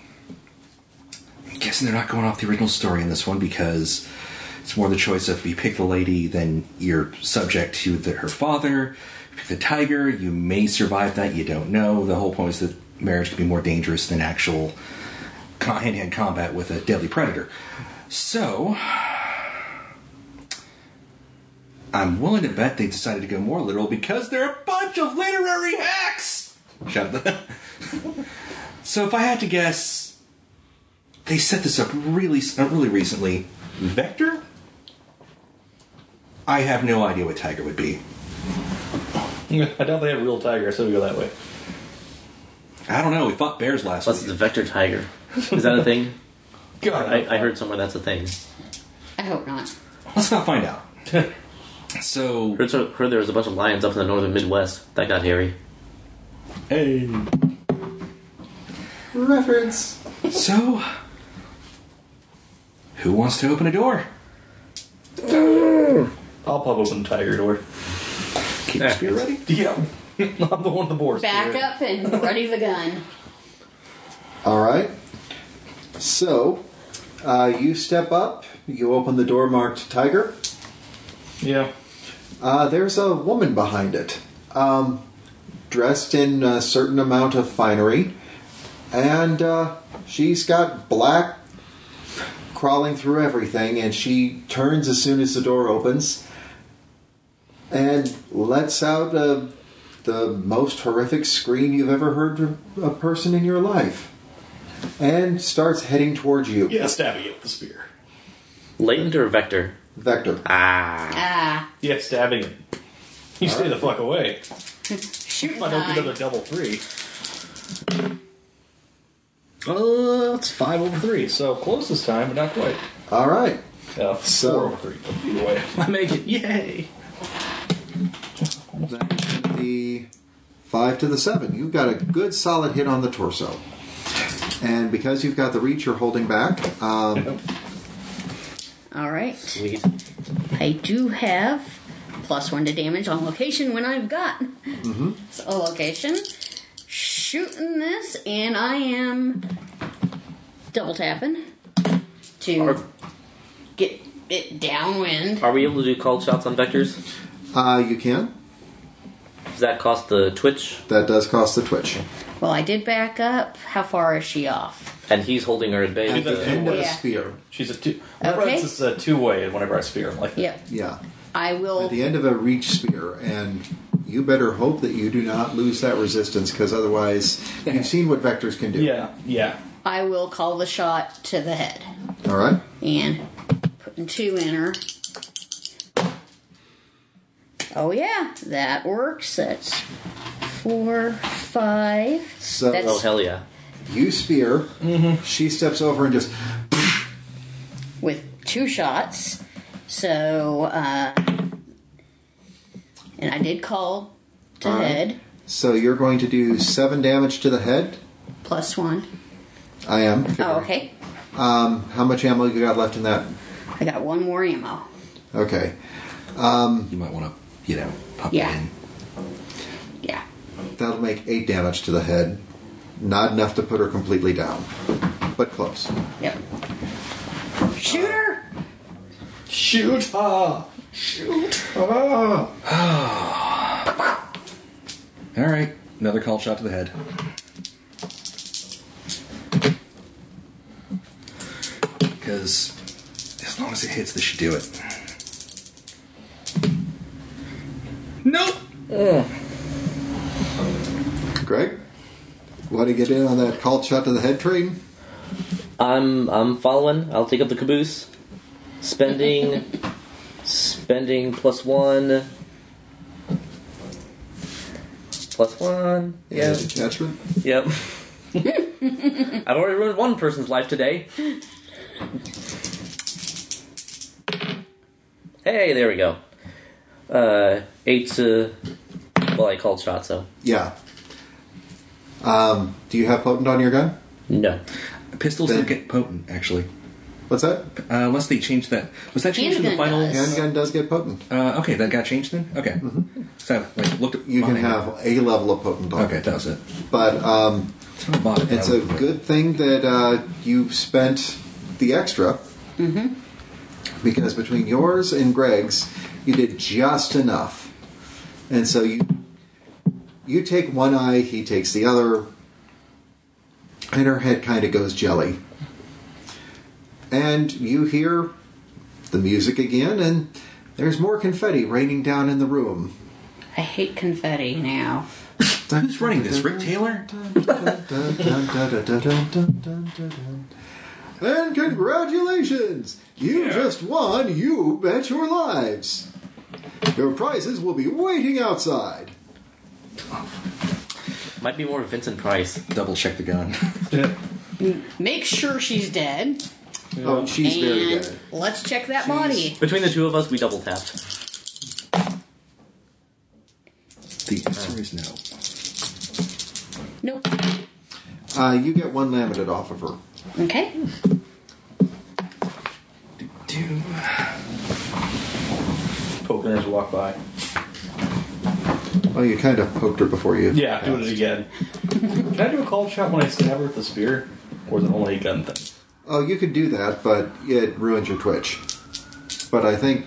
I'm guessing they're not going off the original story in this one because it's more the choice of you pick the lady, then you're subject to the, her father. You pick the tiger, you may survive that. You don't know. The whole point is that marriage can be more dangerous than actual con- hand-to-hand combat with a deadly predator. So. I'm willing to bet they decided to go more literal because they're a bunch of literary hacks. Shut up. [laughs] so if I had to guess, they set this up really, uh, really recently. Vector. I have no idea what Tiger would be.
[laughs] I doubt they have real tigers, so we go that way.
I don't know. We fought bears last
Plus, it's
week.
a vector tiger. Is that a thing?
[laughs]
God,
I, I heard somewhere that's a thing.
I hope not.
Let's not find out. so
Heard, so- heard there was a bunch of lions up in the northern Midwest. That got hairy.
hey,
Reference.
So, who wants to open a door?
I'll pop open the tiger door.
Keep your spear ready.
Eh. [laughs] Yeah, I'm the one with the boar.
Back up and ready the gun.
All right. So, uh, you step up. You open the door marked tiger.
Yeah,
Uh, there's a woman behind it, um, dressed in a certain amount of finery, and uh, she's got black crawling through everything, and she turns as soon as the door opens and lets out uh the most horrific scream you've ever heard from a person in your life and starts heading towards you.
yeah, stabby it with the spear.
Latent or vector?
Vector.
Ah.
Ah,
Yeah, stabbing it. You stay the fuck away.
shoot
Might open another
nine.
double three. Uh, it's five over three, so close this time, but not quite.
All right.
Uh,
So-
four over three. Either way,
I make it. Yay!
the five to the seven. You've got a good solid hit on the torso. And because you've got the reach, you're holding back. Um,
All right.
Sweet.
I do have plus one to damage on location when I've got. So location. shooting this, and I am double tapping to
Are-
get it downwind.
Are we able to do called shots on vectors?
Uh, you can.
Does that cost the twitch?
That does cost the twitch.
Well, I did back up. How far is she off?
And he's holding her at bay.
At
with
the
the-
End of a
Yeah.
spear.
She's a two. Remember,
Okay.
it's just a two way whenever I spear. I'm like,
Yep.
Yeah.
I will.
At the end of a reach spear, and you better hope that you do not lose that resistance, because otherwise, you've seen what vectors can do.
yeah, yeah.
I will call the shot to the head
All right.
and putting two in her. Oh yeah, that works. That's four, five.
So
That's-
Oh hell yeah!
you spear. She steps over and just.
with two shots. So, uh, and I did call to
All right.
head
So you're going to do seven damage to the head.
plus one.
I am.
Oh, okay.
Um, how much ammo you got left in that?
I got one more ammo.
Okay.
You might want to, you know, pop
Yeah.
it in.
Yeah.
That'll make eight damage to the head. Not enough to put her completely down, but close.
Yep. Shooter.
Shoot! Ah! Shoot! Ah!
All right, another call shot to the head. Because as long as it hits, this should do it. Nope.
Greg, want to get in on that call shot to the head train?
I'm I'm following. I'll take up the caboose. Spending, spending plus one. Plus one. Yeah.
Attachment.
Yep. [laughs] I've already ruined one person's life today. Hey, there we go. Uh, eight. Uh, well, I called shot, so
Yeah. Um, do you have potent on your gun?
no.
Pistols don't get potent, actually.
What's that?
Uh, unless they changed that. Was that changed in the
Handgun
final?
does.
Handgun does get potent.
Uh, okay, that got changed then. Okay. So like looked. At
Mm-hmm. You can
mine.
have a level of potent on.
Okay, that was it.
But um,
It's not bother.
It's a good thing that uh, you spent the extra. Because between yours and Greg's, you did just enough. And so you you take one eye, he takes the other, and her head kind of goes jelly. And you hear the music again, and there's more confetti raining down in the room.
I hate confetti now.
Who's running this? Rick Taylor.
[laughs] And congratulations! You just won You Bet Your Lives! Your prizes will be waiting outside.
Might be more Vincent Price.
Double check the gun. [laughs]
Make sure she's dead,
Oh, she's very
and
good.
let's check that body.
Between the two of us, we double tapped.
the answer is no.
Nope.
Uh, you get one laminate off of her.
Okay.
Dude.
Poking as we walk by.
Oh, you kind of poked her before you.
Yeah, doing it again. [laughs] Can I do a cold shot when I stab her with the spear? Or is it only a gun thing?
Oh, you could do that, but it ruins your twitch. But I think.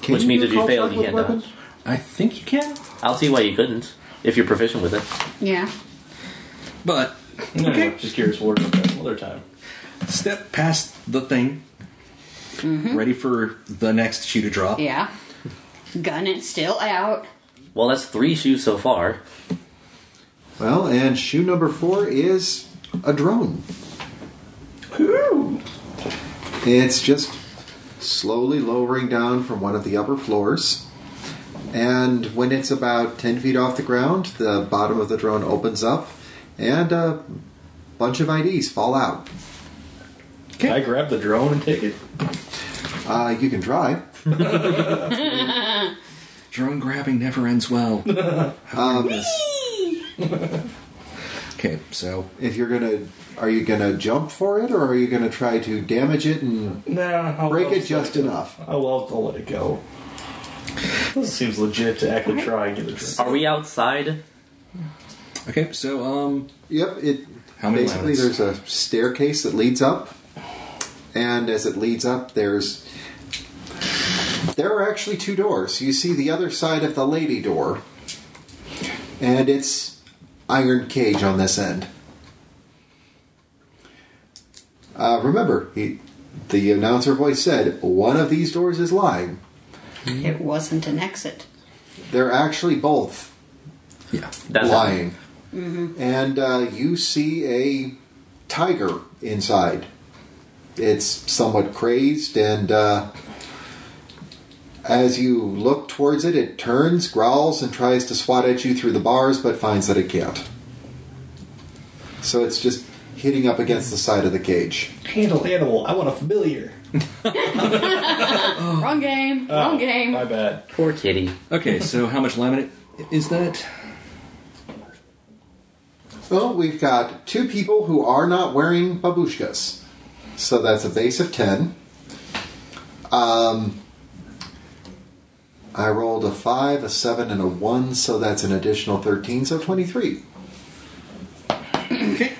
Can
Which means
do
if you fail,
contact
you
with
can't
weapons?
dodge.
I think you can.
I'll see why you couldn't if you're proficient with it.
Yeah.
But
Okay.
okay,
just curious what another time.
step past the thing. Ready for the next shoe to drop.
Yeah. Gun it still out.
Well, that's three shoes so far.
Well, and shoe number four is a drone. It's just slowly lowering down from one of the upper floors. And when it's about 10 feet off the ground, the bottom of the drone opens up and a bunch of IDs fall out.
Can I grab the drone and take it?
Uh, you can try.
Drone grabbing never
[laughs]
ends well. I've learned
Um,
this. okay, so
If you're gonna, are you gonna jump for it or are you gonna try to damage it and
Nah, I'll
break it just enough?
Oh well, I'll let it go. This seems legit to actually try and get the drone.
Are we outside?
Okay, so um,
Yep, it
How many
basically
ladders?
there's a staircase that leads up, and as it leads up, there's there are actually two doors. You see the other side of the lady door, and it's iron cage on this end. Uh, remember, he, the announcer voice said one of these doors is lying.
It wasn't an exit.
They're actually both
yeah,
That's
lying. And uh, you see a tiger inside. It's somewhat crazed, and uh, as you look towards it, it turns, growls, and tries to swat at you through the bars, but finds that it can't. So it's just hitting up against the side of the cage.
Handle animal. I want a familiar.
Wrong game. Wrong game.
My bad.
Poor kitty.
Okay, so how much laminate is that?
Well, we've got two people who are not wearing babushkas. So that's a base of 10. Um, I rolled a 5, a 7, and a 1, so that's an additional 13, so 23.
Okay.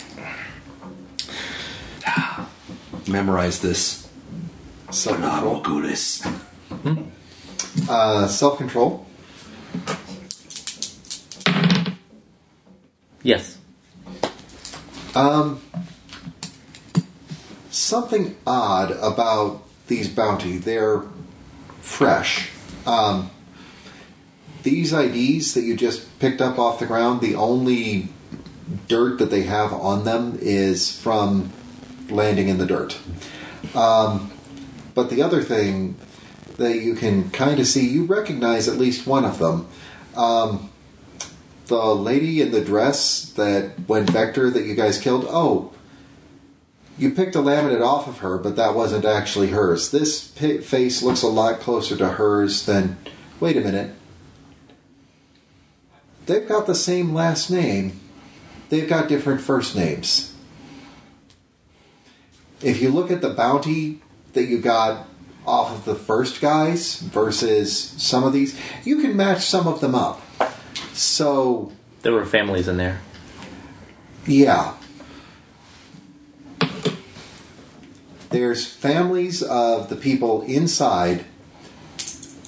Memorize this.
Self control.
Oculus.
Uh, self control.
Yes.
Something odd about these bounty. They're fresh. Um, these IDs that you just picked up off the ground, the only dirt that they have on them is from landing in the dirt. Um, but the other thing that you can kind of see, you recognize at least one of them. Um, the lady in the dress that went Vector that you guys killed. Oh, you picked a laminate off of her, but that wasn't actually hers. This pi face looks a lot closer to hers than. Wait a minute. They've got the same last name. They've got different first names. If you look at the bounty that you got off of the first guys versus some of these, you can match some of them up. So
There were families in there.
yeah. There's families of the people inside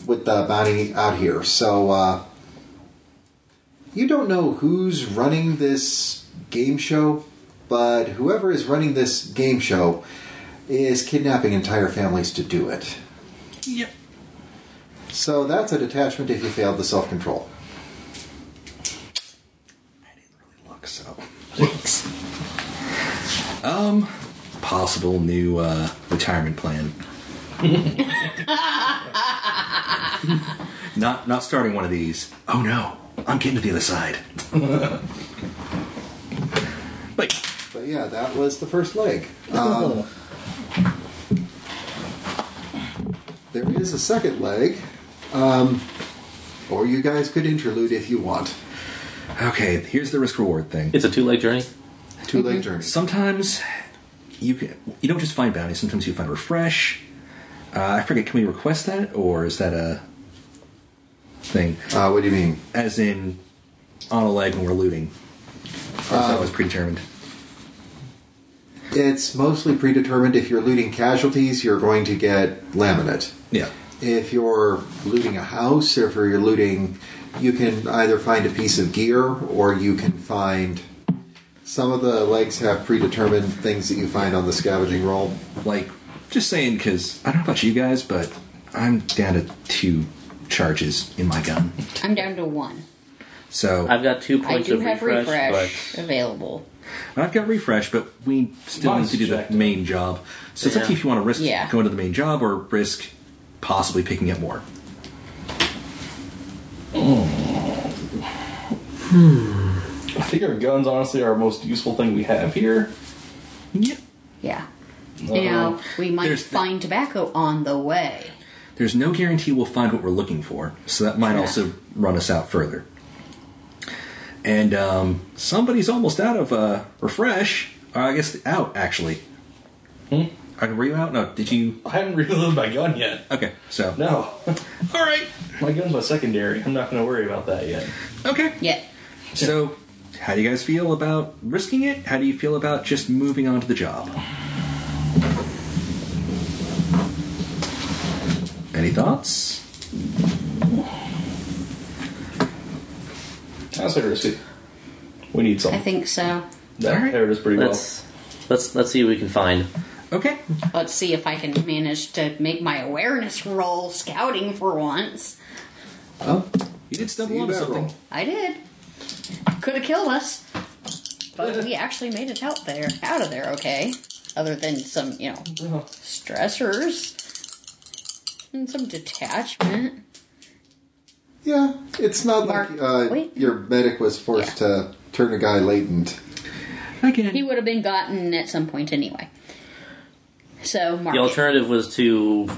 with the bounty out here. So uh, you don't know who's running this game show, but whoever is running this game show is kidnapping entire families to do it.
Yep.
So that's a detachment if you failed the self control.
Look so. um, possible new uh, retirement plan. not not starting one of these. Oh no, I'm getting to the other side. Wait.
But yeah, that was the first leg. Um, there is a second leg, um, or you guys could interlude if you want.
Okay, here's the risk reward thing.
It's a two leg journey.
Two leg journey.
Sometimes you can you don't just find bounties. Sometimes you find refresh. Uh, I forget. Can we request that, or is that a thing?
Uh, what do you mean?
As in on a leg when we're looting. Or if that was predetermined.
It's mostly predetermined. If you're looting casualties, you're going to get laminate.
Yeah.
If you're looting a house, or if you're looting, you can either find a piece of gear or you can find. Some of the legs have predetermined things that you find on the scavenging roll.
Like, just saying because I don't know about you guys, but I'm down to two charges in my gun.
I'm down to one.
So
I've
I've,
got two
I
points
do
of
have
refresh,
refresh available.
got refresh, but we still
Mine's
need to do the
checked out.
main job. So it's up to you
Yeah.
if you want to risk
Yeah.
going to the main job or risk possibly picking up more.
I think our guns, honestly, are our most useful thing we have here.
Yeah.
Yeah. Now we might
There's the-
find tobacco on the way.
There's no guarantee we'll find what we're looking for, so that might also run us out further. And um, somebody's almost out of uh, refresh. Or I guess out actually. Hmm? Were you out? No. Did you?
I haven't [laughs] reloaded my gun yet.
Okay. So.
No,
All right.
my gun's my secondary. I'm not going to worry about that yet.
Okay.
Yeah.
So How do you guys feel about risking it? How do you feel about just moving on to the job? Any thoughts?
That's risky. We need
I
some.
think so.
That
Alright.
paired us pretty
Let's let's let's see what we can find.
Okay.
Let's see if I can manage to make my awareness roll scouting for once.
Oh,
You did stumble
You
onto
better
something.
roll.
I did. Could have killed us, but we actually made it out there, out of there, okay. Other than some, you know,
well.
stressors and some detachment.
yeah. It's not
Mark,
like uh,
wait.
your medic was forced to turn a guy latent.
Again.
He would have been gotten at some point anyway. So, Mark.
The alternative was to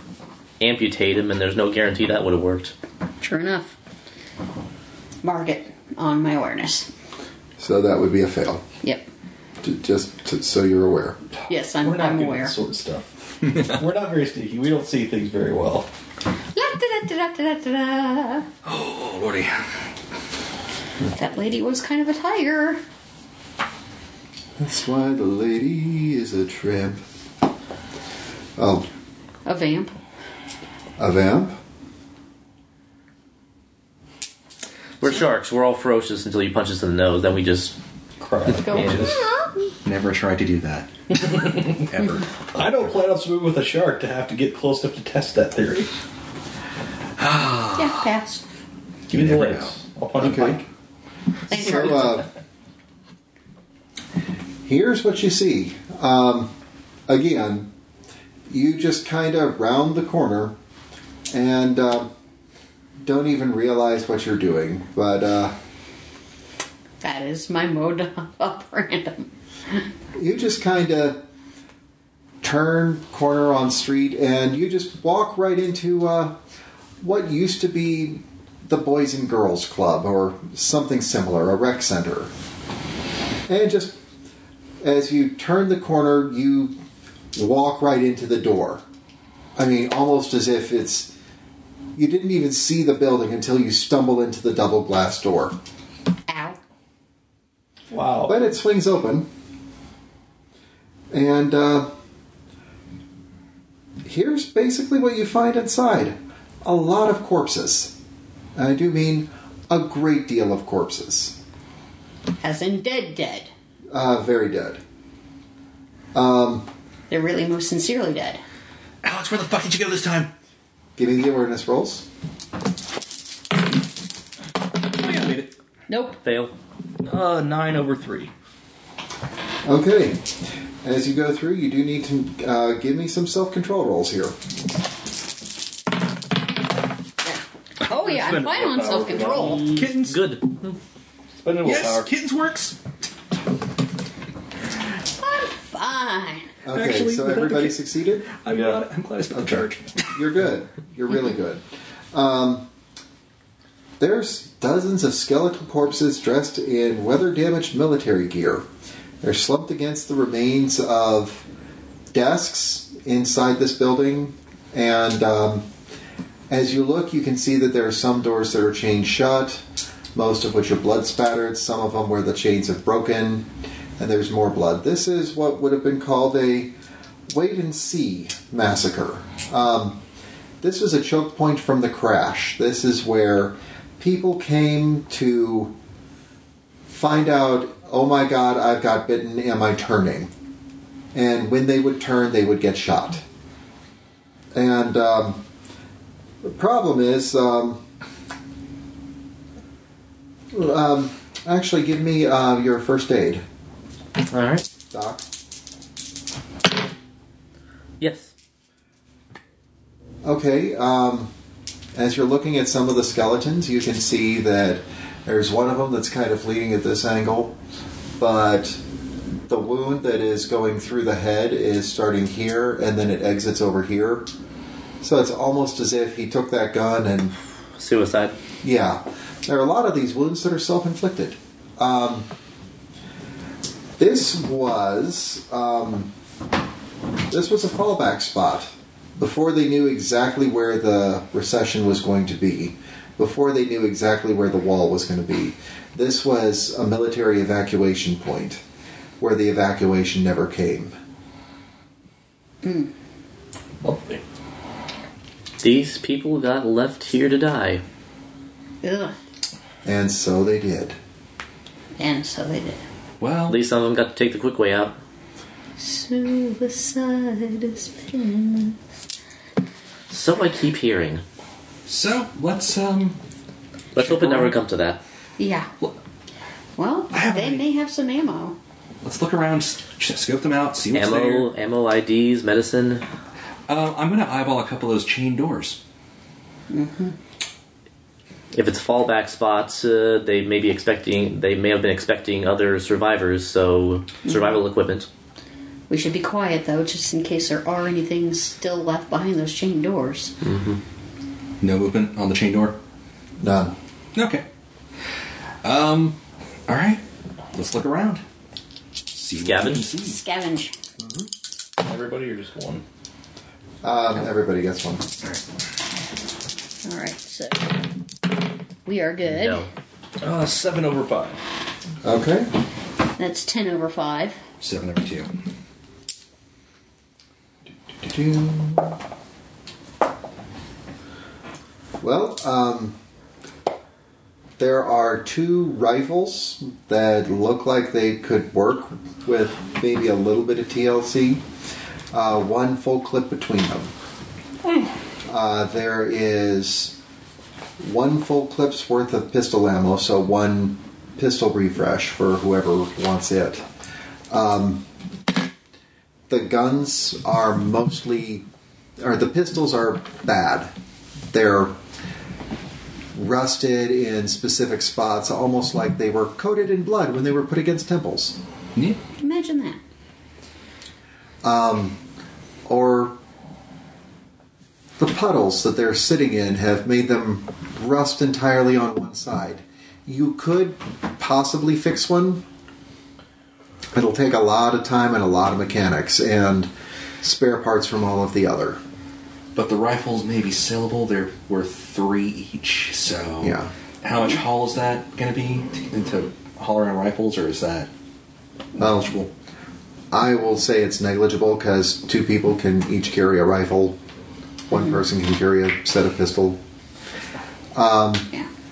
amputate him, and there's no guarantee that would have worked.
Sure enough. Mark it on my awareness.
So that would be a fail.
Yep.
J- Just to, so you're aware.
Yes, I'm,
We're not
I'm
doing
aware.
this sort of stuff. [laughs] We're not very sneaky. We don't see things very well.
La-da-da-da-da-da-da.
[gasps] Oh, lordy.
That lady was kind of a tiger.
That's why the lady is a tramp. Oh,
A vamp.
a vamp?
We're sharks. We're all ferocious until you punch us in the nose. Then we just
Crap.
Go.
Never tried to do [laughs] that. Ever.
I don't plan on swimming with a shark to have to get close enough to test that theory.
Yeah, pass.
Give me the
never
legs. I'll punch
Okay.
a pike.
Thanks,
So,
Mark.
uh, here's what you see. Um, again, you just kind of round the corner and uh, don't even realize what you're doing. But uh,
That is my mode up random.
you just kind of turn corner on street and you just walk right into uh, what used to be the Boys and Girls Club or something similar, a rec center. And just as you turn the corner, you walk right into the door. I mean, almost as if it's. You didn't even see the building until you stumble into the double glass door.
Ow.
Wow.
But it swings open. And uh, here's basically what you find inside a lot of corpses. I do mean a great deal of corpses.
As in dead, dead.
Uh, very dead.
They're really most sincerely dead.
Alex, where the fuck did you go this time?
Give me the awareness rolls.
Oh, yeah, I made it.
Nope.
[laughs] fail.
Uh, nine over three.
Okay. As you go through, you do need to uh, give me some self control rolls here.
Oh yeah, I'm
Spend
fine
more
on
power
self
for
control.
Kittens.
Good.
Spend a little
Yes,
power.
kittens works.
I'm fine.
Okay,
Actually,
so
without the
everybody
ki-
succeeded?
I'm,
Yeah.
glad, I'm glad I spent the charge.
You're good. You're really good. Um, there's dozens of skeletal corpses dressed in weather damaged military gear. They're slumped against the remains of desks inside this building, and um, as you look, you can see that there are some doors that are chained shut, most of which are blood spattered, some of them where the chains have broken, and there's more blood. This is what would have been called a wait and see massacre. Um, this was a choke point from the crash. This is where people came to find out, oh my god, I've got bitten, am I turning? And when they would turn, they would get shot. And um, the problem is, um, um, actually, give me uh, your first aid,
All right.
Doc.
Yes.
Okay. Um, as you're looking at some of the skeletons, you can see that there's one of them that's kind of leaning at this angle, but the wound that is going through the head is starting here and then it exits over here. So it's almost as if he took that gun and
Suicide.
yeah, there are a lot of these wounds that are self inflicted. Um, this was um, this was a fallback spot before they knew exactly where the recession was going to be. before they knew exactly where the wall was going to be. This was a military evacuation point where the evacuation never came.
Lovely.
These people got left here to die.
Ugh.
And so they did.
And so they did.
At
Well,
least some of them got to take the quick way out.
Suicide is pain.
So I keep hearing.
so let's um.
Let's hope it never comes to that.
Yeah. Well,
have
they
an
may have some ammo.
Let's look around.
Just scope them out, see what's
Ammo, ammo IDs, medicine.
there. Uh, I'm going to eyeball a couple of those chain doors.
If it's fallback spots, uh, they may be expecting. They may have been expecting other survivors, so survival equipment.
We should be quiet though, just in case there are anything still left behind those chain doors.
No movement on the chain door.
None.
Okay. Um. All right. Let's look around. See what we
Scavenge?
can see.
Scavenge.
Everybody or just one?
Um, everybody gets one.
All right, so we are good.
No,
Uh, seven over five.
Okay.
That's ten over five.
Seven over two.
Do-do. Well, um, there are two rifles that look like they could work with maybe a little bit of TLC. Uh, one full clip between them. Uh, there is one full clip's worth of pistol ammo, so one pistol refresh for whoever wants it. the guns are mostly or the pistols are bad they're rusted in specific spots almost like they were coated in blood when they were put against temples
Yeah.
Imagine that.
or the puddles that they're sitting in have made them rust entirely on one side you could possibly fix one it'll take a lot of time and a lot of mechanics and spare parts from all of the other
But the rifles may be sellable. They're worth three each. So
Yeah.
How much haul is that going to be to, to haul around rifles, or is that
Well, I will say it's negligible because two people can each carry a rifle. One person can carry a set of pistol.
Yeah.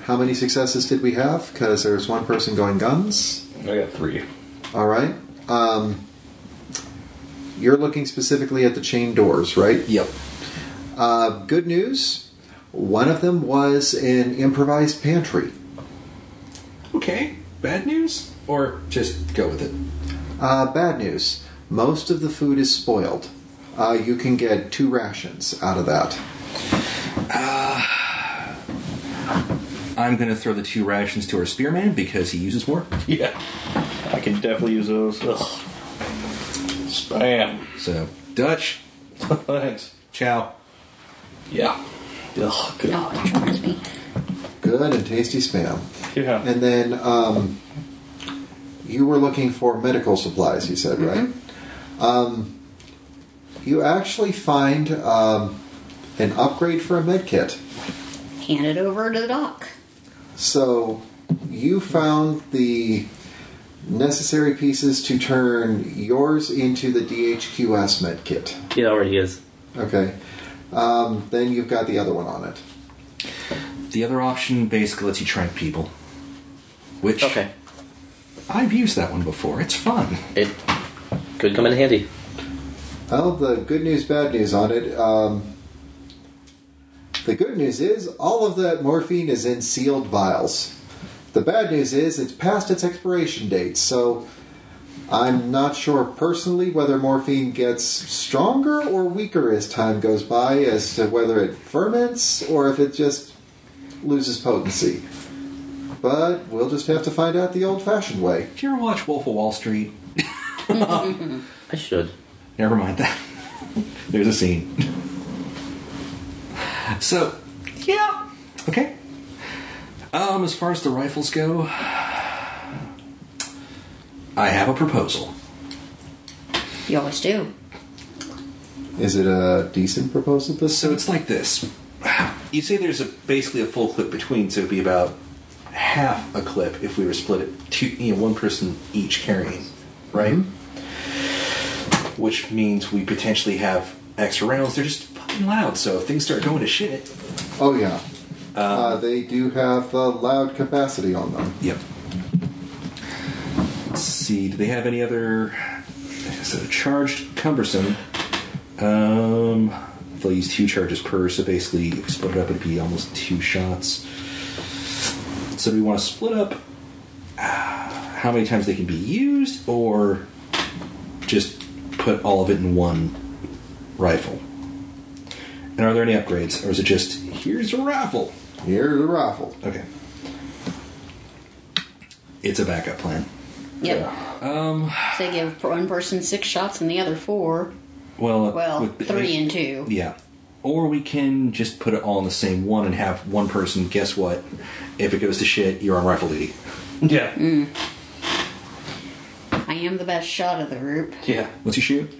How many successes did we have? Because there's one person going guns.
I got three. [laughs]
All right. Um, you're looking specifically at the chain doors, right?
Yep.
Uh, good news. One of them was an improvised pantry.
Okay. Bad news, or just go with it.
Uh, bad news. Most of the food is spoiled. Uh, you can get two rations out of that.
I'm going to throw the two rations to our spearman because he uses more.
Yeah. I can definitely use those. Ugh. Spam.
So Dutch,
[laughs] Thanks.
ciao.
Yeah. Ugh, good.
Oh, it reminds me.
Good and tasty spam.
Yeah.
And then um, you were looking for medical supplies, you said, right? Um, you actually find um, an upgrade for a med kit.
Hand it over to the doc.
So you found the necessary pieces to turn yours into the DHQS med kit.
it already is.
Okay. Um, then you've got the other one on it.
The other option basically lets you track people, which
Okay,
I've used that one before. It's fun.
it could come in handy.
Well, the good news, bad news on it. Um, the good news is all of that morphine is in sealed vials. The bad news is it's past its expiration date, so I'm not sure personally whether morphine gets stronger or weaker as time goes by, as to whether it ferments or if it just loses potency. But we'll just have to find out the old fashioned way.
Did you ever watch Wolf of Wall Street?
I should.
Never mind that. [laughs] There's a scene. so, yeah. Okay. Um, as far as the rifles go, I have a proposal.
You always do.
Is it a decent proposal this
So it's like this. you say there's a, basically a full clip between, so it'd be about half a clip if we were split it two, you know, one person each carrying, right? Which means we potentially have extra rounds. They're just fucking loud, so if things start going to shit,
Oh
Um,
yeah. uh, they do have uh, loud capacity on them.
Yep. Let's see. Do they have any other? So charged, cumbersome. Um, they'll use two charges per. So basically, if we split it up, it'd be almost two shots. So do we want to split up? uh, How many times they can be used, or just put all of it in one rifle? And are there any upgrades, or is it just here's a rifle?
Here's a rifle.
Okay. It's a backup plan.
Yep. So they give one person six shots and the other four.
Well, uh,
Well,
with-
three and two.
Yeah. Or we can just put it all in the same one and have one person, guess what? If it goes to shit, you're on rifle duty.
Yeah.
I am the best shot of the group.
Yeah.
Once you shoot?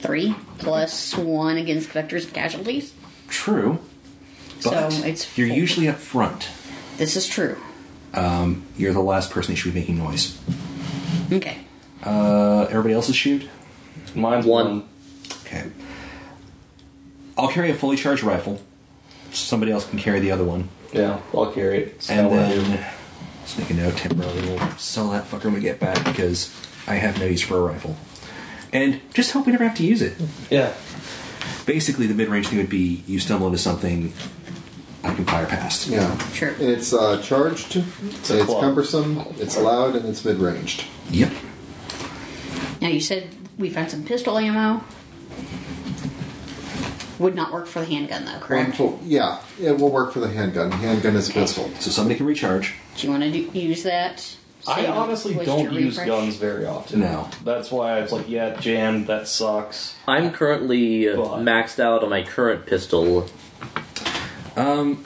Three plus one against vectors of casualties.
True.
So
But
it's
you're
four.
usually up front.
This is true.
You're the last person who should be making noise.
Okay.
Uh, everybody else's shoot?
Mine's
One.
Okay. I'll carry a fully charged rifle. Somebody else can carry the other one.
Yeah, I'll carry it.
And then let's make a note temporarily. We'll sell that fucker when we get back because I have no use for a rifle. And just hope we never have to use it.
yeah.
Basically, the mid-range thing would be you stumble into something, I can fire past.
Yeah.
Sure.
It's uh, charged. It's,
a club.
cumbersome. It's loud and it's mid-ranged.
Yep.
Now you said we found some pistol ammo. Would not work for the handgun though, correct?
Well, yeah, it will work for the handgun. Handgun is a pistol.
So somebody can recharge.
Do you want to do, use that?
I
Save it,
honestly
waste
don't
your
use
refresh?
guns very often.
No.
That's why it's like, yeah, jammed, that sucks.
I'm currently uh,
But-
maxed out on my current pistol.
Um.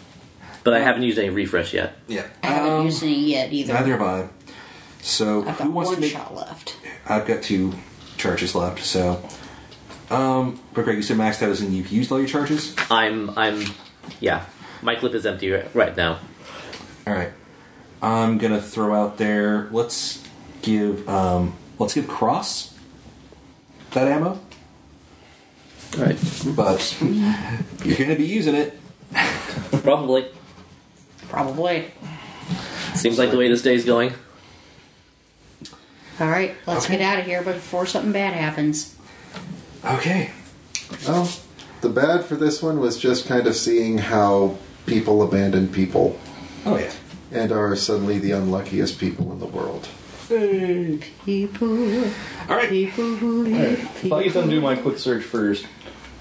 But I haven't used any refresh yet.
Yeah.
I haven't used any yet either.
Um, Neither have I. So
I've
who
got
wants
one
to make?
shot left.
I've got two charges left. So, um, but Greg, you said maxed out as in you've used all your charges.
I'm I'm yeah. My clip is empty ri- right now.
All right. I'm gonna throw out there. Let's give um, let's give Cross that ammo,
All right.
but you're gonna be using it.
Probably.
Probably.
Seems like the way this day's going.
All right, let's
Okay.
get out of here before something bad happens.
Okay.
Well, the bad for this one was just kind of seeing how people abandon people
Oh yeah.
and are suddenly the unluckiest people in the world.
People,
All right.
people who leave
If I
people.
get done doing my quick search first,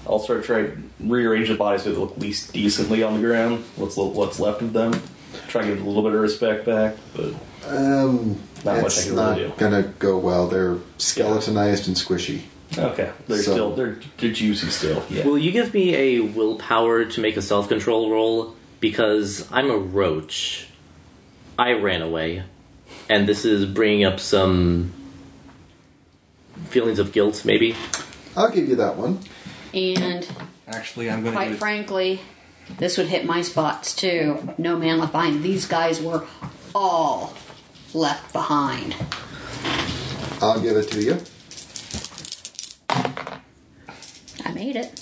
I'll start trying to rearrange the bodies so they look least decently on the ground. What's what's left of them. Try to give a little bit of respect back, but
Um,
Not much I
it's
can
not
really do.
gonna go well. They're skeletonized and squishy.
okay, they're
So-
still they're, they're juicy still. Yeah.
Will you give me a willpower to make a self control roll? Because I'm a roach. I ran away. And this is bringing up some feelings of guilt, maybe?
I'll give you that one.
And
Actually, I'm gonna.
quite
give it-
frankly, this would hit my spots too. No man left behind. These guys were all left behind.
I'll give it to you.
I made it.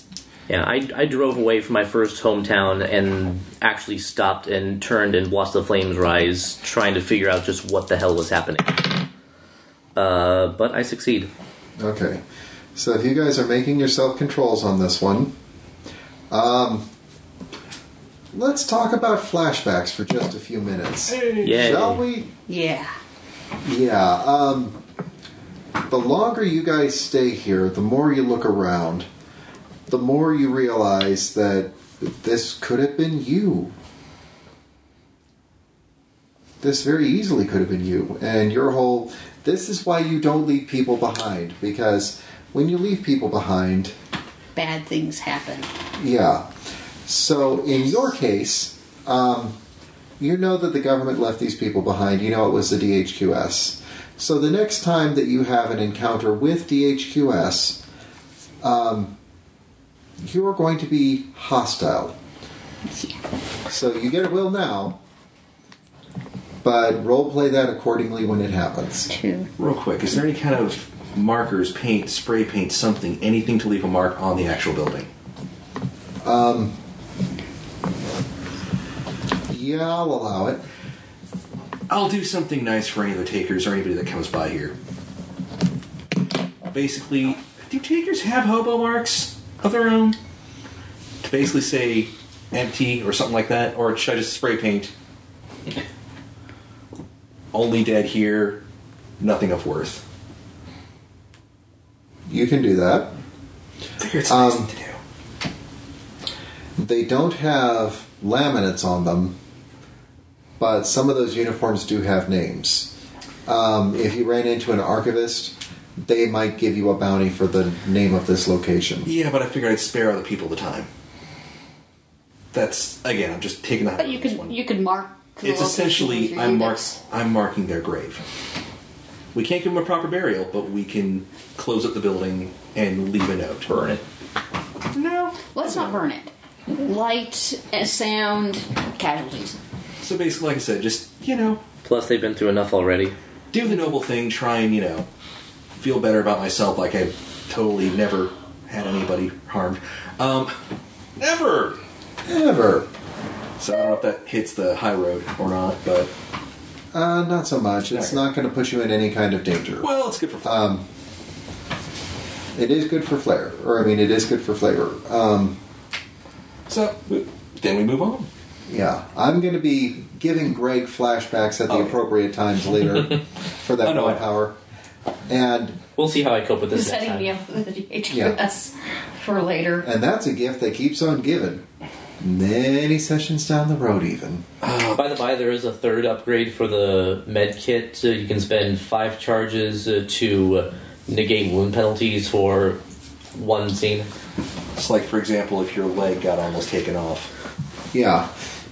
Yeah, I, I drove away from my first hometown and actually stopped and turned and watched the flames rise, trying to figure out just what the hell was happening. Uh, but I succeed.
Okay. So if you guys are making yourself controls on this one, um, let's talk about flashbacks for just a few minutes.
Yay.
Shall we?
Yeah.
Yeah. Um, the longer you guys stay here, the more you look around, the more you realize that this could have been you. This very easily could have been you. And your whole. This is why you don't leave people behind, because when you leave people behind,
Bad things happen.
yeah. So in your case, um, you know that the government left these people behind. You know it was the DHQS. So the next time that you have an encounter with DHQS, um, you are going to be hostile.
Yeah.
So you get a will now, but role play that accordingly when it happens.
Two.
Real quick, is there any kind of markers, paint, spray paint, something, anything to leave a mark on the actual building?
Yeah, I'll allow it.
I'll do something nice for any of the takers or anybody that comes by here. Basically, do takers have hobo marks of their own? To basically say empty or something like that, or should I just spray paint? [laughs] Only dead here, nothing of worth.
You can do that.
Figure it's a nice
Um,
thing to do.
They don't have laminates on them, but some of those uniforms do have names. Um, if you ran into an archivist, they might give you a bounty for the name of this location.
Yeah, but I figured I'd spare other people the time. That's again, I'm just taking that.
But you could you could mark. the
it's
location with
essentially
your
I'm mark,
index.
I'm marking their grave. We can't give them a proper burial, but we can close up the building and leave a note.
Burn it.
Let's not burn it. Light, uh, sound, casualties.
So basically, like I said, just you know,
Plus, they've been through enough already.
do the noble thing. Try and you know, feel better about myself, like I totally never had anybody harmed. Um, never.
Ever.
So I don't know if that hits the high road or not, but
Uh, not so much. It's
Okay.
not going to put you in any kind of danger.
well, it's good for fun.
Um, it is good for flair, or I mean, it is good for flavor. Um,
So we- then we move on.
yeah, I'm going to be giving Greg flashbacks at the
Okay.
appropriate times
[laughs]
later for that
Oh, no, Oh. I-
power. And
We'll see how I cope with this next
setting
time.
me up with the DHS for later.
and that's a gift that keeps on giving. Many sessions down the road, even.
By the by, there is a third upgrade for the med kit. Uh, you can spend five charges uh, to uh, negate wound penalties for one scene.
It's like, for example, if your leg got almost taken off.
Yeah.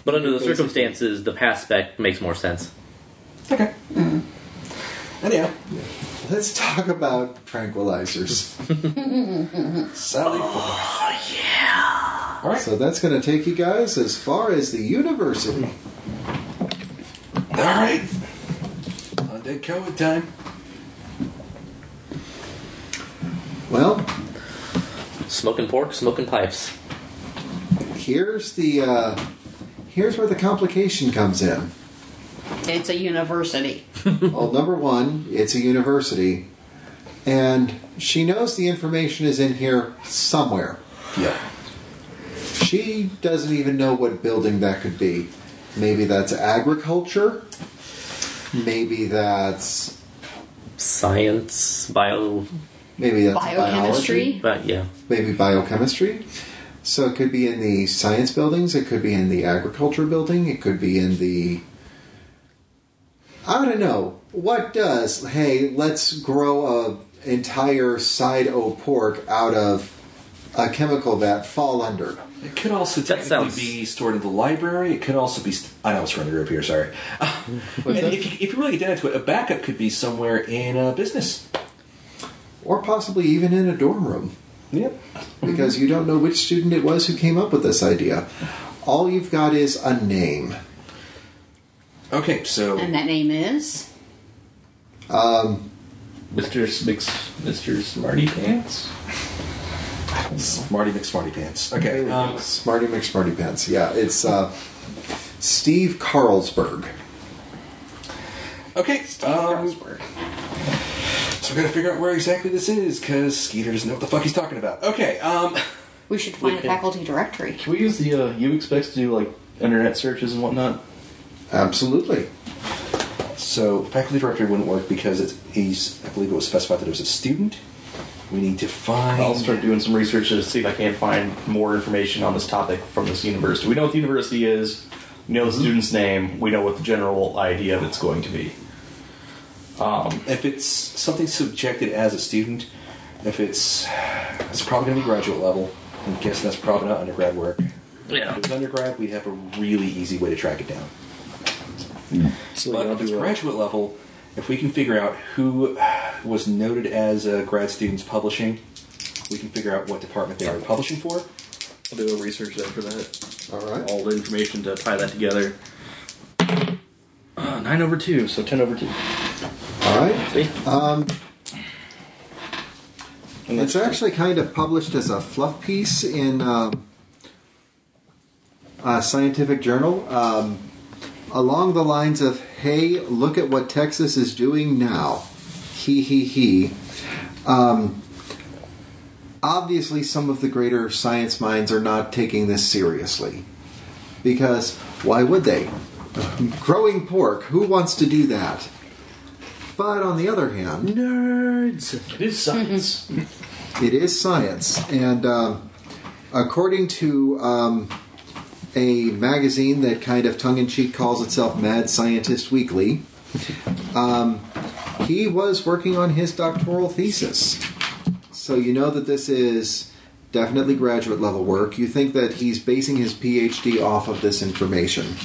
But under the
Basically.
circumstances, the past spec makes more sense.
Okay. Mm-hmm. Anyhow,
Let's talk about tranquilizers.
Sally. yeah. All right.
So that's going to take you guys as far as the university.
All right. Undead COVID time.
Well,
Smoking pork, smoking pipes.
here's the uh, here's where the complication comes in.
It's a university.
Well, number one, it's a university, and she knows the information is in here somewhere.
Yeah.
She doesn't even know what building that could be. Maybe that's agriculture. Maybe that's
Science, bio,
maybe that's biology.
Biochemistry.
but yeah.
Maybe biochemistry. So it could be in the science buildings. It could be in the agriculture building. It could be in the I don't know what does. Hey, let's grow a entire side o pork out of a chemical that fall under.
It could also technically
sounds-
be stored in the library. It could also be. St- I know it's running up here. Sorry. and
that?
if you, if you really get down to it, a backup could be somewhere in a business.
or possibly even in a dorm room
Yep.
because you don't know which student it was who came up with this idea. All you've got is a name.
Okay. So
And that name is?
Mr. Smix, Mr. Smarty Pants?
Smarty McSmarty Pants. Okay. Um,
Smarty McSmarty Pants. Yeah, it's uh, Steve Carlsberg.
okay. Um, so we gotta figure out where exactly this is because Skeeter doesn't know what the fuck he's talking about. Okay. Um.
we should find a faculty directory.
Can we use the uh, you expects to do like internet searches and whatnot?
Absolutely.
So faculty director wouldn't work because it's he's I believe it was specified that it was a student. We need to find
I'll start doing some research to see if I can't find more information on this topic from this university. We know what the university is, we know the student's name, we know what the general idea of it's going to be.
if it's something subjected as a student. If it's it's probably gonna be graduate level. I'm guessing that's probably not undergrad work.
Yeah.
If it was undergrad, we'd have a really easy way to track it down.
So
But
I'll
if it's
do a-
graduate level, if we can figure out who was noted as uh, grad students publishing, we can figure out what department they were publishing for,
I'll do a research then for that.
All right.
All the information to tie that together. Uh, nine over two, so ten over two.
All right.
See?
Um,
And
it's actually kind of published as a fluff piece in um, a scientific journal, um, along the lines of "Hey, look at what Texas is doing now." He he he. Um, obviously, some of the greater science minds are not taking this seriously, because why would they? Growing pork. Who wants to do that? But on the other hand,
It is science.
it is science, and um, according to um, a magazine that kind of tongue in cheek calls itself Mad Scientist Weekly, um, he was working on his doctoral thesis. So you know that this is definitely graduate level work. You think that he's basing his PhD off of this information.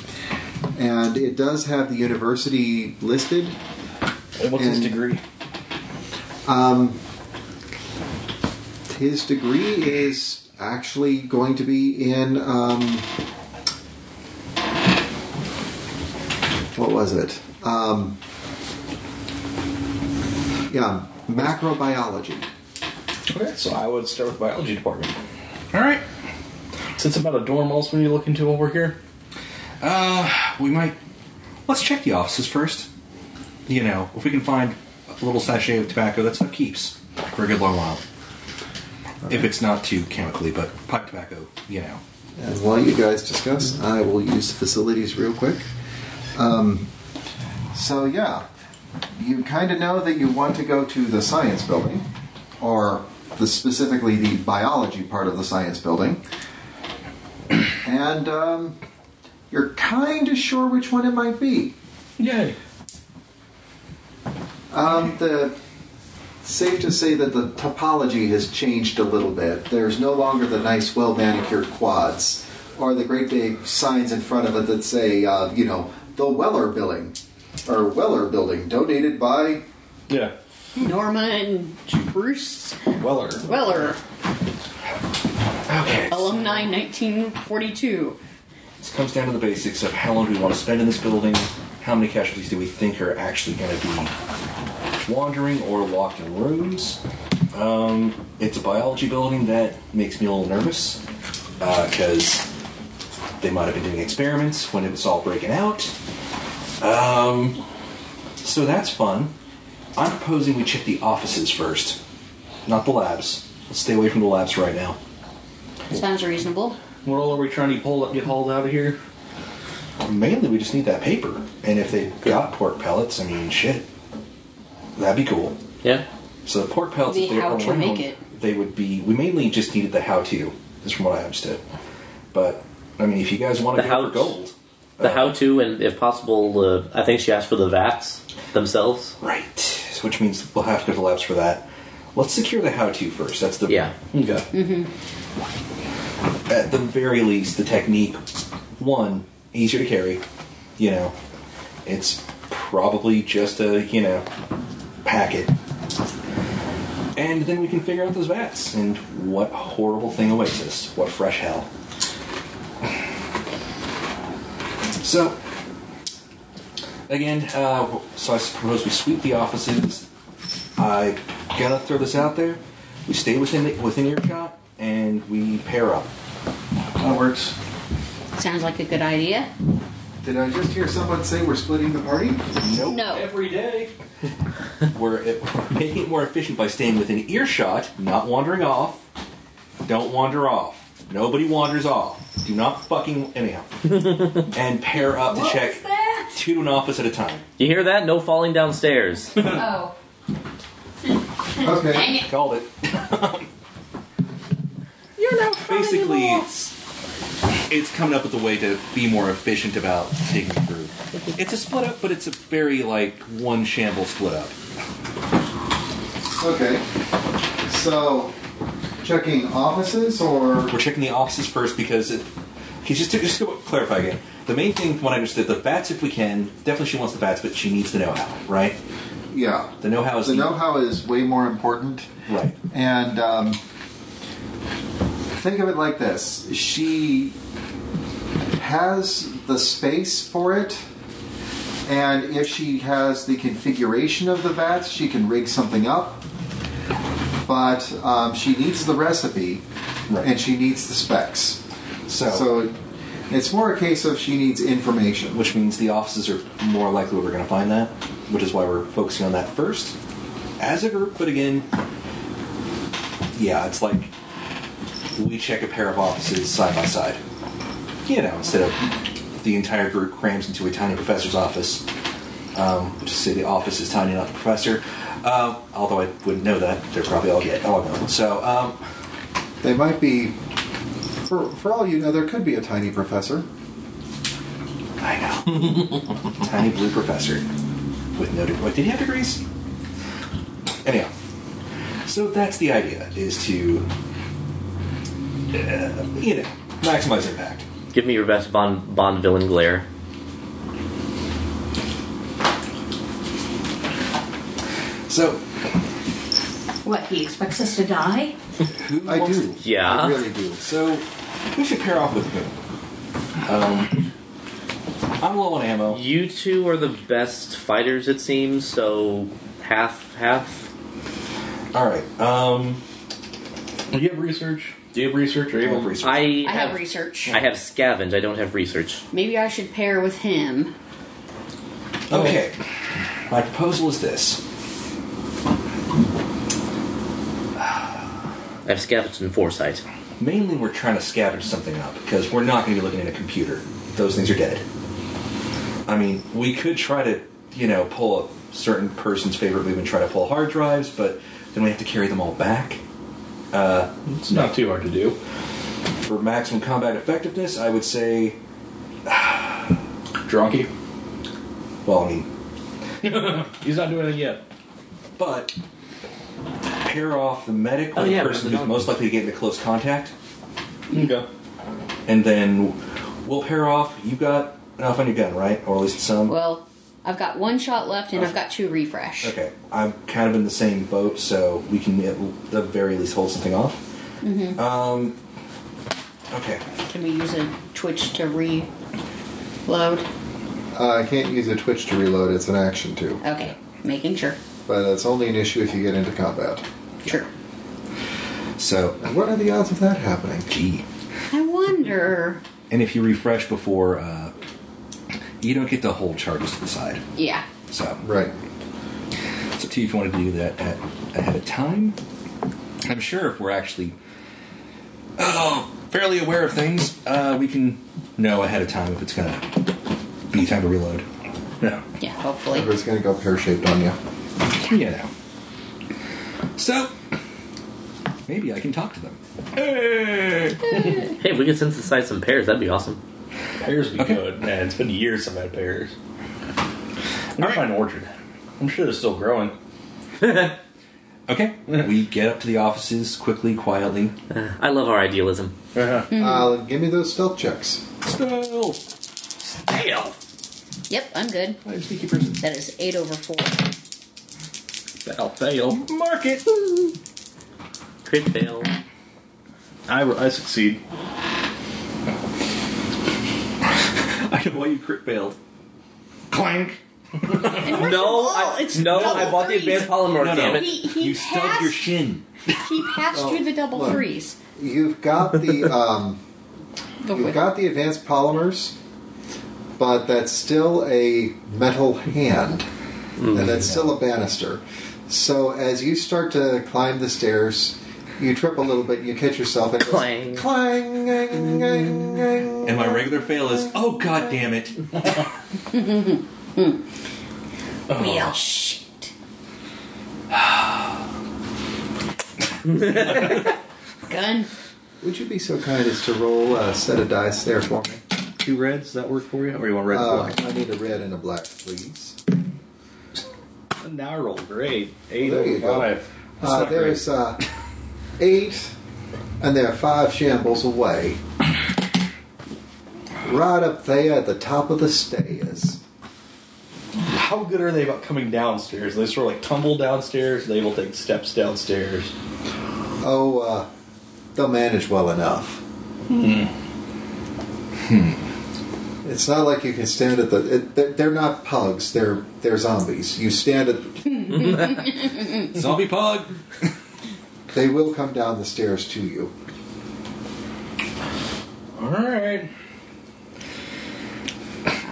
And it does have the university listed.
Mm-hmm. and what's his
And-
degree?
His degree is actually going to be in um, what was it? Um, yeah, macrobiology.
Okay, so I would start with biology department.
All right.
Since I'm about a dorm else when you look into over here.
We might. Let's check the offices first. You know, if we can find a little sachet of tobacco, that stuff keeps for a good long while. If it's not too chemically, but pipe tobacco, you know.
And while you guys discuss, I will use facilities real quick. Um, so, yeah, you kind of know that you want to go to the science building, or the, specifically the biology part of the science building. And um, you're kind of sure which one it might be.
Yay.
Um, the safe to say that the topology has changed a little bit. There's no longer the nice, well manicured quads or the great big signs in front of it that say, uh, you know, the Weller Building or Weller Building, donated by.
Yeah.
Norman Bruce
Weller.
Weller,
Okay.
alumni 1942.
This comes down to the basics of how long do we want to spend in this building? How many casualties do we think are actually going to be wandering or locked in rooms? Um, it's a biology building that makes me a little nervous because they might have been doing experiments when it was all breaking out. Um, so that's fun. I'm proposing we check the offices first, not the labs. Let's stay away from the labs right now.
Sounds reasonable.
What all are we trying to pull up, get hauled out of here?
Mainly, we just need that paper. And if they've got pork pellets, I mean, shit, that'd be cool.
Yeah.
So the pork pellets, if
The
they
how
were
to
around,
make it.
they would be. We mainly just needed the how to, is from what I understood. But I mean, if you guys want to
The
go
how-
for gold,
The
uh,
how-to, and if possible, uh, I think she asked for the vats themselves.
right? So Which means we'll have to go to labs for that. Let's secure the how to first. That's the Mm-hmm.
Yeah.
Okay.
At the very least, the technique one easier to carry. You know, it's probably just a you know packet. And then we can figure out those vats and what horrible thing awaits us. What fresh hell. [sighs] So, again, uh, so I suppose we sweep the offices. I gotta throw this out there. We stay within the, within earshot and we pair up.
That works.
Sounds like a good idea.
Did I just hear someone say we're splitting the party?
Nope.
No.
day.
We're, we're making it [laughs] more efficient by staying within earshot, not wandering off. Don't wander off. Nobody wanders off. Do not fucking anyhow. and pair up to check
that?
two to an office at a time.
You hear that? No falling downstairs.
Oh.
Okay.
Called it. Basically, it's, it's coming up with a way to be more efficient about digging through. It's a split up, but it's a very like one shamble split up.
Okay. So, checking offices or.
We're checking the offices first because it. Okay, just to, just to clarify again. The main thing, from what I understood, the bats, if we can, definitely she wants the bats, but she needs the know how, right?
Yeah.
The know how is
The know how is way more important.
Right.
And um, think of it like this: she has the space for it, and if she has the configuration of the vats, she can rig something up. But um, she needs the recipe,
Right.
and she needs the specs.
So,
So it's more a case of she needs information.
which means the offices are more likely we're going to find that, which is why we're focusing on that first as a group. But again, yeah, it's like we check a pair of offices side by side. You know, instead of the entire group crams into a tiny professor's office. Um, we'll just say the office is tiny, not the professor. Uh, although I wouldn't know that. They're probably all get all known. So, um,
They might be, for, for all you know, there could be a tiny professor.
I know. [laughs] Tiny blue professor with no degree. What, did he have degrees? Anyhow, so that's the idea: is to uh, you know maximize impact.
Give me your best Bond Bond villain glare.
So
What, he expects us to die?
who
I
wants
do.
Yeah.
I really do.
So we should pair off with whom? Um, I'm low on ammo.
You two are the best fighters, it seems. So half half.
All right. Um,
Do you have research? Do you have research? Are you able to
research.
I,
I
have
have research.
I have scavenge. I don't have research.
Maybe I should pair with him.
Okay. My proposal is this.
I have scavenge and foresight.
Mainly, we're trying to scavenge something up because we're not going to be looking at a computer. Those things are dead. I mean, we could try to, you know, pull a certain person's favorite move and try to pull hard drives, but then we have to carry them all back. Uh,
It's not too hard to do.
For maximum combat effectiveness, I would say, [sighs]
Drunky.
well, I mean,
He's not doing anything yet.
but pair off the medic with
Oh, yeah,
the person
but the
who's most likely to get into close contact,
Okay.
and then we'll pair off. You got enough on your gun, right? Or at least some.
Well, I've got one shot left and I've got two refresh.
Okay, I'm kind of in the same boat, so we can at the very least hold something off. Um, okay,
Can we use a twitch to reload?
Uh, I can't use a twitch to reload. It's an action too,
Okay, making sure.
but it's only an issue if you get into combat.
Sure.
so
And what are the odds of that happening?
G,
I wonder.
and if you refresh before, uh, you don't get the whole charges to the side.
Yeah.
So
Right.
It's up to you if you want to do that at, ahead of time. I'm sure if we're actually oh, fairly aware of things, uh, we can know ahead of time if it's going to be time to reload. Yeah.
Yeah, hopefully.
Everybody's going to go pear shaped on you.
You know. So, maybe I can talk to them.
Hey, if we could synthesize some pairs, that'd be awesome. [sighs]
Pears would be
Okay.
good. Man, it's been years since I've had pears. I'm gonna find an orchard. I'm sure they're still growing.
Okay. we get up to the offices quickly, quietly.
Uh, I love our idealism.
Uh, give me those stealth checks.
Still.
Yep, I'm good.
I'm a sneaky person.
That is eight over four.
I'll fail.
Mark it.
Crit fail.
I, I succeed.
I know why you crit failed.
Clank.
No,
Oh,
I,
it's
no,
double
I bought the
threes.
advanced polymer.
No, no.
Damn it!
He, he
you stubbed
passed,
your shin.
he passed
Oh,
through the double
look.
threes.
You've got the um,
The
you've
wi-
got the advanced polymers, but that's still a metal hand, and that's still a banister. So as you start to climb the stairs, you trip a little bit. You catch yourself and it goes,
Clang.
clang, gang, gang, gang.
And my regular fail is, oh god damn it.
Well, Oh, shit. Gun.
Would you be so kind as to roll a set of dice there for me?
Two reds, does that work for you? Or you want red and
Uh,
black?
I need a red and a black, please.
Now I rolled great. Eight
There you
over
go.
five. That's
Uh,
not great.
there's uh, eight, and they're five shambles away. Right up there at the top of the stairs.
How good are they about coming downstairs? They sort of like tumble downstairs. They will take steps downstairs.
Oh, uh, they'll manage well enough. Hmm. It's not like you can stand at the. It, they're- they're not pugs. They're they're zombies. You stand at.
Zombie pug.
They will come down the stairs to you.
All right.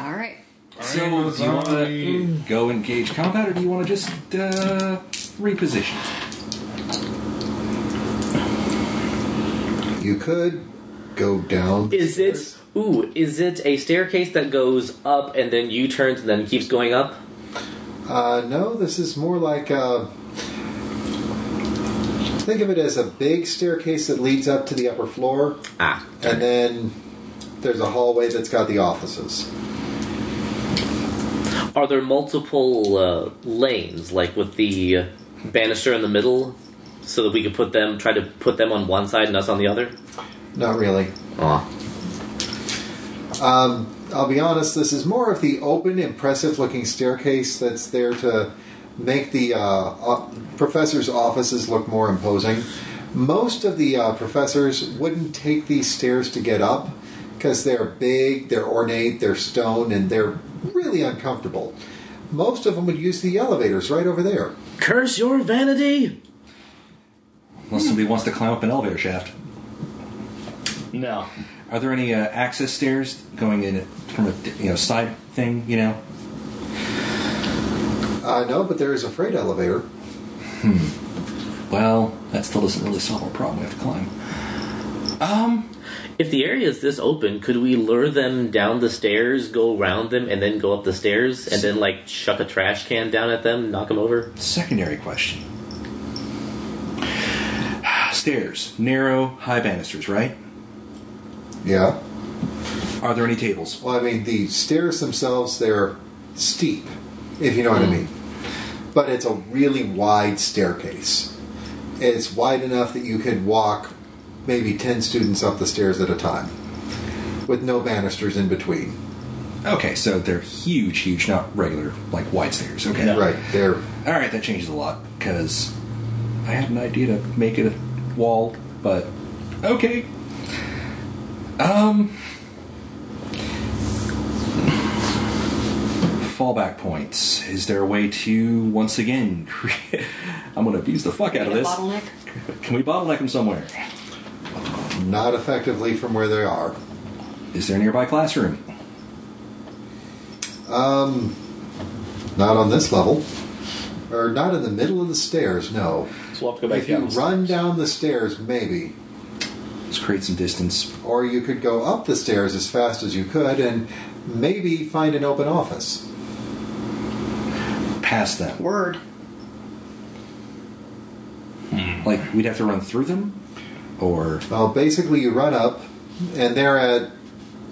All right.
So, do you want to go engage combat, or do you want to just uh, reposition?
You could go down. the
Is
stairs.
it ooh? Is it a staircase that goes up and then U turns and then keeps going up?
Uh, no, this is more like a. Think of it as a big staircase that leads up to the upper floor,
Ah,
and then there's a hallway that's got the offices.
are there multiple uh, lanes like with the uh, banister in the middle, so that we could put them try to put them on one side and us on the other?
Not really.
Aw.
I'll be honest, this is more of the open, impressive looking staircase that's there to make the uh, o- professor's offices look more imposing. Most of the uh, professors wouldn't take these stairs to get up because they're big, they're ornate, they're stone, and they're really uncomfortable. Most of them would use the elevators right over there.
Curse your vanity!
Unless somebody wants to climb up an elevator shaft.
No.
Are there any uh, access stairs going in it from a you know side thing? You know,
Uh, no, but there is a freight elevator.
well, that still doesn't really solve our problem. We have to Um, climb.
If the area is this open, could we lure them down the stairs, go around them, and then go up the stairs, and then like chuck a trash can down at them, knock them over?
Secondary question. [sighs] Stairs, narrow, high banisters, right?
Yeah.
Are there any tables?
Well, I mean, the stairs themselves, they're steep, if you know what I mean. But it's a really wide staircase. It's wide enough that you could walk maybe 10 students up the stairs at a time, with no banisters in between.
Okay, so they're huge, huge, not regular like wide stairs. Okay,
No.
Right, they're.
All right, that changes a lot because I had an idea to make it a wall, but okay. Um, fallback points. Is there a way to once again? [laughs] Create, I'm going to abuse the fuck out
Get
of
a
this.
bottleneck.
Can we bottleneck them somewhere?
Not effectively from where they are.
Is there a nearby classroom?
Not on this level. Or not in the middle of the stairs, no.
So we'll have to go back
If you
down.
run down the stairs, maybe.
Let's create some distance.
Or you could go up the stairs as fast as you could and maybe find an open office.
Past them,
Word.
Hmm. like we'd have to run through them, or
Well, basically, you run up, and they're at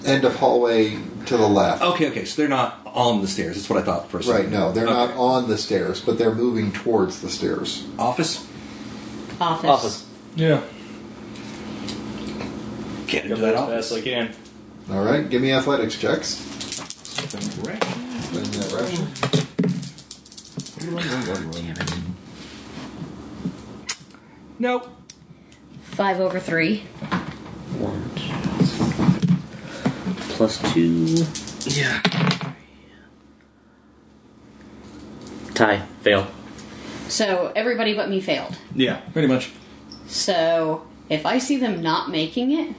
end of hallway to the left.
okay, okay. So they're not on the stairs. That's what I thought for a second.
Right, no, they're not
Okay.
on the stairs, but they're moving towards the stairs.
office.
Office.
Office.
Yeah.
Get
Go
into
there as
that
fast
office.
as I can.
All right, give me athletics checks.
Right.
Bend that ration.
Nope.
Five over three.
One, two, plus two.
Yeah.
Tie. Fail.
So everybody but me failed.
Yeah.
Pretty much.
So if I see them not making it,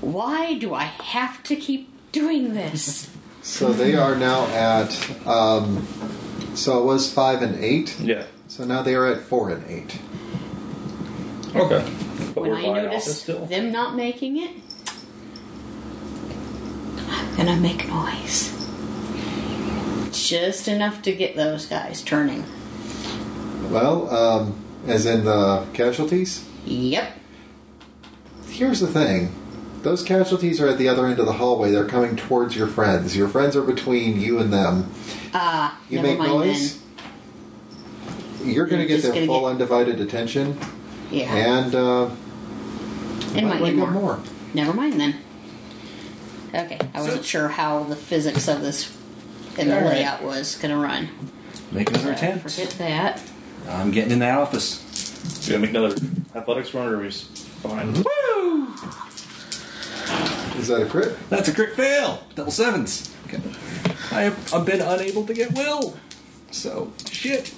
why do I have to keep doing this?
So they are now at. Um, so it was five and eight.
Yeah.
So now they are at four and eight.
Okay. [laughs] But
when
we're
I
by an office
notice
still.
them not making it, I'm gonna make noise. Just enough to get those guys turning.
Well, um, as in the casualties.
Yep.
Here's the thing. Those casualties are at the other end of the hallway. They're coming towards your friends. Your friends are between you and them.
Ah,
You
never
make
mind
noise. You're going to get
You're just
their
gonna
full
get-
undivided attention,
then. Yeah.
and uh,
it might be
wake up
more. Never mind then. Okay, I wasn't sure how the physics of this and the
All right.
layout was gonna run.
Make another attempt.
Forget that.
I'm getting in that office.
You gonna make another athletics run, or are we s- fine?
Is that a crit?
That's a crit fail. Double sevens. Okay. I have, I've been unable to get will. So shit.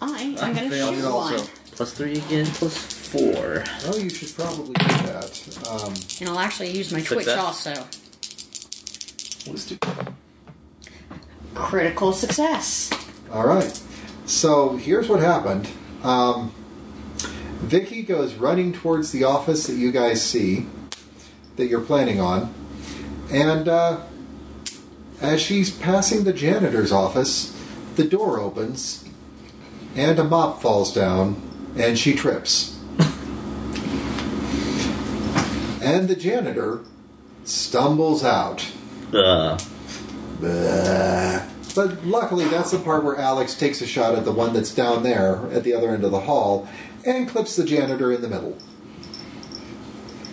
I am going to shoot one.
Plus three again, plus four.
Oh, you should probably do that. Um,
And I'll actually use my Twitch
Success.
also.
Let's do.
Critical success.
All right. So here's what happened. Um, Vicky goes running towards the office that you guys see, that you're planning on, and uh, as she's passing the janitor's office, the door opens, and a mop falls down, and she trips. and the janitor stumbles out.
Uh,
But luckily, that's the part where Alex takes a shot at the one that's down there at the other end of the hall and clips the janitor in the middle.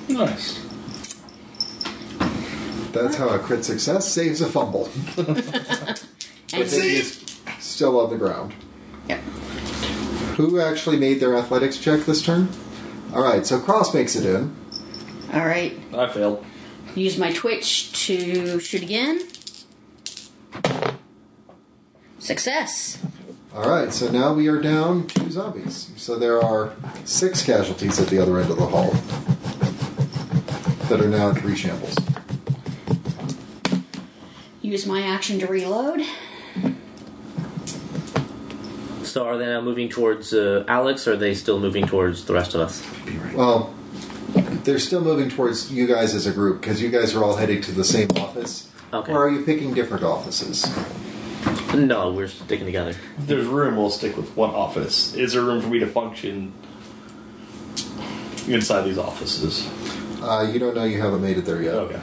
Nice.
That's how a crit success saves a fumble.
And
Ziggy is still on the ground.
Yep.
Who actually made their athletics check this turn? All right, so Cross makes it in.
All right.
I failed.
Use my Twitch to shoot again. Success.
All right, so now we are down two zombies. So there are six casualties at the other end of the hall that are now three shambles.
Use my action to reload.
so are they now moving towards uh, Alex? Or are they still moving towards the rest of us?
Well, they're still moving towards you guys as a group because you guys are all heading to the same office.
Okay.
Or are you picking different offices?
No, we're sticking together.
If there's room, we'll stick with one office. Is there room for me to function inside these offices?
Uh, you don't know. You haven't made it there yet.
Okay.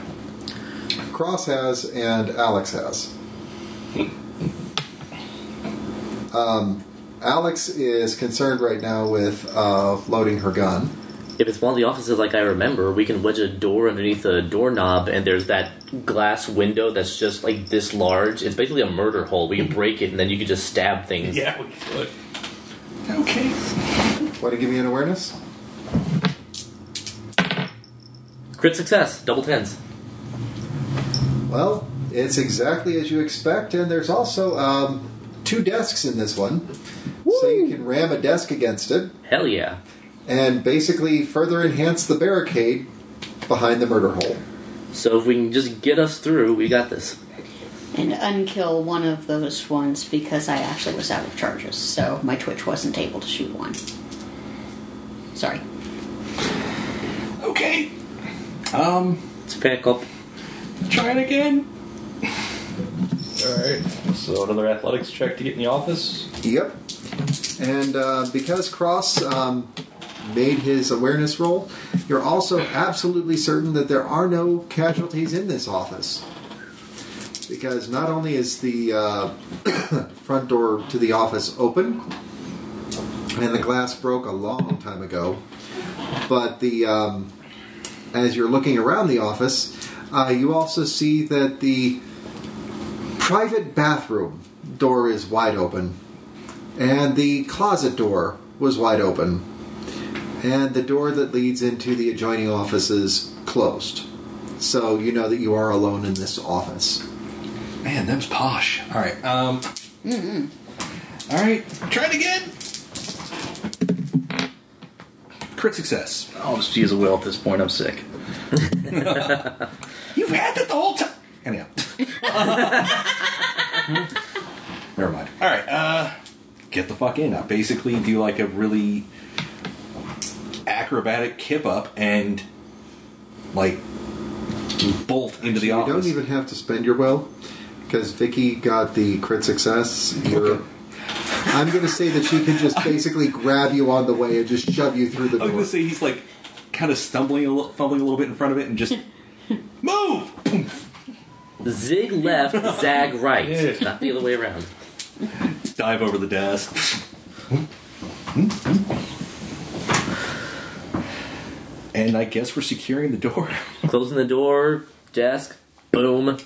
Cross has and Alex has. um, Alex is concerned right now with uh, loading her gun.
If it's one of the offices like I remember, we can wedge a door underneath a doorknob, and there's that glass window that's just like this large. It's basically a murder hole. We can break it, and then you can just stab things.
Yeah, we could.
Okay.
Want to give me an awareness?
Crit success, double tens.
Well, it's exactly as you expect, and there's also um, two desks in this one, so you can ram a desk against it.
Hell yeah.
and basically further enhance the barricade behind the murder hole.
So if we can just get us through, we got this.
And unkill one of those ones because I actually was out of charges, so my Twitch wasn't able to shoot one. Sorry.
Okay. Um,
Let's pack up.
try it again.
Alright. So another athletics check to get in the office.
Yep. And uh, because Cross um, made his awareness roll, you're also absolutely certain that there are no casualties in this office. Because not only is the uh, [coughs] front door to the office open, and the glass broke a long time ago, but the um, as you're looking around the office, uh, you also see that the private bathroom door is wide open, and the closet door was wide open, and the door that leads into the adjoining office is closed. So you know that you are alone in this office.
Man, them's posh. All right. Um. all right. Try it again. Crit success.
I'll just use a will at this point. I'm sick.
[laughs] You've had that the whole time. Anyhow. [laughs] Never mind. All right. Uh, get the fuck in. I basically do like a really acrobatic kip up and like bolt into the
you
office.
don't even have to spend your will because Vicky got the crit success. You're, [laughs] I'm going to say that she can just basically grab you on the way and just shove you through the
I was
door.
gonna say he's like kind of stumbling, a little, fumbling a little bit in front of it, and
[laughs]
just move.
Zig left,
[laughs]
zag right.
Yeah.
Not the other way around.
dive over the desk. and I guess we're securing the door.
Closing the door, desk, boom.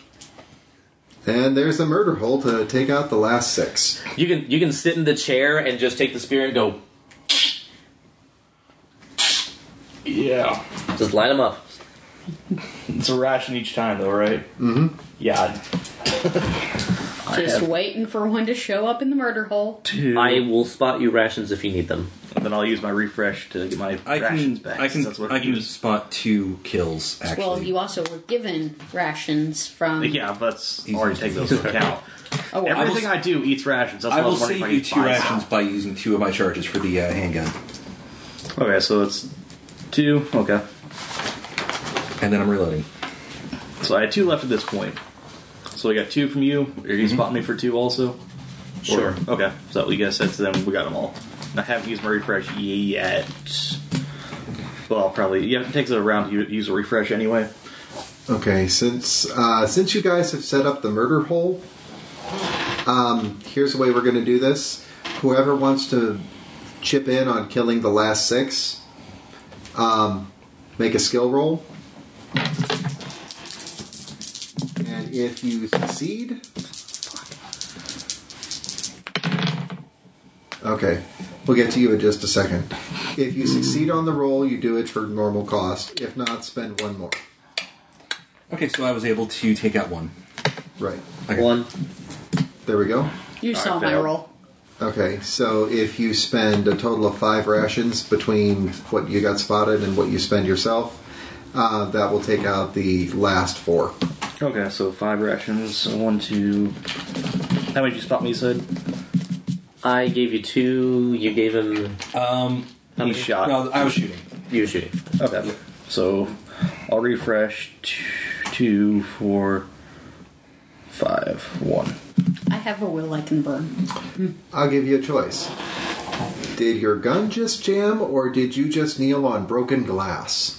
And there's a murder hole to take out the last six.
You can you can sit in the chair and just take the spear and go.
Yeah.
Just line them up.
It's a ration each time, though, right? Mm-hmm. Yeah.
Just waiting for one to show up in the murder hole.
I will spot you rations if you need them.
And then I'll use my refresh to get my
I
rations
can,
back.
I
since
can,
That's what
I
you
can spot two kills. Actually,
Well, you also were given rations from.
Yeah, that's already take those [laughs] into account.
Oh,
will-
Everything I, do eats rations. That's
I
what
will
was wondering
save
if
you
I
two
could buy
rations by using two of my charges for the uh, handgun,
some. Okay, so that's two. Okay,
and then I'm reloading.
so I had two left at this point. So I got two from you. Are you spotting me for two also?
Sure.
Or- okay, so you guys said to them, we got them all. And I haven't used my refresh yet. Well, probably. Yeah, it takes a round to u- use a refresh anyway.
Okay, since uh, since you guys have set up the murder hole, um, here's the way we're going to do this. Whoever wants to chip in on killing the last six, um, make a skill roll. And if you succeed, okay, we'll get to you in just a second. If you succeed on the roll, you do it for normal cost. If not, spend one more.
Okay, so I was able to take out one.
Right.
Okay.
One.
There we go.
you saw my
failed.
roll.
Okay, so if you spend a total of five rations between what you got spotted and what you spend yourself, uh, that will take out the last four.
Okay, so five rations. One, two. How many did you spot me? You said
I gave you two. You gave him.
Um,
he shot.
no, I was shooting.
You were shooting.
Okay. So I'll refresh t- two, four, five, one.
I have a will I can burn.
I'll give you a choice. Did your gun just jam, or did you just kneel on broken glass?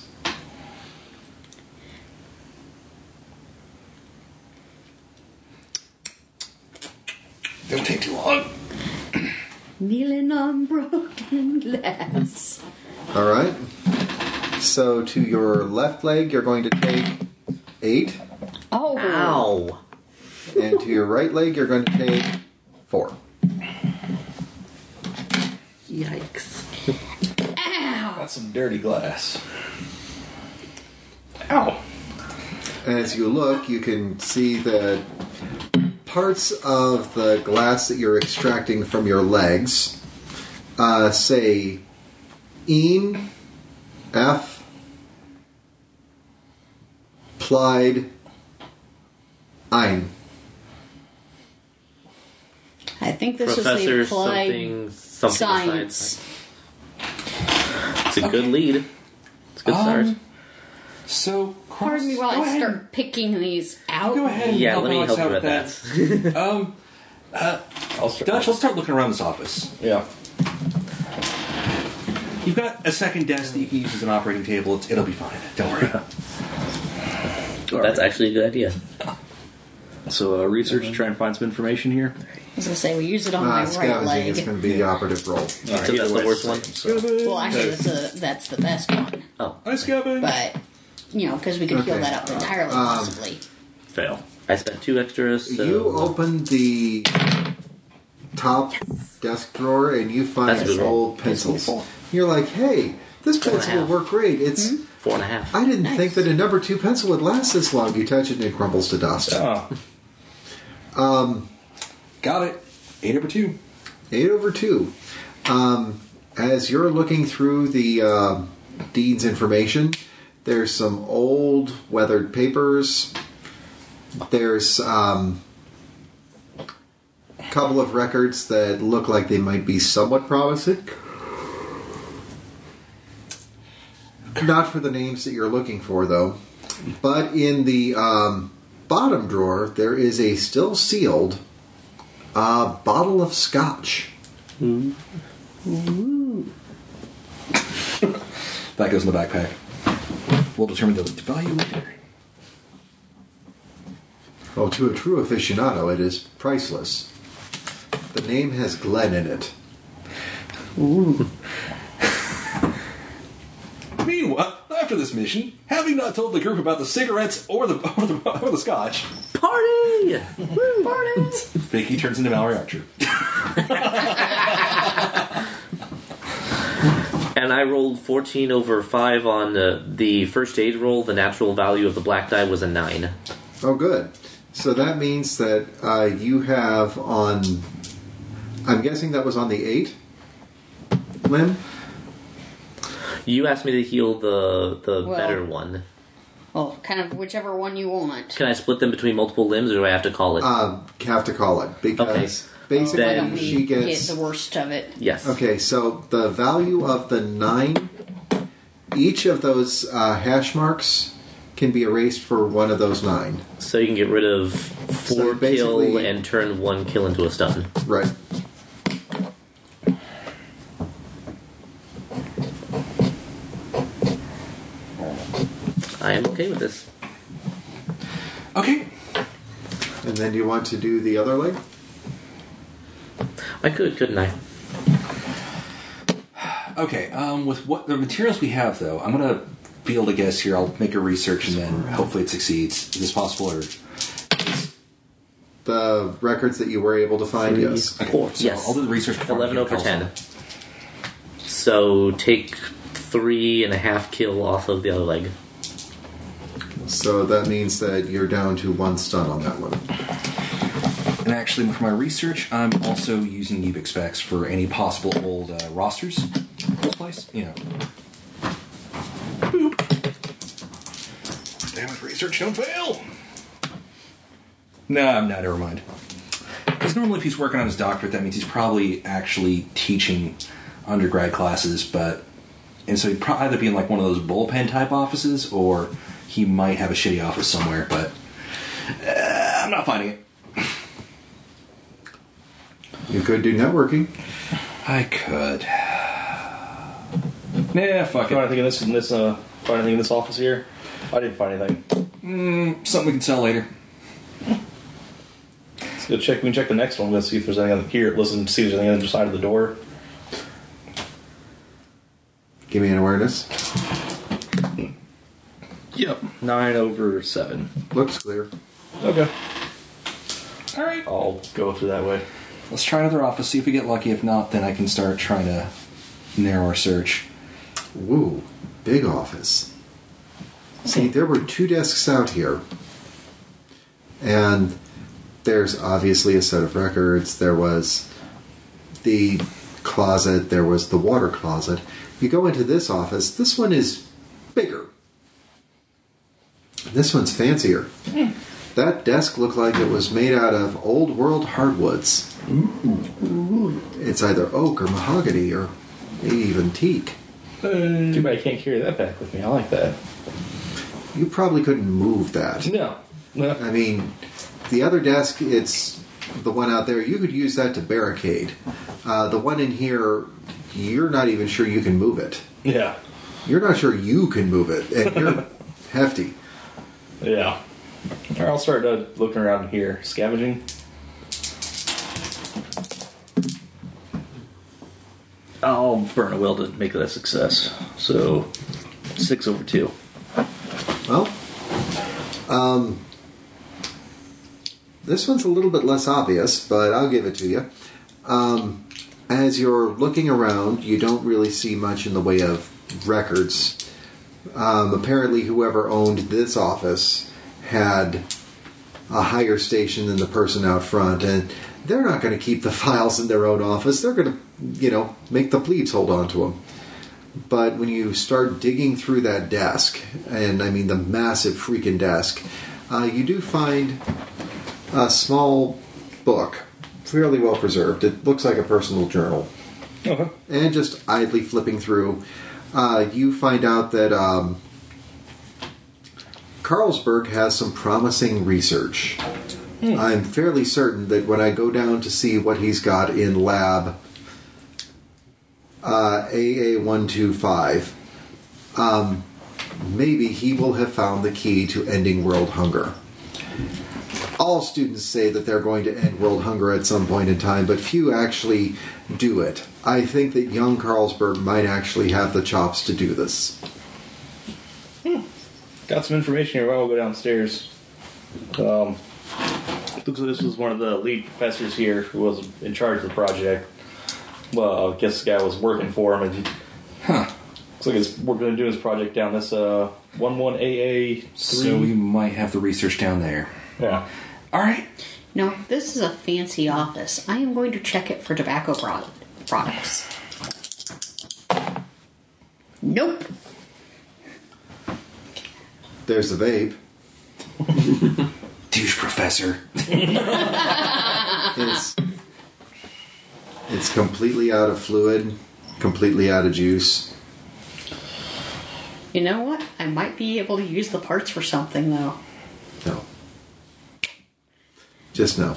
Don't take too long.
Kneeling on broken [laughs] glass.
All right. So to your left leg, you're going to take eight,
Oh,
Ow.
and to your right leg, you're going to take four.
Yikes.
That's some dirty glass. Ow!
As you look, you can see that parts of the glass that you're extracting from your legs uh, say "een F Plied Ein.
I think this
Professor
is the applied
something something
science.
It's a good lead. It's a good start.
Um, So, Cross,
Pardon me while
go
I
ahead.
start picking these out.
Go ahead. And
Yeah,
help
let me
Alex
help you
out
with that.
um,
I'll start.
Dutch, let's start looking around this office.
Yeah.
You've got a second desk that you can use as an operating table. It's, it'll be fine. Don't worry. [laughs]
[laughs] That's actually a good idea.
So uh, research to try and find some information here.
I was gonna say we use it on
Uh,
my right
scavenging is
leg.
going to be the operative role.
All right,
So
either
that's the
way,
worst
it's-
one.
Well, actually, that's, a, that's the best one.
Oh,
Hi, Scabbing.
But you know, because we could heal
Okay. Uh, um,
that up entirely, possibly.
Fail.
I spent two extras. So
You open the top desk drawer and you find
That's a good roll.
old pencils. You're like, hey, this pencil will
half.
work great. It's.
Mm-hmm.
four and a half.
I didn't think that a number two pencil would last this long. You touch it and it crumbles to dust.
Oh.
Got it. Eight over two.
Eight over two. Um, as you're looking through the um deeds information, there's some old weathered papers. There's um, a couple of records that look like they might be somewhat promising. Not for the names that you're looking for, though. But in the um, bottom drawer, there is a still sealed uh, bottle of scotch.
That goes in the backpack. We'll determine the value later.
Well, Oh, to a true aficionado, it is priceless. The name has Glen in it.
Meanwhile, I've after this mission, having not told the group about the cigarettes or the [laughs] or the, or the scotch,
Party!
Vicky turns into Mallory Archer.
[laughs] And I rolled 14 over 5 on uh, the first aid roll. The natural value of the black die was a 9.
Oh, good. So that means that uh, you have on. I'm guessing that was on the 8 limb?
You asked me to heal the, the
Well-
better one.
Well, kind of whichever one you want.
Can I split them between multiple limbs or do I have to call it?
Um, have to call it. Because basically
Why
Then
don't we
she gets.
get the worst of it?
yes.
Okay, so the value of the nine, each of those uh, hash marks can be erased for one of those nine.
So you can get rid of 4
So
kill
basically-
and turn 1 kill into a stun.
Right.
I am okay with this.
Okay,
And then do you want to do the other leg?
I could, couldn't I?
Okay, um, with what the materials we have, though, I'm gonna field a guess here. I'll make a research and then hopefully it succeeds. Is this possible? Or
The records that you were able to find, yes.
okay,
Four,
so
yes.
I'll do the research. before
11
making
over
calls.
10. So take 3 and a half kill off of the other leg.
So that means that you're down to one stun on that one.
And actually, for my research, I'm also using Ebic specs for any possible old uh, rosters. This place, you know. Boop. Damn it, research don't fail. No, I'm not. Never mind. Because normally, if he's working on his doctorate, that means he's probably actually teaching undergrad classes. But and so he'd probably either be in like one of those bullpen type offices, or he might have a shitty office somewhere. But uh, I'm not finding it.
You could do networking.
I could. Nah, fuck
Find
it.
anything in this in this uh find anything in this office here? I didn't find anything.
Something we can sell later.
Let's go check. We can check the next one. Let's see if there's anything here. Listen, see if there's anything on the other side of the door.
Give me an awareness.
Yep, nine over seven.
Looks clear.
Okay,
All right.
I'll go through that way.
Let's try another office. See if we get lucky. If not, then I can start trying to narrow our search.
Woo, big office. See, there were two desks out here, and there's obviously a set of records. There was the closet, there was the water closet. You go into this office, this one is bigger. This one's fancier. That desk looked like it was made out of old world hardwoods. It's either oak or mahogany or maybe even teak.
Too bad I can't carry that back with me. I like that.
You probably couldn't move that.
No, [laughs] no.
I mean, the other desk, it's the one out there, you could use that to barricade. Uh, the one in here, you're not even sure you can move it.
Yeah,
You're not sure you can move it, and you're [laughs] hefty.
yeah. All right, I'll start uh, looking around here, scavenging. I'll burn a will to make that a success. So six over two.
Well, um, this one's a little bit less obvious, but I'll give it to you. Um, as you're looking around, you don't really see much in the way of records. Um, apparently, whoever owned this office had a higher station than the person out front, and they're not going to keep the [laughs] files in their own office. They're going to, you know, make the plebes hold on to them. But when you start digging through that desk, and I mean the massive freaking desk, uh, you do find a small book, fairly well preserved. It looks like a personal journal.
Okay.
And just idly flipping through, uh, you find out that um, Carlsberg has some promising research. I'm fairly certain that when I go down to see what he's got in lab uh, AA125, um, maybe he will have found the key to ending world hunger. All students say that they're going to end world hunger at some point in time, but few actually do it. I think that young Carlsberg might actually have the chops to do this.
Got some information here. Why don't we go downstairs? Um, looks like this was one of the lead professors here who was in charge of the project. Well, I guess the guy was working for him, and he, looks like it's, we're going to do his project down this uh one one AA.
So we might have the research down there.
Yeah,
All right.
No, this is a fancy office. I am going to check it for tobacco pro- products. Nope.
There's the vape.
Douche professor.
It's it's completely out of fluid, completely out of juice.
You know what? I might be able to use the parts for something though.
No. Just no.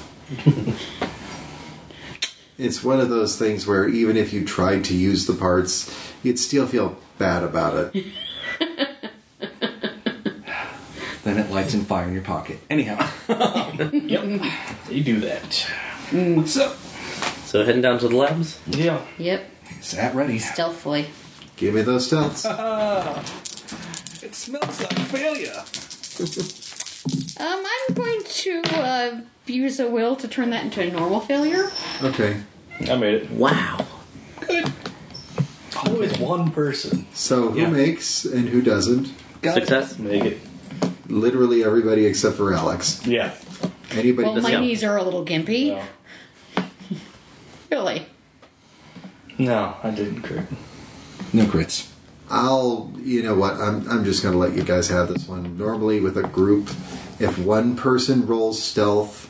it's one of those things where even if you tried to use the parts, you'd still feel bad about it.
Then it lights and fire in your pocket. Anyhow,
you do that.
[laughs] What's up?
So heading down to the labs.
Yeah,
Yep.
sat ready.
Stealthily.
Give me those stunts.
It smells like failure.
Um, I'm going to uh, use a will to turn that into a normal failure.
Okay.
I made it.
Wow.
Always one person
So who
Yeah.
makes and who doesn't?
Success.
make it.
Literally everybody except for Alex.
Yeah,
Anybody
Well, my
count.
knees are a little gimpy.
No.
Really?
no, I didn't crit.
No crits.
I'll, you know what? I'm, I'm just going to let you guys have this one. Normally, with a group, if one person rolls stealth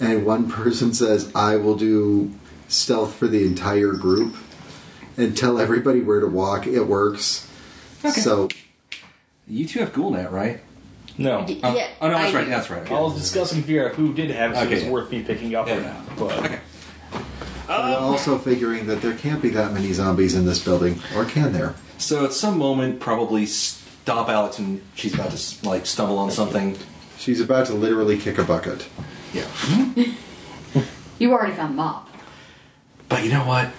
and one [laughs] person says, I will do stealth for the entire group and tell everybody where to walk, it works.
Okay.
So,
You two have Ghoulnet, right?
No,
Y-
Oh,
yeah.
oh no, that's
I-
right. That's right.
I was discussing Vera who did have, so
Okay,
it's
yeah.
worth me picking up or
Yeah.
not. But
Okay.
I'm also figuring that there can't be that many zombies in this building, or can there?
So at some moment, probably stop Alex and she's about to like stumble on something.
She's about to literally kick a bucket.
Yeah.
You already found Mop.
But you know what?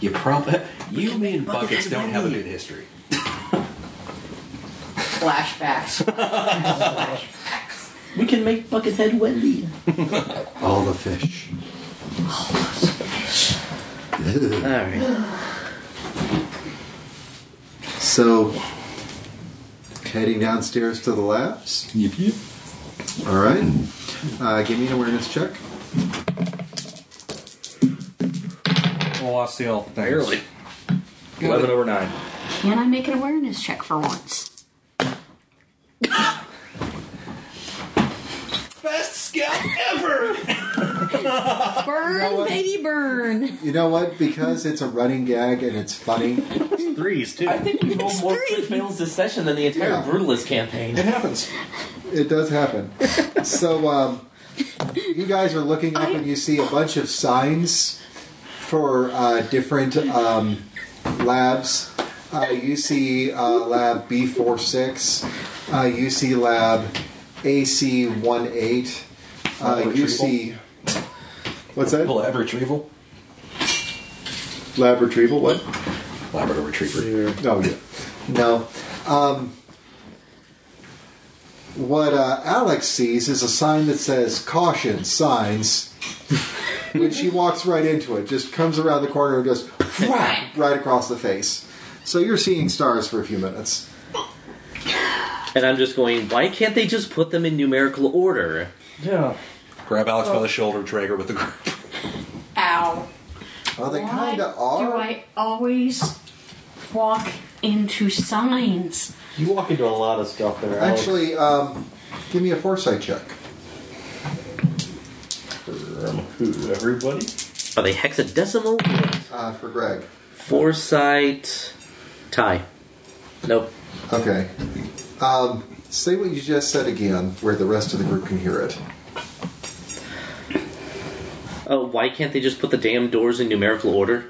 You
[laughs]
probably you and buckets don't have a good history.
Flashbacks.
[laughs]
We can make Buckethead Wendy.
All the fish. Ugh.
All right.
so, heading downstairs to the labs.
Yep, yep.
All right. Uh, give me an awareness check.
Well, I still thanks.
barely eleven over nine.
Can I make an awareness check for once?
Best scout ever.
[laughs] Burn,
what?
baby, burn.
You know what? Because it's a running gag and it's funny.
Threes too.
I think we've rolled more crit fails this session than the entire
Yeah.
Brutalist campaign.
It happens.
It does happen. So, um, you guys are looking up and you see a bunch of signs for uh, different um, labs. Uh, you see uh, lab B46, uh, you see lab AC18, uh, you see. What's that?
Lab retrieval.
Lab retrieval? What?
Labrador retriever.
No, Oh, no. Um, what uh, Alex sees is a sign that says "Caution Signs," [laughs] when she walks right into it. Just comes around the corner and just whack, right across the face. So you're seeing stars for a few minutes.
And I'm just going. Why can't they just put them in numerical order?
Yeah.
Grab Alex by the shoulder, drag her with the group.
Ow.
Well, they
Why
kind of
Do
are.
I always walk into signs?
You walk into a lot of stuff there. Alex.
Actually, um, give me a foresight check.
Um, who? Everybody.
Are they hexadecimal?
Uh, for Greg.
Foresight. Tie. Nope.
Okay. Um, say what you just said again, where the rest of the group can hear it.
Oh, why can't they just put the damn doors in numerical order?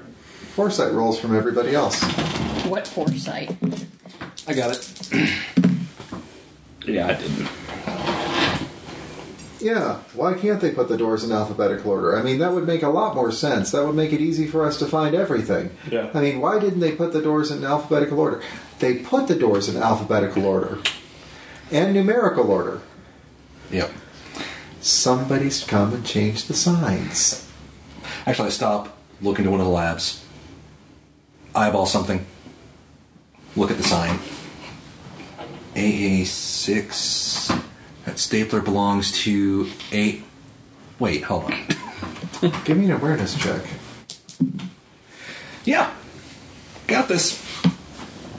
Foresight rolls from everybody else.
What foresight?
I got it.
Yeah, I didn't.
Yeah, why can't they put the doors in alphabetical order? I mean, that would make a lot more sense. That would make it easy for us to find everything.
Yeah.
I mean, why didn't they put the doors in alphabetical order? They put the doors in alphabetical order and numerical order.
[laughs] Yep.
Somebody's come and changed the signs.
Actually, I stop, look into one of the labs, eyeball something, look at the sign. AA6. That stapler belongs to A. Wait, hold on. [laughs]
Give me an awareness check.
Yeah. Got this.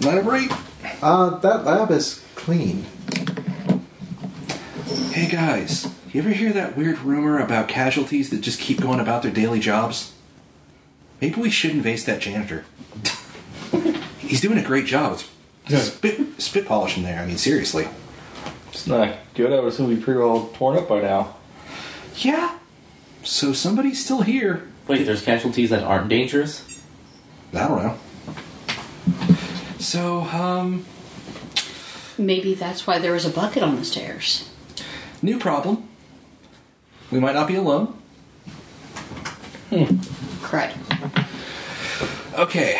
Not a right.
Uh, that lab is clean.
Hey guys, you ever hear that weird rumor about casualties that just keep going about their daily jobs? Maybe we should invade that janitor. [laughs] He's doing a great job.
Yeah.
It's spit, spit polishing there. I mean, seriously.
It's not good. I was who we pretty well torn up by now.
Yeah. So somebody's still here.
Wait, there's casualties that aren't dangerous?
I don't know. So, um,
Maybe that's why there was a bucket on the stairs.
new problem. We might not be alone.
Crud.
Okay.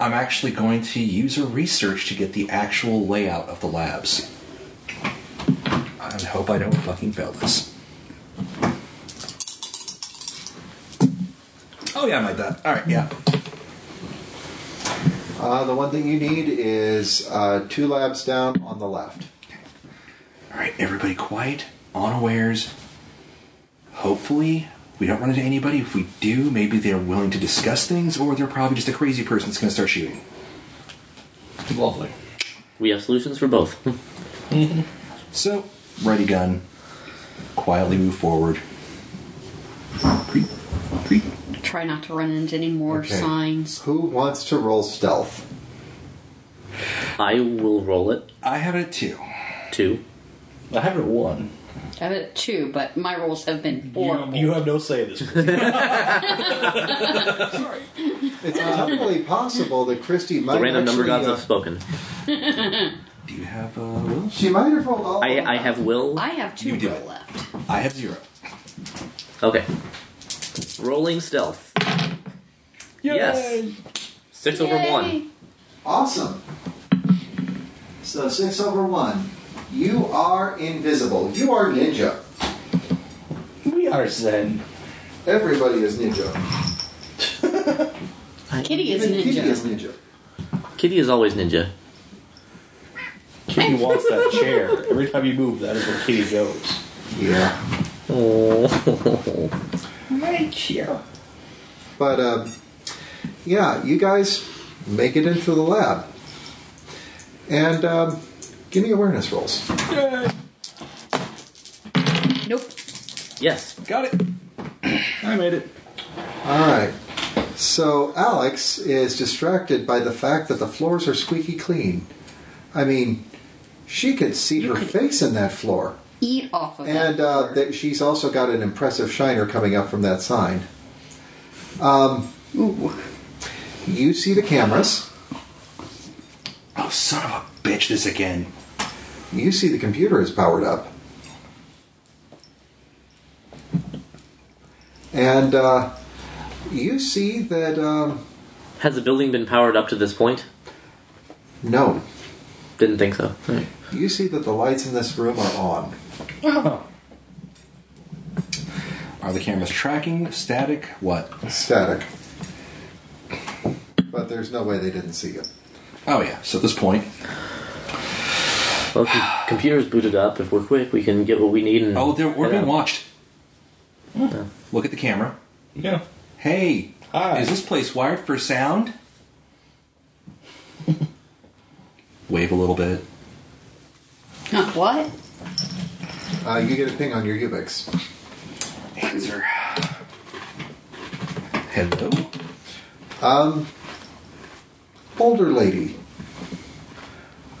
I'm actually going to use a research to get the actual layout of the labs. I hope I don't fucking fail this. Oh yeah, I might that. All right, yeah.
Uh, the one thing you need is uh, two labs down on the left.
All right, everybody quiet, unawares. Hopefully, we don't run into anybody. If we do, maybe they're willing to discuss things, or they're probably just a crazy person that's going to start shooting.
Lovely.
We have solutions
[laughs]
for both.
So, ready gun. Quietly move forward. Creep, creep.
Try not to run into any more
Okay.
signs.
Who wants to roll stealth?
I will roll it
I have it too.
too.
I have it at one.
I have it at two, but my rolls have been
You,
horrible. [laughs]
you have no say in [laughs] this.
[laughs]
It's entirely possible that Christy might
The random number
actually,
gods
uh,
have spoken.
Do you have uh, Will?
She might have rolled all.
I, I have will.
I have two
You do
roll
it.
left.
I have zero.
Okay. Rolling stealth. Yes. Six over one.
Awesome. So six over one. You are invisible. You are ninja.
We are Zen.
Everybody is ninja.
Kitty is
Even Kitty is
ninja.
ninja.
Kitty is
[laughs]
always ninja.
Kitty wants that chair. Every time you move, that is where Kitty goes.
Yeah.
Oh.
My chair.
But um, yeah, you guys make it into the lab, and um, give me awareness rolls.
Nope.
Yes.
Got it.
I made it.
All right. So Alex is distracted by the fact that the floors are squeaky clean. I mean, she could see her face in that floor.
Eat off of
And
it.
uh, that she's also got an impressive shiner coming up from that sign. Um,
Ooh.
You see the cameras.
Oh, son of a bitch! This again.
You see the computer is powered up. And uh, you see that um,
Has the building been powered up to this point?
no,
Didn't think so.
you see that the lights in this room are on.
Are the cameras tracking? Static? What?
static. But there's no way they didn't see it.
Oh yeah. So at this point,
Well, if the computer's booted up. If we're quick, we can get what we need. And
oh, they're, we're being
Yeah.
watched. Look at the camera.
Yeah.
Hey,
Hi.
is this place wired for sound? Wave a little bit.
Huh, what?
Uh, you get a ping on your Ubix.
Answer. Hello.
Um, Older lady.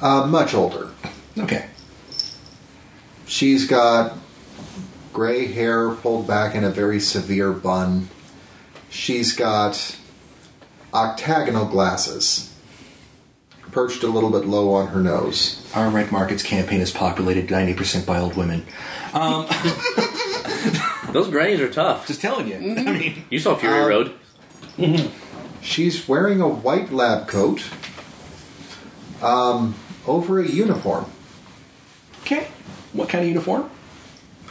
Uh, much older.
Okay.
She's got gray hair pulled back in a very severe bun. She's got octagonal glasses. perched a little bit low on her nose.
Our Red Markets campaign is populated 90% by old women.
Those grannies are tough.
Just telling you. [laughs] I mean,
You saw Fury
Um,
Road.
She's wearing a white lab coat um, over a uniform.
okay. What kind of uniform?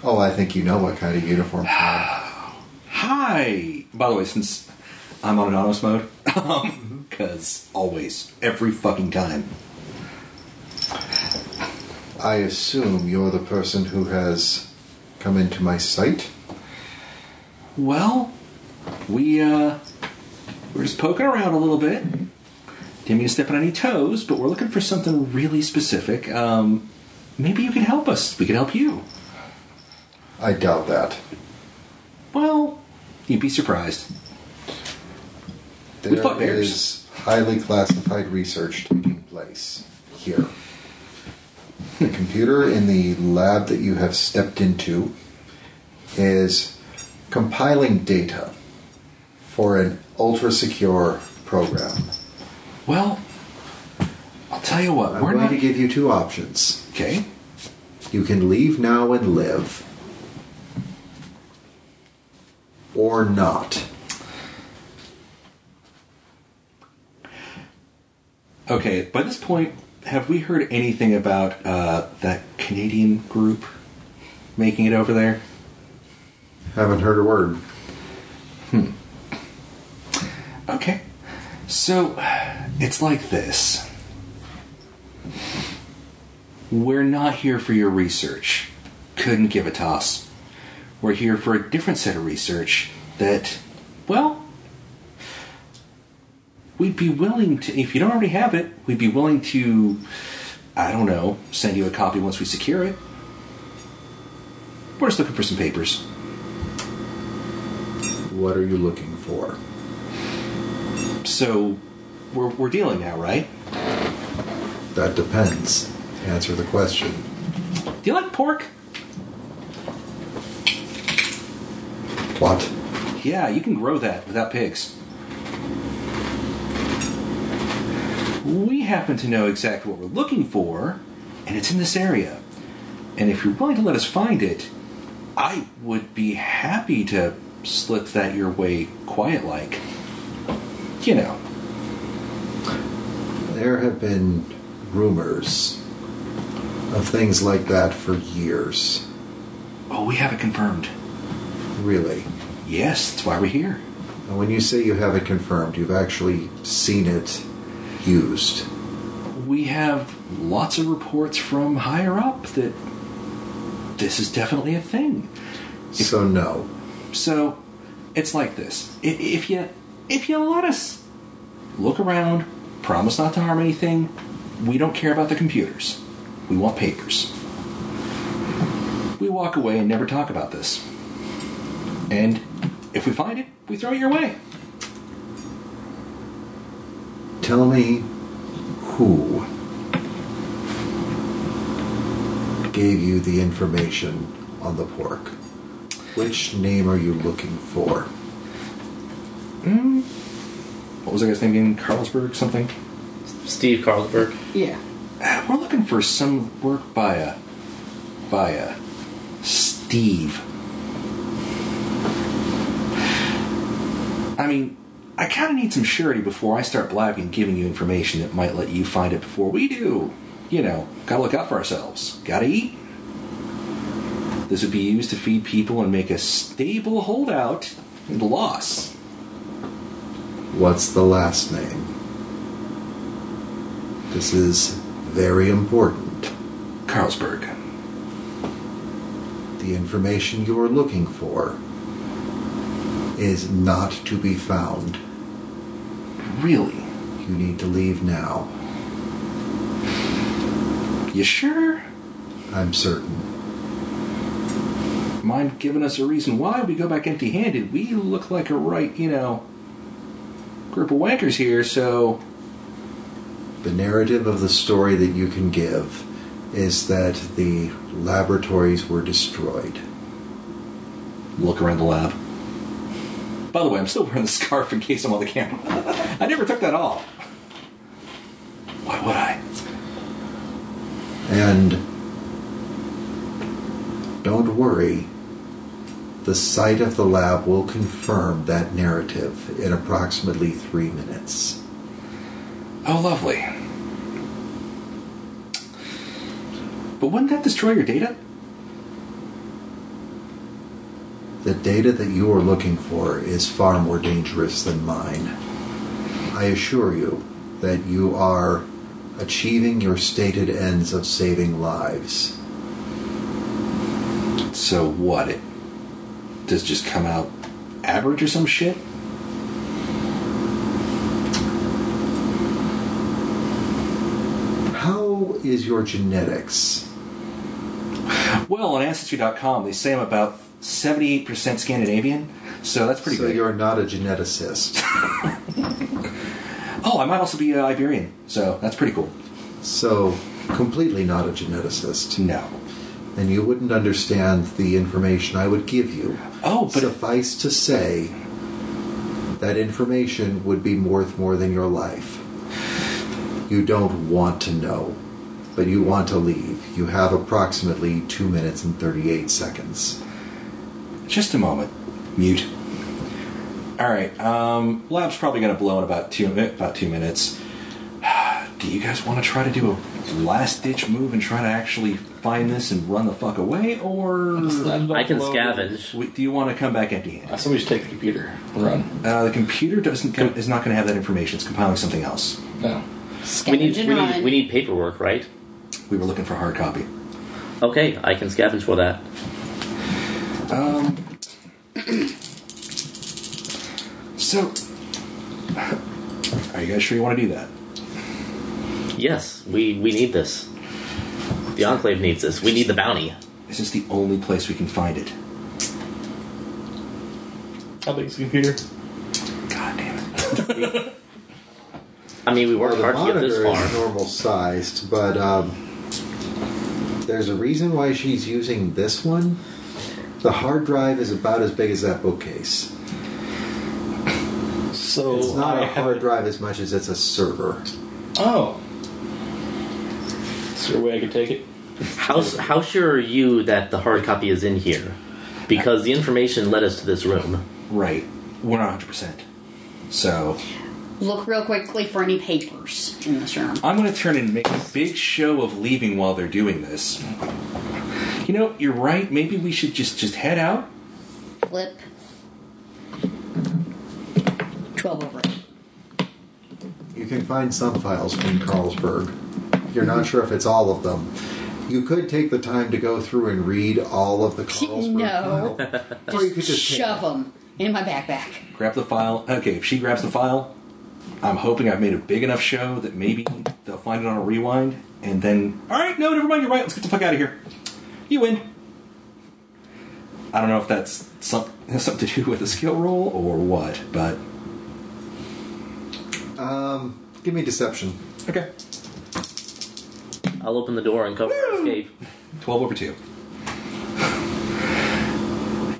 Oh, I think you know what kind of uniform.
Hi. By the way, since I'm on anonymous mode, [laughs] because always, every fucking time.
I assume you're the person who has come into my sight.
Well, we uh, we're just poking around a little bit. Didn't mean to step on any toes, but we're looking for something really specific. Um, maybe you can help us. We can help you.
I doubt that.
Well, you'd be surprised.
There is
fought bears.
highly classified research taking place here. The computer in the lab that you have stepped into is compiling data for an ultra secure program.
Well, I'll tell you what.
I'm
We're
going
not
to give you two options.
okay.
You can leave now and live, or not.
Okay. By this point, have we heard anything about uh, that Canadian group making it over there?
Haven't heard a word.
Okay. So, it's like this. We're not here for your research. Couldn't give a toss. We're here for a different set of research that, well, we'd be willing to, if you don't already have it, we'd be willing to, I don't know, send you a copy once we secure it. We're just looking for some papers.
What are you looking for?
So, we're, we're dealing now, right?
That depends. Answer the question.
Do you like pork?
What?
Yeah, you can grow that without pigs. We happen to know exactly what we're looking for, and it's in this area. And if you're willing to let us find it, I would be happy to slip that your way quiet like. You know.
There have been rumors of things like that for years.
Oh, we have it confirmed.
Really.
Yes, that's why we're here.
And when you say you have it confirmed, you've actually seen it used.
We have lots of reports from higher up that this is definitely a thing.
So no.
So it's like this: I- if you if you let us look around, promise not to harm anything. We don't care about the computers. We want papers. We walk away and never talk about this. And if we find it, we throw it your way.
Tell me who gave you the information on the pork. Which name are you looking for?
What was I guy's name again? Carlsberg something?
Steve Carlsberg.
Yeah.
Uh, We're looking for some work by a by a Steve. I mean, I kind of need some surety before I start blabbing and giving you information that might let you find it before we do. You know, gotta look out for ourselves. Gotta eat. This would be used to feed people and make a stable holdout and loss.
What's the last name? This is very important.
Carlsberg.
The information you are looking for is not to be found.
Really?
You need to leave now.
You sure?
I'm certain.
mind giving us a reason why we go back empty handed. We look like a right, you know, group of wankers here, so.
The narrative of the story that you can give is that the laboratories were destroyed.
Look around the lab. By the way, [laughs] I'm still wearing the scarf in case I'm on the camera. I never took that off. Wow. Why would I?
And don't worry, the site of the lab will confirm that narrative in approximately three minutes.
Oh, lovely. But wouldn't that destroy your data?
The data that you are looking for is far more dangerous than mine. I assure you that you are achieving your stated ends of saving lives.
So what? It does just come out average or some shit?
How is your genetics?
Well, on Ancestry.com, they say I'm about 78% Scandinavian, so that's pretty
so
good.
you're not a geneticist.
Oh, I might also be uh, Iberian, so that's pretty cool.
so completely not a geneticist.
No.
And you wouldn't understand the information I would give you.
Oh, but
Suffice to say, that information would be worth more than your life. You don't want to know, but you want to leave. You have approximately 2 minutes and 38 seconds.
just a moment. Mute. All right. Um, lab's probably going to blow in about two mi- about two minutes. [sighs] Do you guys want to try to do a last ditch move and try to actually find this and run the fuck away, or
I can scavenge.
we- do you want to come back empty
Uh,
handed?
Somebody should take the computer and run.
Uh, the computer doesn't is not going to have that information. It's compiling something else.
No.
We need,
Scavenge
we
and
need
run.
we need paperwork, right?
We were looking for hard copy.
Okay, I can scavenge for that.
So, [sighs] are you guys sure you want to do that?
Yes, we we need this. The enclave needs this. We need the bounty.
Is this the only place we can find it?
How big's the computer?
God damn it.
I mean, we worked
Well, the
hard to get
monitor
this
is
far.
normal sized, but um, there's a reason why she's using this one. The hard drive is about as big as that bookcase.
So
It's not
Oh, I
a
have
hard
it-
drive as much as it's a server.
Oh,
Is there a way I can take it?
How s- how sure are you that the hard copy is in here? Because the information led us to this room.
Right. We're not 100%. So,
Look real quickly for any papers in this room.
I'm going to turn and make a big show of leaving while they're doing this. You know, you're right. Maybe we should just just head out.
Flip. 12 over. eight.
You can find some files from Carlsberg. You're not sure if it's all of them. You could take the time to go through and read all of the Carlsberg
No.
file.
Just,
or you could just take
shove them in my backpack.
Grab the file. Okay, if she grabs the file, I'm hoping I've made a big enough show that maybe they'll find it on a rewind and then. Alright, no, never mind, you're right. Let's get the fuck out of here. You win. I don't know if that's some, [laughs] has something to do with a skill roll or what, but.
Um, give me deception.
Okay.
I'll open the door and cover our escape.
12 over 2.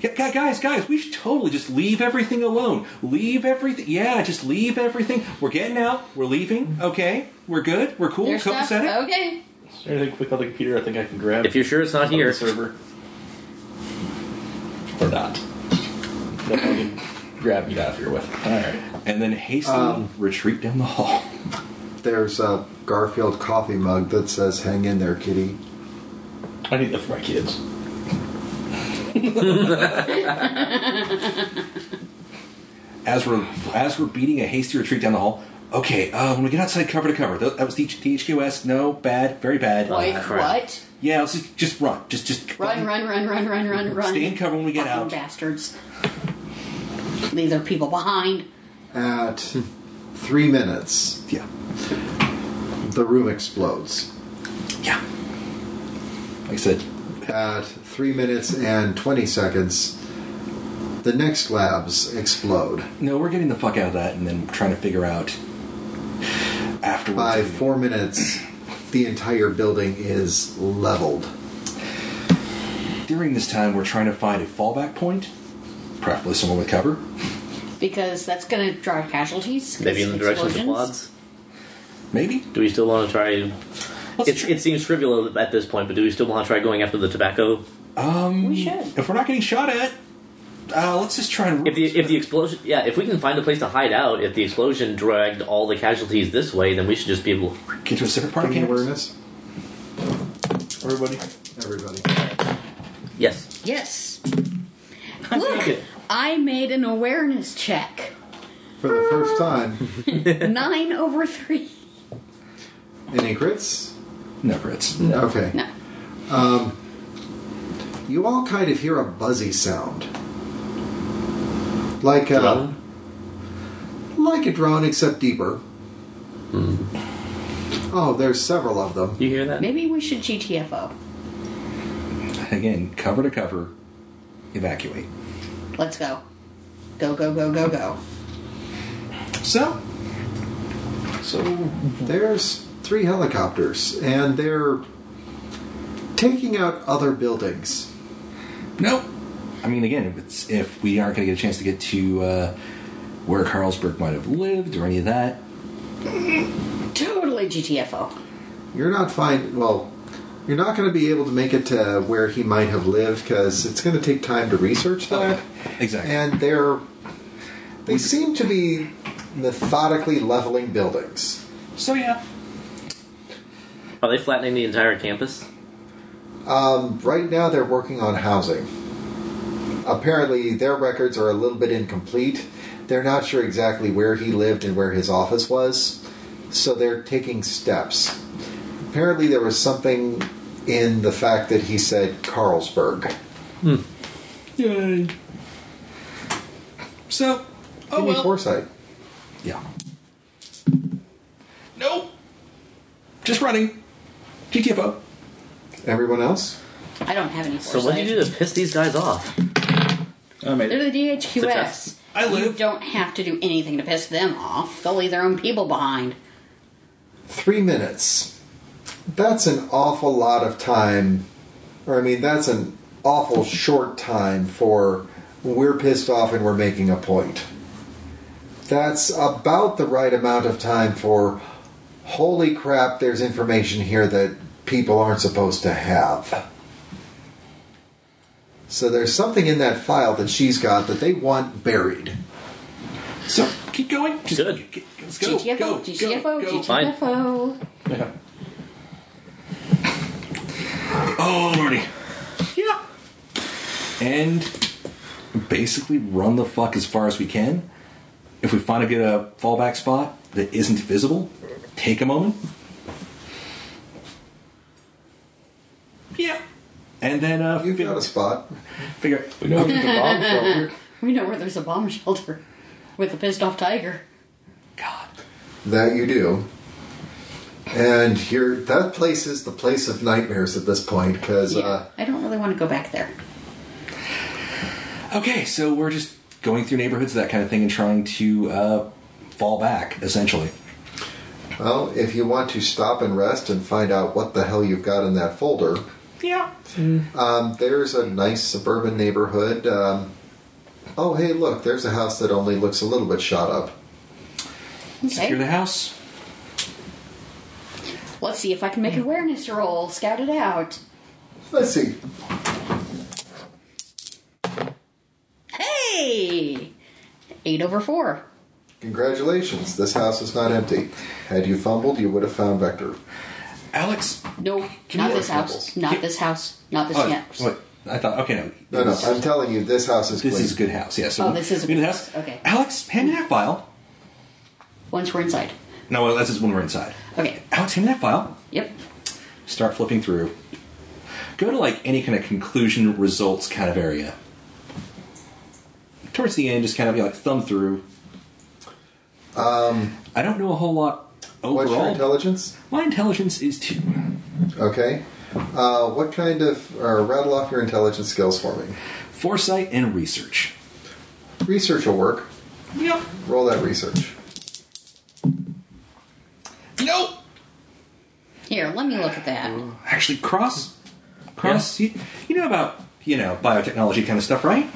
Yeah, [sighs] gu- Guys, guys, we should totally just leave everything alone. Leave everything. Yeah, just leave everything. We're getting out. We're leaving. Okay. We're good. We're cool.
There's
Cope
stuff.
said it.
Okay.
is there anything quick on the computer? I think I can grab.
If you're sure it's not
on
here,
the server or not. That I can grab and get out of here with. All right.
And then hastily
Um,
retreat down the hall.
There's a Garfield coffee mug that says, Hang in there, kitty.
I need that for my kids.
As we're as we're beating a hasty retreat down the hall. Okay. Uh, when we get outside, cover to cover. That, that was the THQS. No, bad. Very bad.
Wait,
Oh, crap.
what?
Yeah. Let's just, just run. Just just
Run, run, run, run, run, run, run.
Stay in cover when we get
Fucking
out.
Bastards. Leave their people behind.
At three minutes,
Yeah.
the room explodes.
Yeah. Like I said,
At three minutes and 20 seconds, the next labs explode.
No, we're getting the fuck out of that and then trying to figure out afterwards.
By four minutes, the entire building is leveled.
During this time, we're trying to find a fallback point, preferably someone with cover.
Because that's going to drive casualties.
maybe in the direction of the
Explosions.
quads.
Maybe?
Do we still want to try?
Let's
It's,
tr-
it seems trivial at this point, but do we still want to try going after the tobacco?
um,
We should.
If we're not getting shot at, uh, let's just try and.
If the if the explosion, yeah, if we can find a place to hide out, if the explosion dragged all the casualties this way, then we should just be able.
Get to a separate part of
Bringing
campus.
awareness.
Everybody.
Everybody.
Yes.
Yes. Look, I made an awareness
[laughs]
check.
For the first
[laughs]
time.
Nine over three.
Any crits?
Never, it's.
Okay.
No.
You all kind of hear a buzzy sound. Like a. Like a drone, except deeper.
Hmm.
Oh, there's several of them.
You hear that?
Maybe we should GTFO.
Again, cover to cover, evacuate.
Let's go. Go, go, go, go, go.
So,
So
Mm-hmm.
There's three helicopters, and they're taking out other buildings.
no. I mean, again, if, it's, if we aren't going to get a chance to get to uh, where Carlsberg might have lived or any of that,
Totally GTFO.
You're not fine. Well, you're not going to be able to make it to where he might have lived because it's going to take time to research that.
Exactly.
And they're they seem to be methodically leveling buildings.
so yeah.
Are they flattening the entire campus?
Um, right now, they're working on housing. Apparently, their records are a little bit incomplete. They're not sure exactly where he lived and where his office was, so they're taking steps. Apparently, there was something in the fact that he said Carlsberg.
Yay. So, oh
Give me
well.
foresight.
Yeah. Nope. Just running. GTFO.
Everyone else?
I don't have any foresight.
So what do you do to piss these guys off?
I made it.
They're the DHQS.
Success.
I
You
live.
don't have to do anything to piss them off. They'll leave their own people behind.
Three minutes. That's an awful lot of time. Or, I mean, that's an awful short time for we're pissed off and we're making a point. That's about the right amount of time for holy crap, there's information here that people aren't supposed to have. So there's something in that file that she's got that they want buried.
So keep going. Just
Good.
Get, get- let's go.
GTFO,
go,
GTFO,
go, go.
Fine.
GTFO.
Yeah.
Oh lordy. Yeah. And basically run the fuck as far as we can. If we find a good uh, fallback spot that isn't visible, take a moment. Yeah. And then uh,
You've got a spot.
figure.
We know there's a bomb shelter.
We know where there's a bomb shelter with a pissed off tiger.
God.
That you do. And here, that place is the place of nightmares at this point because
Yeah,
uh,
I don't really want to go back there.
Okay, so we're just going through neighborhoods, that kind of thing, and trying to uh, fall back, essentially.
Well, if you want to stop and rest and find out what the hell you've got in that folder,
Yeah.
um, there's a nice suburban neighborhood. Um, oh, hey, look, there's a house that only looks a little bit shot up.
Secure
Okay,
the house.
let's see if I can make an awareness roll. Scout it out.
Let's see.
Hey! Eight over four.
Congratulations, this house is not empty. Had you fumbled, you would have found Vector.
Alex.
No,
Give me
not this
those
house.
samples.
Not
Give-
this house. Not this
Oh,
house.
wait, I thought, okay, no.
No, no, I'm telling you, this house is
this
clean.
is a good house, yeah. So
Oh, this is a
we need
good
the
house, okay.
Alex, hand me that file.
Once we're inside.
No, well, that's just when we're inside.
Okay.
Alex, hand me that file.
Yep.
Start flipping through. Go to like any kind of conclusion results kind of area. Towards the end, just kind of you know, like thumb through. Um, I don't know a whole lot
What's your
overall.
intelligence?
My intelligence is two.
Okay. Uh, what kind of. Uh, rattle off your intelligence skills for me.
Foresight and research.
Research will work.
Yep.
Roll that research.
Nope.
Here, let me look at that.
Actually, Cross. Cross, you, you know about you know biotechnology kind of stuff, right?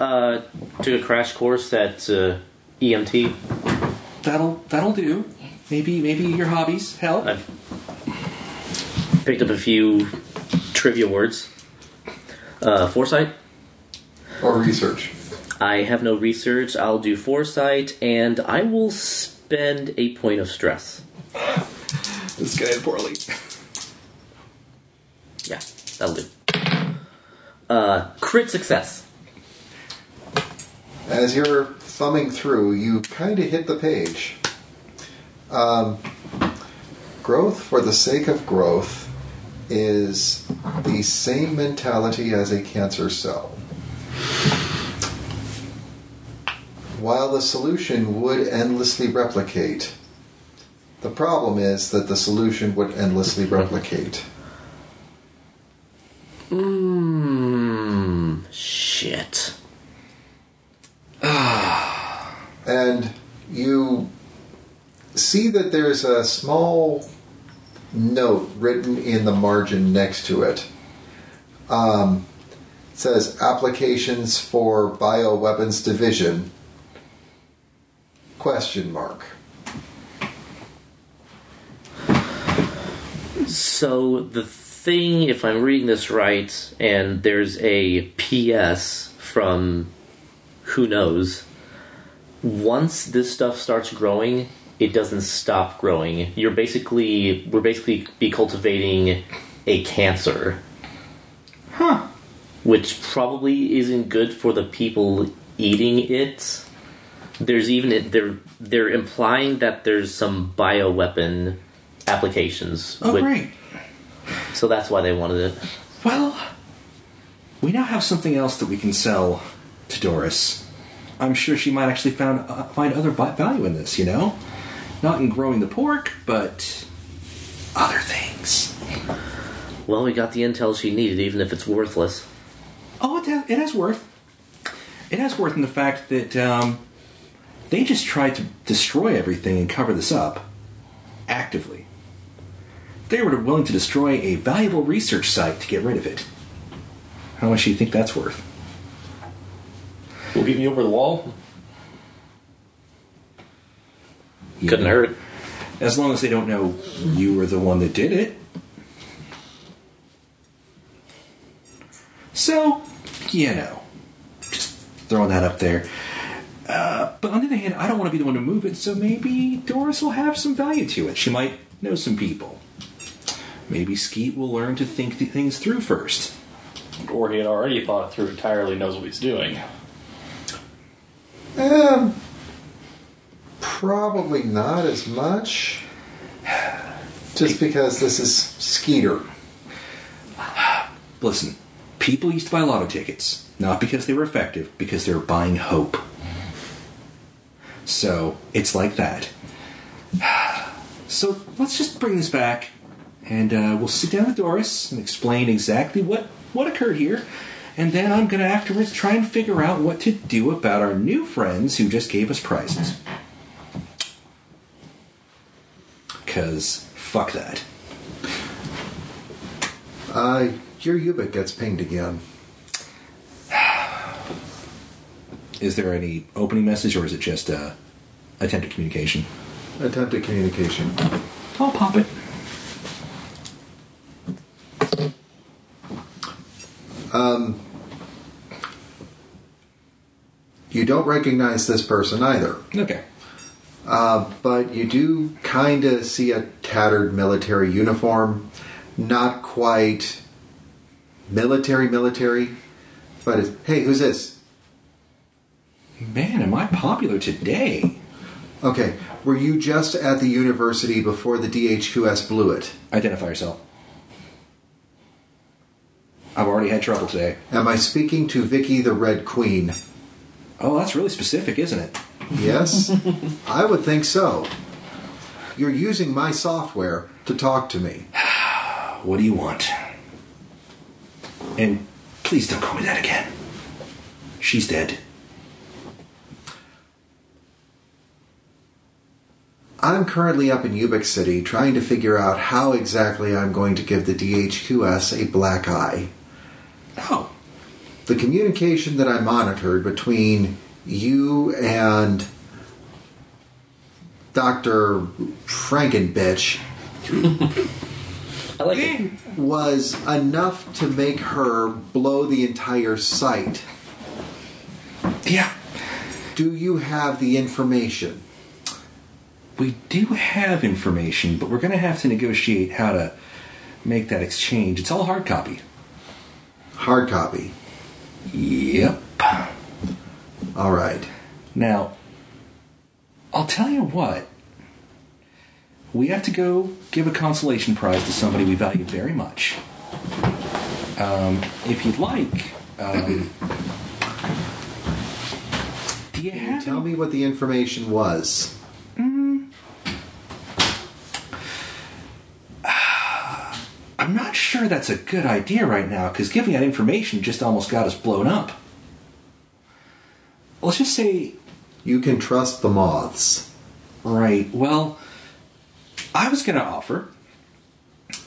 Uh, took a crash course at uh, EMT.
That'll that'll do. Maybe maybe your hobbies help.
I've picked up a few trivia words. Uh, foresight.
Or research.
I have no research. I'll do foresight, and I will spend a point of stress.
This guy poorly.
Yeah, that'll do. Uh, crit success.
As you're thumbing through, you kind of hit the page. Um, growth for the sake of growth is the same mentality as a cancer cell. While the solution would endlessly replicate, the problem is that the solution would endlessly replicate.
Mmm. Shit.
and you see that there's a small note written in the margin next to it. Um, it says applications for bioweapons division question mark.
So the thing, if I'm reading this right, and there's a PS from who knows. Once this stuff starts growing, it doesn't stop growing. You're basically we're basically be cultivating a cancer. Huh. Which probably isn't good for the people eating it. There's even they're they're implying that there's some bioweapon applications.
Oh
which-
great.
so that's why they wanted it.
Well, we now have something else that we can sell to Doris. I'm sure she might actually found, uh, find other vi- value in this, you know? Not in growing the pork, but other things.
Well, we got the intel she needed, even if it's worthless.
Oh, it, ha- it has worth. It has worth in the fact that um, they just tried to destroy everything and cover this up actively. They were willing to destroy a valuable research site to get rid of it. How much do you think that's worth?
Will get me over the wall.
You
Couldn't
know?
hurt.
As long as they don't know you were the one that did it. So, you know, just throwing that up there. Uh, but on the other hand, I don't want to be the one to move it, so maybe Doris will have some value to it. She might know some people. Maybe Skeet will learn to think th- things through first.
Or he had already thought it through entirely, knows what he's doing.
Um, probably not as much. Just because this is Skeeter.
Listen, people used to buy lotto tickets, not because they were effective, because they were buying hope. So it's like that. [sighs] So let's just bring this back, and uh, we'll sit down with Doris and explain exactly what, what occurred here. And then I'm going to afterwards try and figure out what to do about our new friends who just gave us prizes. Because fuck that.
Uh, your Yubit gets pinged again.
Is there any opening message, or is it just uh, attempted communication?
Attempted communication.
I'll pop it.
You don't recognize this person either.
Okay.
but you do kind of see a tattered military uniform. Not quite military, military, but it's, hey, who's this?
Man, am I popular today?
Okay, were you just at the university before the DHQS blew it?
Identify yourself. I've already had trouble today.
Am I speaking to Vicky the Red Queen?
Oh, that's really specific, isn't it?
Yes? I would think so. You're using my software to talk to me.
What do you want? And please don't call me that again. She's dead.
I'm currently up in Ubik City trying to figure out how exactly I'm going to give the DHQS a black eye.
Oh,
the communication that I monitored between you and Dr. Frankenbitch
I like it.
was enough to make her blow the entire site.
Yeah,
Do you have the information?
we do have information, but we're going to have to negotiate how to make that exchange. It's all hard copy.
Hard copy.
Yep.
All right.
Now, I'll tell you what. We have to go give a consolation prize to somebody we value very much. Um, if you'd like, um, do you
Can you
have
tell me what the information was?
I'm not sure that's a good idea right now because giving out information just almost got us blown up. Let's just say,
You can trust the moths.
right, well, I was going to offer.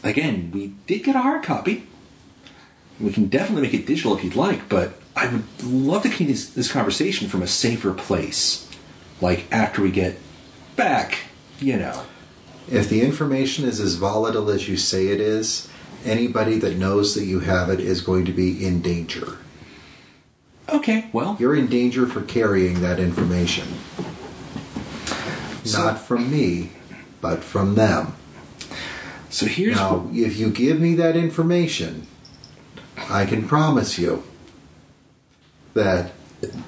Again, we did get a hard copy. We can definitely make it digital if you'd like, but I would love to keep this, this conversation from a safer place. Like after we get back, you know.
If the information is as volatile as you say it is, anybody that knows that you have it is going to be in danger.
Okay, well,
You're in danger for carrying that information. Not from me, but from them.
so here's.
Now, if you give me that information, I can promise you that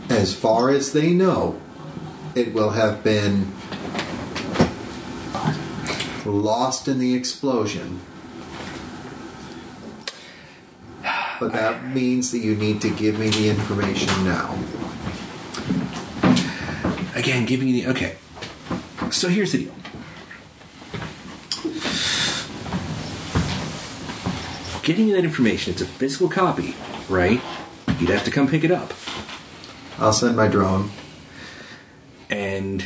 as far as they know, it will have been lost in the explosion. But that means that you need to give me the information now.
again giving you the okay so here's the deal getting you that information it's a physical copy right you'd have to come pick it up
I'll send my drone.
and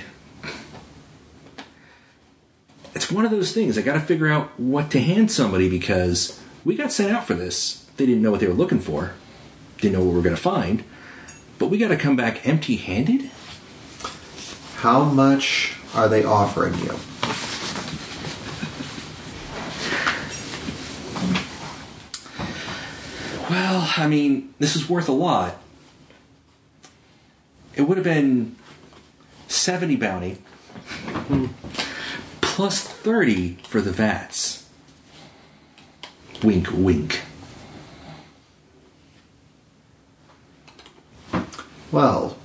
it's one of those things i gotta figure out what to hand somebody because we got sent out for this they didn't know what they were looking for didn't know what we were gonna find but we gotta come back empty handed
How much are they offering you?
Well, I mean, this is worth a lot. It would have been 70 bounty plus 30 for the vats. Wink, wink.
Well,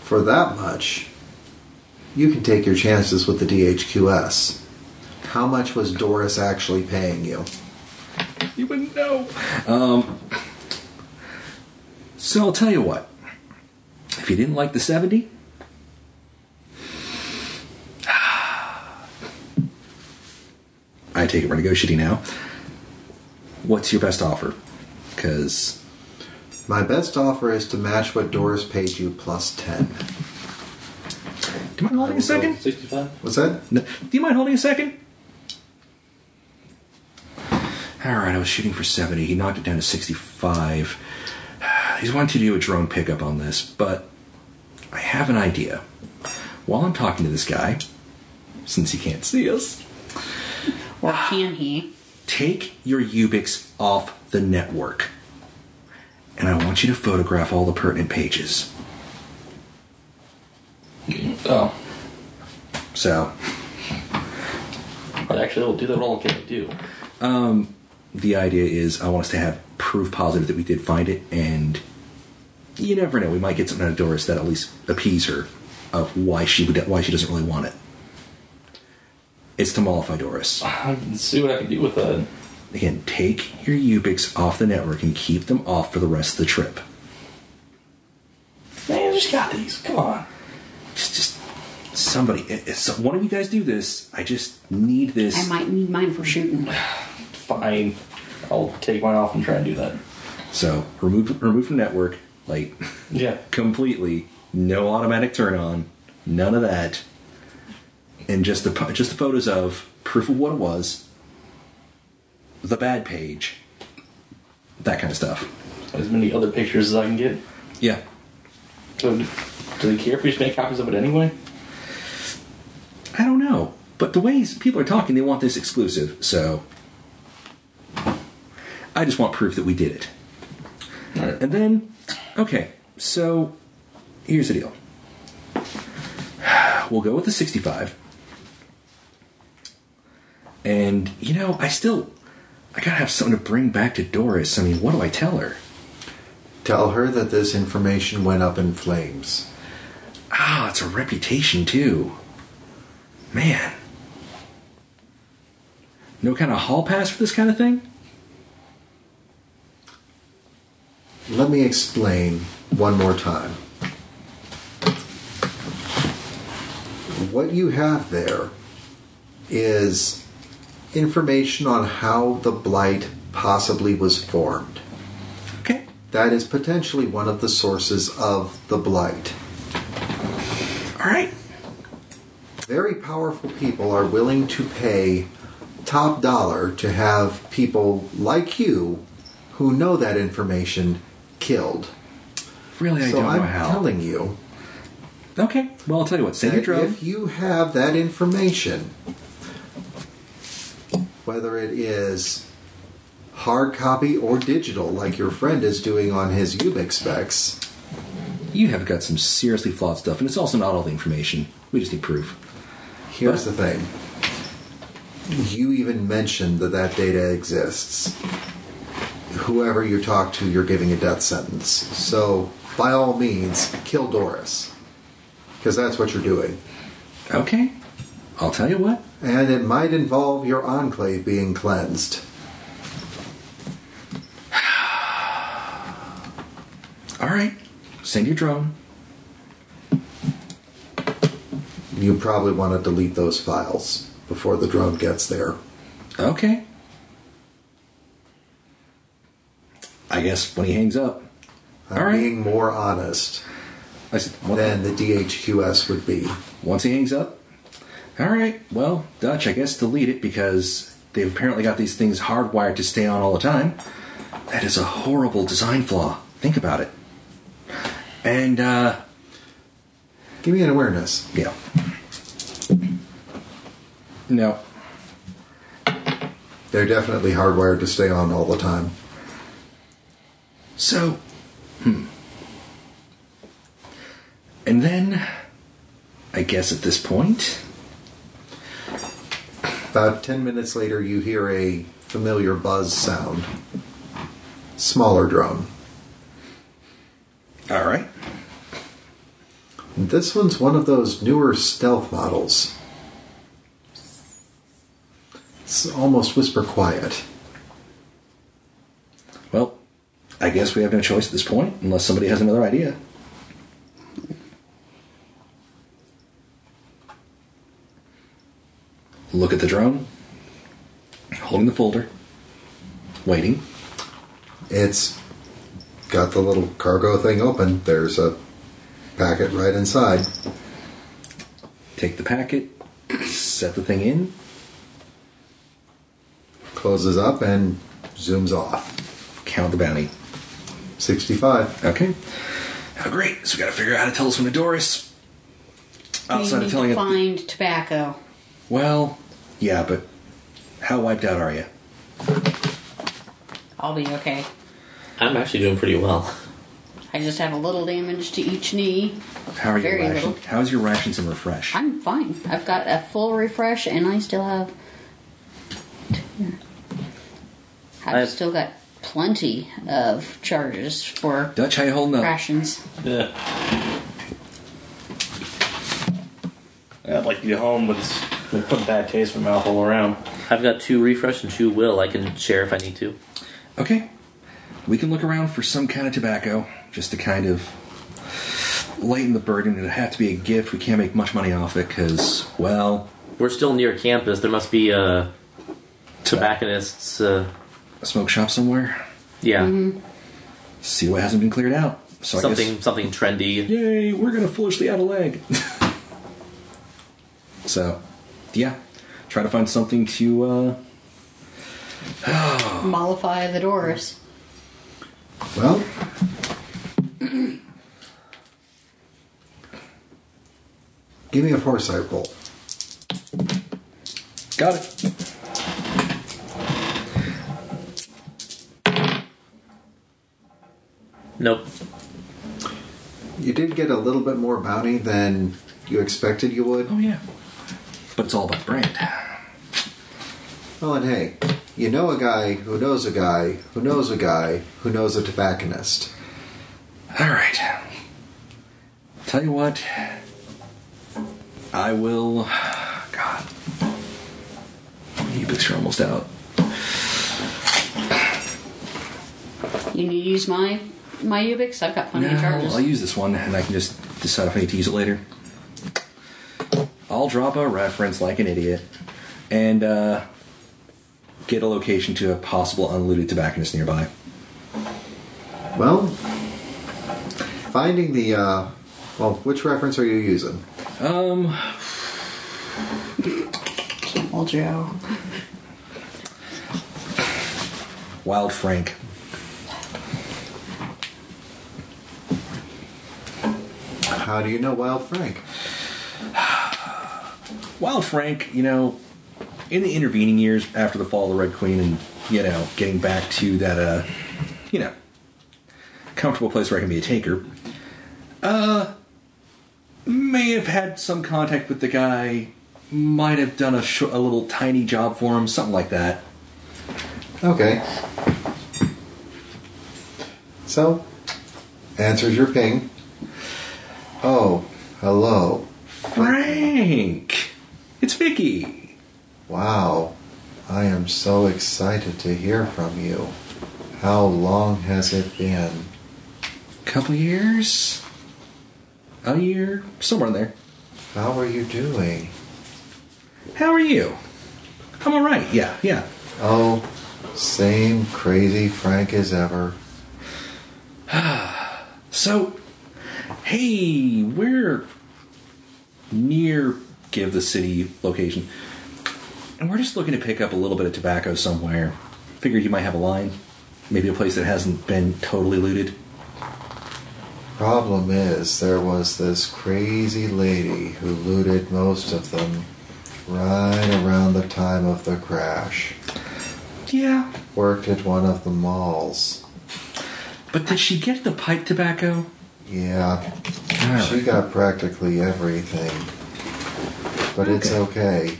for that much, you can take your chances with the DHQS. How much was Doris actually paying you?
You wouldn't know.
Um, So I'll tell you what. If you didn't like the 70, [sighs] I take it we're negotiating now. What's your best offer? Because
My best offer is to match what Doris paid you plus 10.
Do you mind holding a second?
65?
What's that?
No, do you mind holding a second? All right, I was shooting for 70. He knocked it down to 65. [sighs] He's wanting to do a drone pickup on this, but I have an idea. While I'm talking to this guy, since he can't see us,
Or can he?
take your Ubix off the network. And I want you to photograph all the pertinent pages.
Oh,
So,
But actually, we'll do that. What all can we do?
the idea is I want us to have proof positive that we did find it, and you never know. We might get something out of Doris that at least appease her of why she would, why she doesn't really want it. It's to mollify Doris.
I
Um,
can see what I can do with that.
Again, take your Ubix off the network and keep them off for the rest of the trip.
Man, I just got these. Come on.
Just, just somebody, if if one of you guys do this, I just need this.
I might need mine for shooting.
Fine. I'll take mine off and try and do that.
So remove remove from network, like
Yeah.
completely, no automatic turn on, none of that, and just the po- just the photos of proof of what it was, the bad page, that kind of stuff.
As many other pictures as I can get.
Yeah,
So, do they care if we just make copies of it anyway?
I don't know. But the ways people are talking, they want this exclusive, so. I just want proof that we did it. And then, okay, so here's the deal. [sighs] We'll go with the 65. And, you know, I still. I gotta have something to bring back to Doris. I mean, what do I tell her?
Tell her that this information went up in flames.
Ah, it's a reputation, too. Man. No kind of hall pass for this kind of thing?
Let me explain one more time. What you have there is information on how the blight possibly was formed.
Okay.
That is potentially one of the sources of the blight.
All right.
Very powerful people are willing to pay top dollar to have people like you who know that information killed.
Really, I
so
don't
I'm
know how.
telling you
Okay, well, I'll tell you what. Save your
that
drum.
if you have that information, whether it is hard copy or digital, like your friend is doing on his Ubix specs,
You have got some seriously flawed stuff, and it's also not all the information. We just need proof.
here's the thing. You even mentioned that that data exists. Whoever you talk to, you're giving a death sentence. So, by all means, kill Doris. Because that's what you're doing.
Okay, I'll tell you what.
And it might involve your enclave being cleansed.
All right, send your drone.
You probably want to delete those files before the drone gets there.
Okay. I guess when he hangs up.
I'm
All right.
being more honest
I said, what
than the DHQS would be.
Once he hangs up. All right, well, Dutch, I guess delete it because they've apparently got these things hardwired to stay on all the time. That is a horrible design flaw. Think about it. And, uh,
Give me an awareness.
yeah. No.
They're definitely hardwired to stay on all the time.
So, hmm. And then, I guess at this point,
About 10 minutes later, you hear a familiar buzz sound. Smaller drone.
all right.
This one's one of those newer stealth models. It's almost whisper quiet.
Well, I guess we have no choice at this point unless somebody has another idea. Look at the drone, holding the folder, waiting.
It's got the little cargo thing open. There's a packet right inside.
Take the packet, set the thing in.
Closes up and zooms off.
count the bounty.
65.
Okay. Oh, great. So we got to figure out how to tell this one to Doris.
you
Outside of
need
telling
to
it.
find tobacco.
Well, yeah, but how wiped out are you?
I'll be okay.
I'm actually doing pretty well.
I just have a little damage to each knee.
How are your
Very
ration?
little.
How's your rations and refresh?
I'm fine. I've got a full refresh, and I still have. I've,
I've-
still got plenty of charges for
Dutch, how you holding up?
rations.
I'd like to get home, but it's they put a bad taste in my mouth all around.
I've got two refresh and two will. I can share if I need to.
Okay. We can look around for some kind of tobacco, just to kind of lighten the burden. It'd have to be a gift. We can't make much money off it because, well,
We're still near campus. There must be uh, tobacconists. Uh,
a smoke shop somewhere.
yeah,
See what hasn't been cleared out. So I
something
guess,
something trendy.
yay, we're gonna foolishly add a leg. [laughs] so, yeah, try to find something to. uh
Mollify the Doris.
Well, [clears throat] give me a foresight roll.
Got it.
Nope.
You did get a little bit more bounty than you expected you would.
Oh, yeah.
But it's all about brand.
Well, and hey, you know a guy who knows a guy who knows a guy who knows a tobacconist.
All right. Tell you what. I will. God. E-books are almost out.
You need to use my my Ubix. I've got plenty
No,
of charges.
I'll use this one, and I can just decide if I need to use it later. I'll drop a reference like an idiot, and uh, get a location to a possible unlooted tobacconist nearby.
Well, finding the uh, well, which reference are you using?
Um,
Camel Joe.
Wild Frank.
How do you know Wild Frank?
Wild Frank, you know, in the intervening years after the fall of the Red Queen, and you know, getting back to that, uh, you know, comfortable place where I can be a taker, uh, may have had some contact with the guy, might have done a, sh- a little tiny job for him, something like that.
Okay. So, answers your ping. Oh, hello.
Frank! It's Vicky!
Wow. I am so excited to hear from you. How long has it been?
Couple years? A year? Somewhere in there.
How are you doing?
How are you? I'm alright, yeah, yeah.
Oh, same crazy Frank as ever.
So, hey, we're near give the city location, and we're just looking to pick up a little bit of tobacco somewhere. Figured you might have a line, maybe a place that hasn't been totally looted.
Problem is, there was this crazy lady who looted most of them right around the time of the crash.
Yeah,
Worked at one of the malls.
but did she get the pipe tobacco?
Yeah, she
Alright.
got practically everything. But it's okay.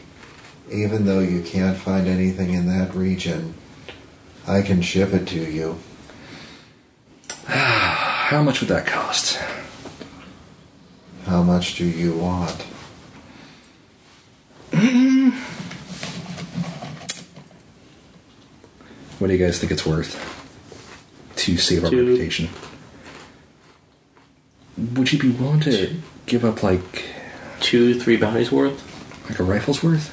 Even though you can't find anything in that region, I can ship it to you.
How much would that cost?
How much do you want?
What do you guys think it's worth to save our
Two.
reputation? Would you be willing to give up like
Two, three bounties worth?
like a rifle's worth?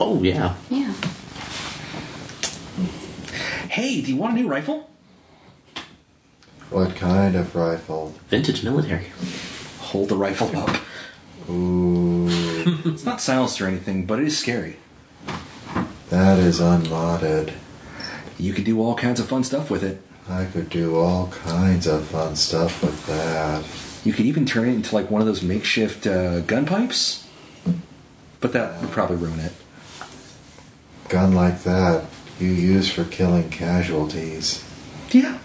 Oh, yeah.
Yeah.
Hey, do you want a new rifle?
What kind of rifle?
Vintage military.
Hold the rifle up.
Ooh.
It's not silenced or anything, but it is scary.
That is unmodded.
You could do all kinds of fun stuff with it.
I could do all kinds of fun stuff with that.
You could even turn it into like one of those makeshift uh, gun pipes. But that would probably ruin it.
Gun like that you use for killing casualties.
Yeah.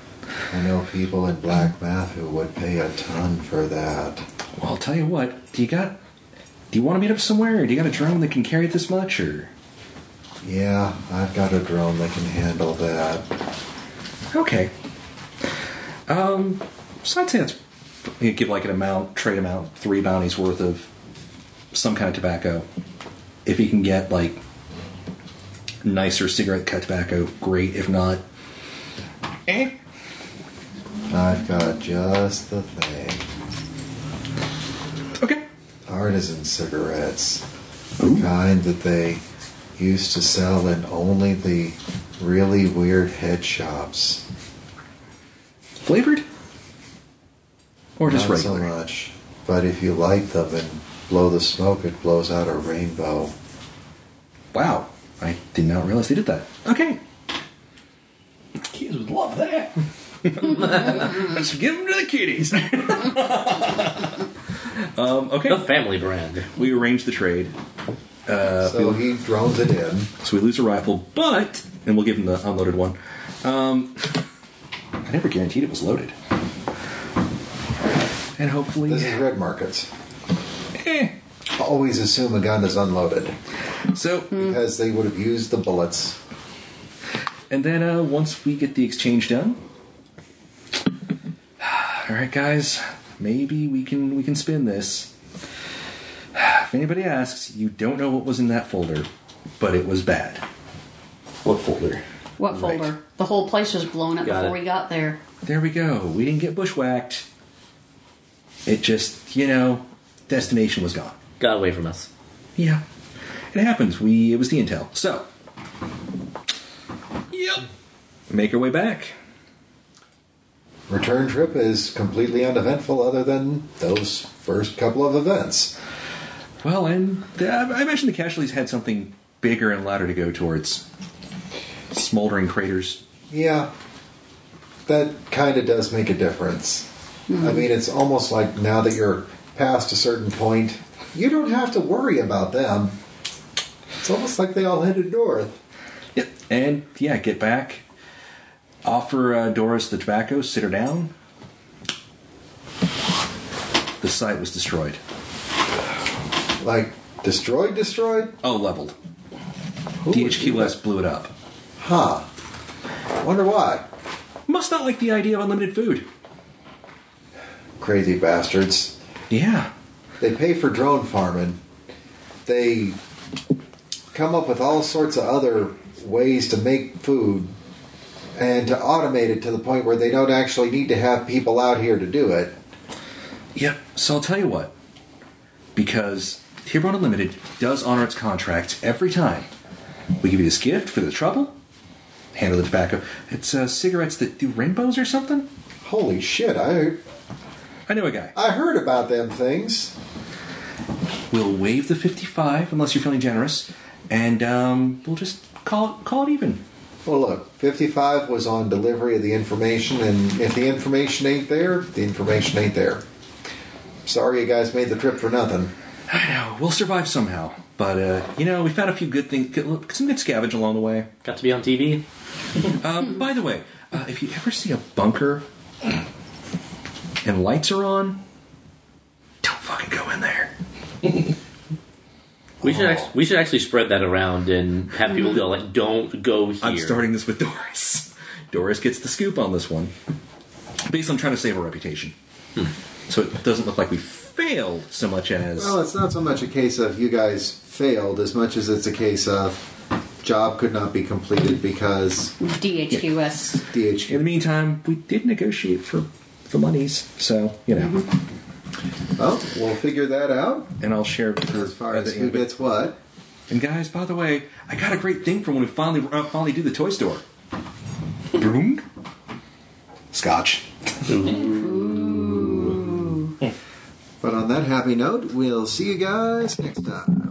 I know people in black math who would pay a ton for that.
Well, I'll tell you what. Do you got? Do you want to meet up somewhere? Or do you got a drone that can carry it this much? Or
Yeah, I've got a drone that can handle that.
okay. Um, so I'd say that's you give like an amount, trade amount, three bounties worth of some kind of tobacco. If you can get like nicer cigarette cut tobacco, great. If not, eh,
I've got just the thing.
Okay.
Artisan cigarettes. The kind that they used to sell in only the really weird head shops.
Flavored? Or just
Not
regular?
so much. But if you light them and blow the smoke, it blows out a rainbow.
Wow. I did not realize they did that. Okay.
Kids would love
[laughs]
that. Let's give them to the kiddies.
Um, okay. Um,
The family brand.
We arranged the trade.
Uh, so he drones it in.
So we lose a rifle, but and we'll give him the unloaded one. Um,
I never guaranteed it was loaded.
And hopefully,
This is red markets.
Eh.
Always assume a gun is unloaded
so
because they would have used the bullets.
And then uh, once we get the exchange done, [sighs] all right, guys, maybe we can we can spin this. [sighs] If anybody asks, you don't know what was in that folder, but it was bad.
What folder?
What
Right.
folder? The whole place was blown up
Got
before
it.
we got there.
There we go. We didn't get bushwhacked. It just, you know, destination was gone.
Got away from us.
Yeah, it happens. We it was the intel. So, yep, make our way back.
Return trip is completely uneventful, other than those first couple of events.
Well, and the, I imagine the casualties had something bigger and louder to go towards. Smoldering craters.
Yeah, that kind of does make a difference. I mean, it's almost like now that you're past a certain point, you don't have to worry about them. It's almost like they all headed north.
Yep. And yeah, get back. Offer uh, Doris the tobacco. Sit her down. The site was destroyed.
Like, destroyed, destroyed?
Oh, leveled.
Who would do that?
DHQS blew it up.
Huh. Wonder why.
Must not like the idea of unlimited food.
Crazy bastards.
Yeah.
They pay for drone farming. They come up with all sorts of other ways to make food and to automate it to the point where they don't actually need to have people out here to do it.
Yep. So I'll tell you what. Because Hero Unlimited does honor its contract every time. We give you this gift for the trouble. Handle the tobacco. It's uh, cigarettes that do rainbows or something.
Holy shit, I
I know a guy.
I heard about them things.
We'll waive the fifty-five unless you're feeling generous, and um, we'll just call it call it even.
Well, look, 55 was on delivery of the information, and if the information ain't there, the information ain't there. Sorry you guys made the trip for nothing.
I know we'll survive somehow, but uh, you know we found a few good things, some good scavenge along the way.
Got to be on TV.
Um, by the way, uh, if you ever see a bunker and lights are on, don't fucking go in there.
We should act- we should actually spread that around and have people go like, "Don't go here."
I'm starting this with Doris. Doris gets the scoop on this one, based on trying to save her reputation. So it doesn't look like we failed so much as
Well, it's not so much a case of you guys failed as much as it's a case of job could not be completed because
DHQS.
in
DHQ.
the meantime we did negotiate for the monies. So you know,
Well, we'll figure that out
and I'll share with her
as far
at
as
the
who
end of it.
gets what.
And guys, by the way, I got a great thing for when we finally uh, finally do the toy store. Broom. Scotch.
But on that happy note, we'll see you guys next time.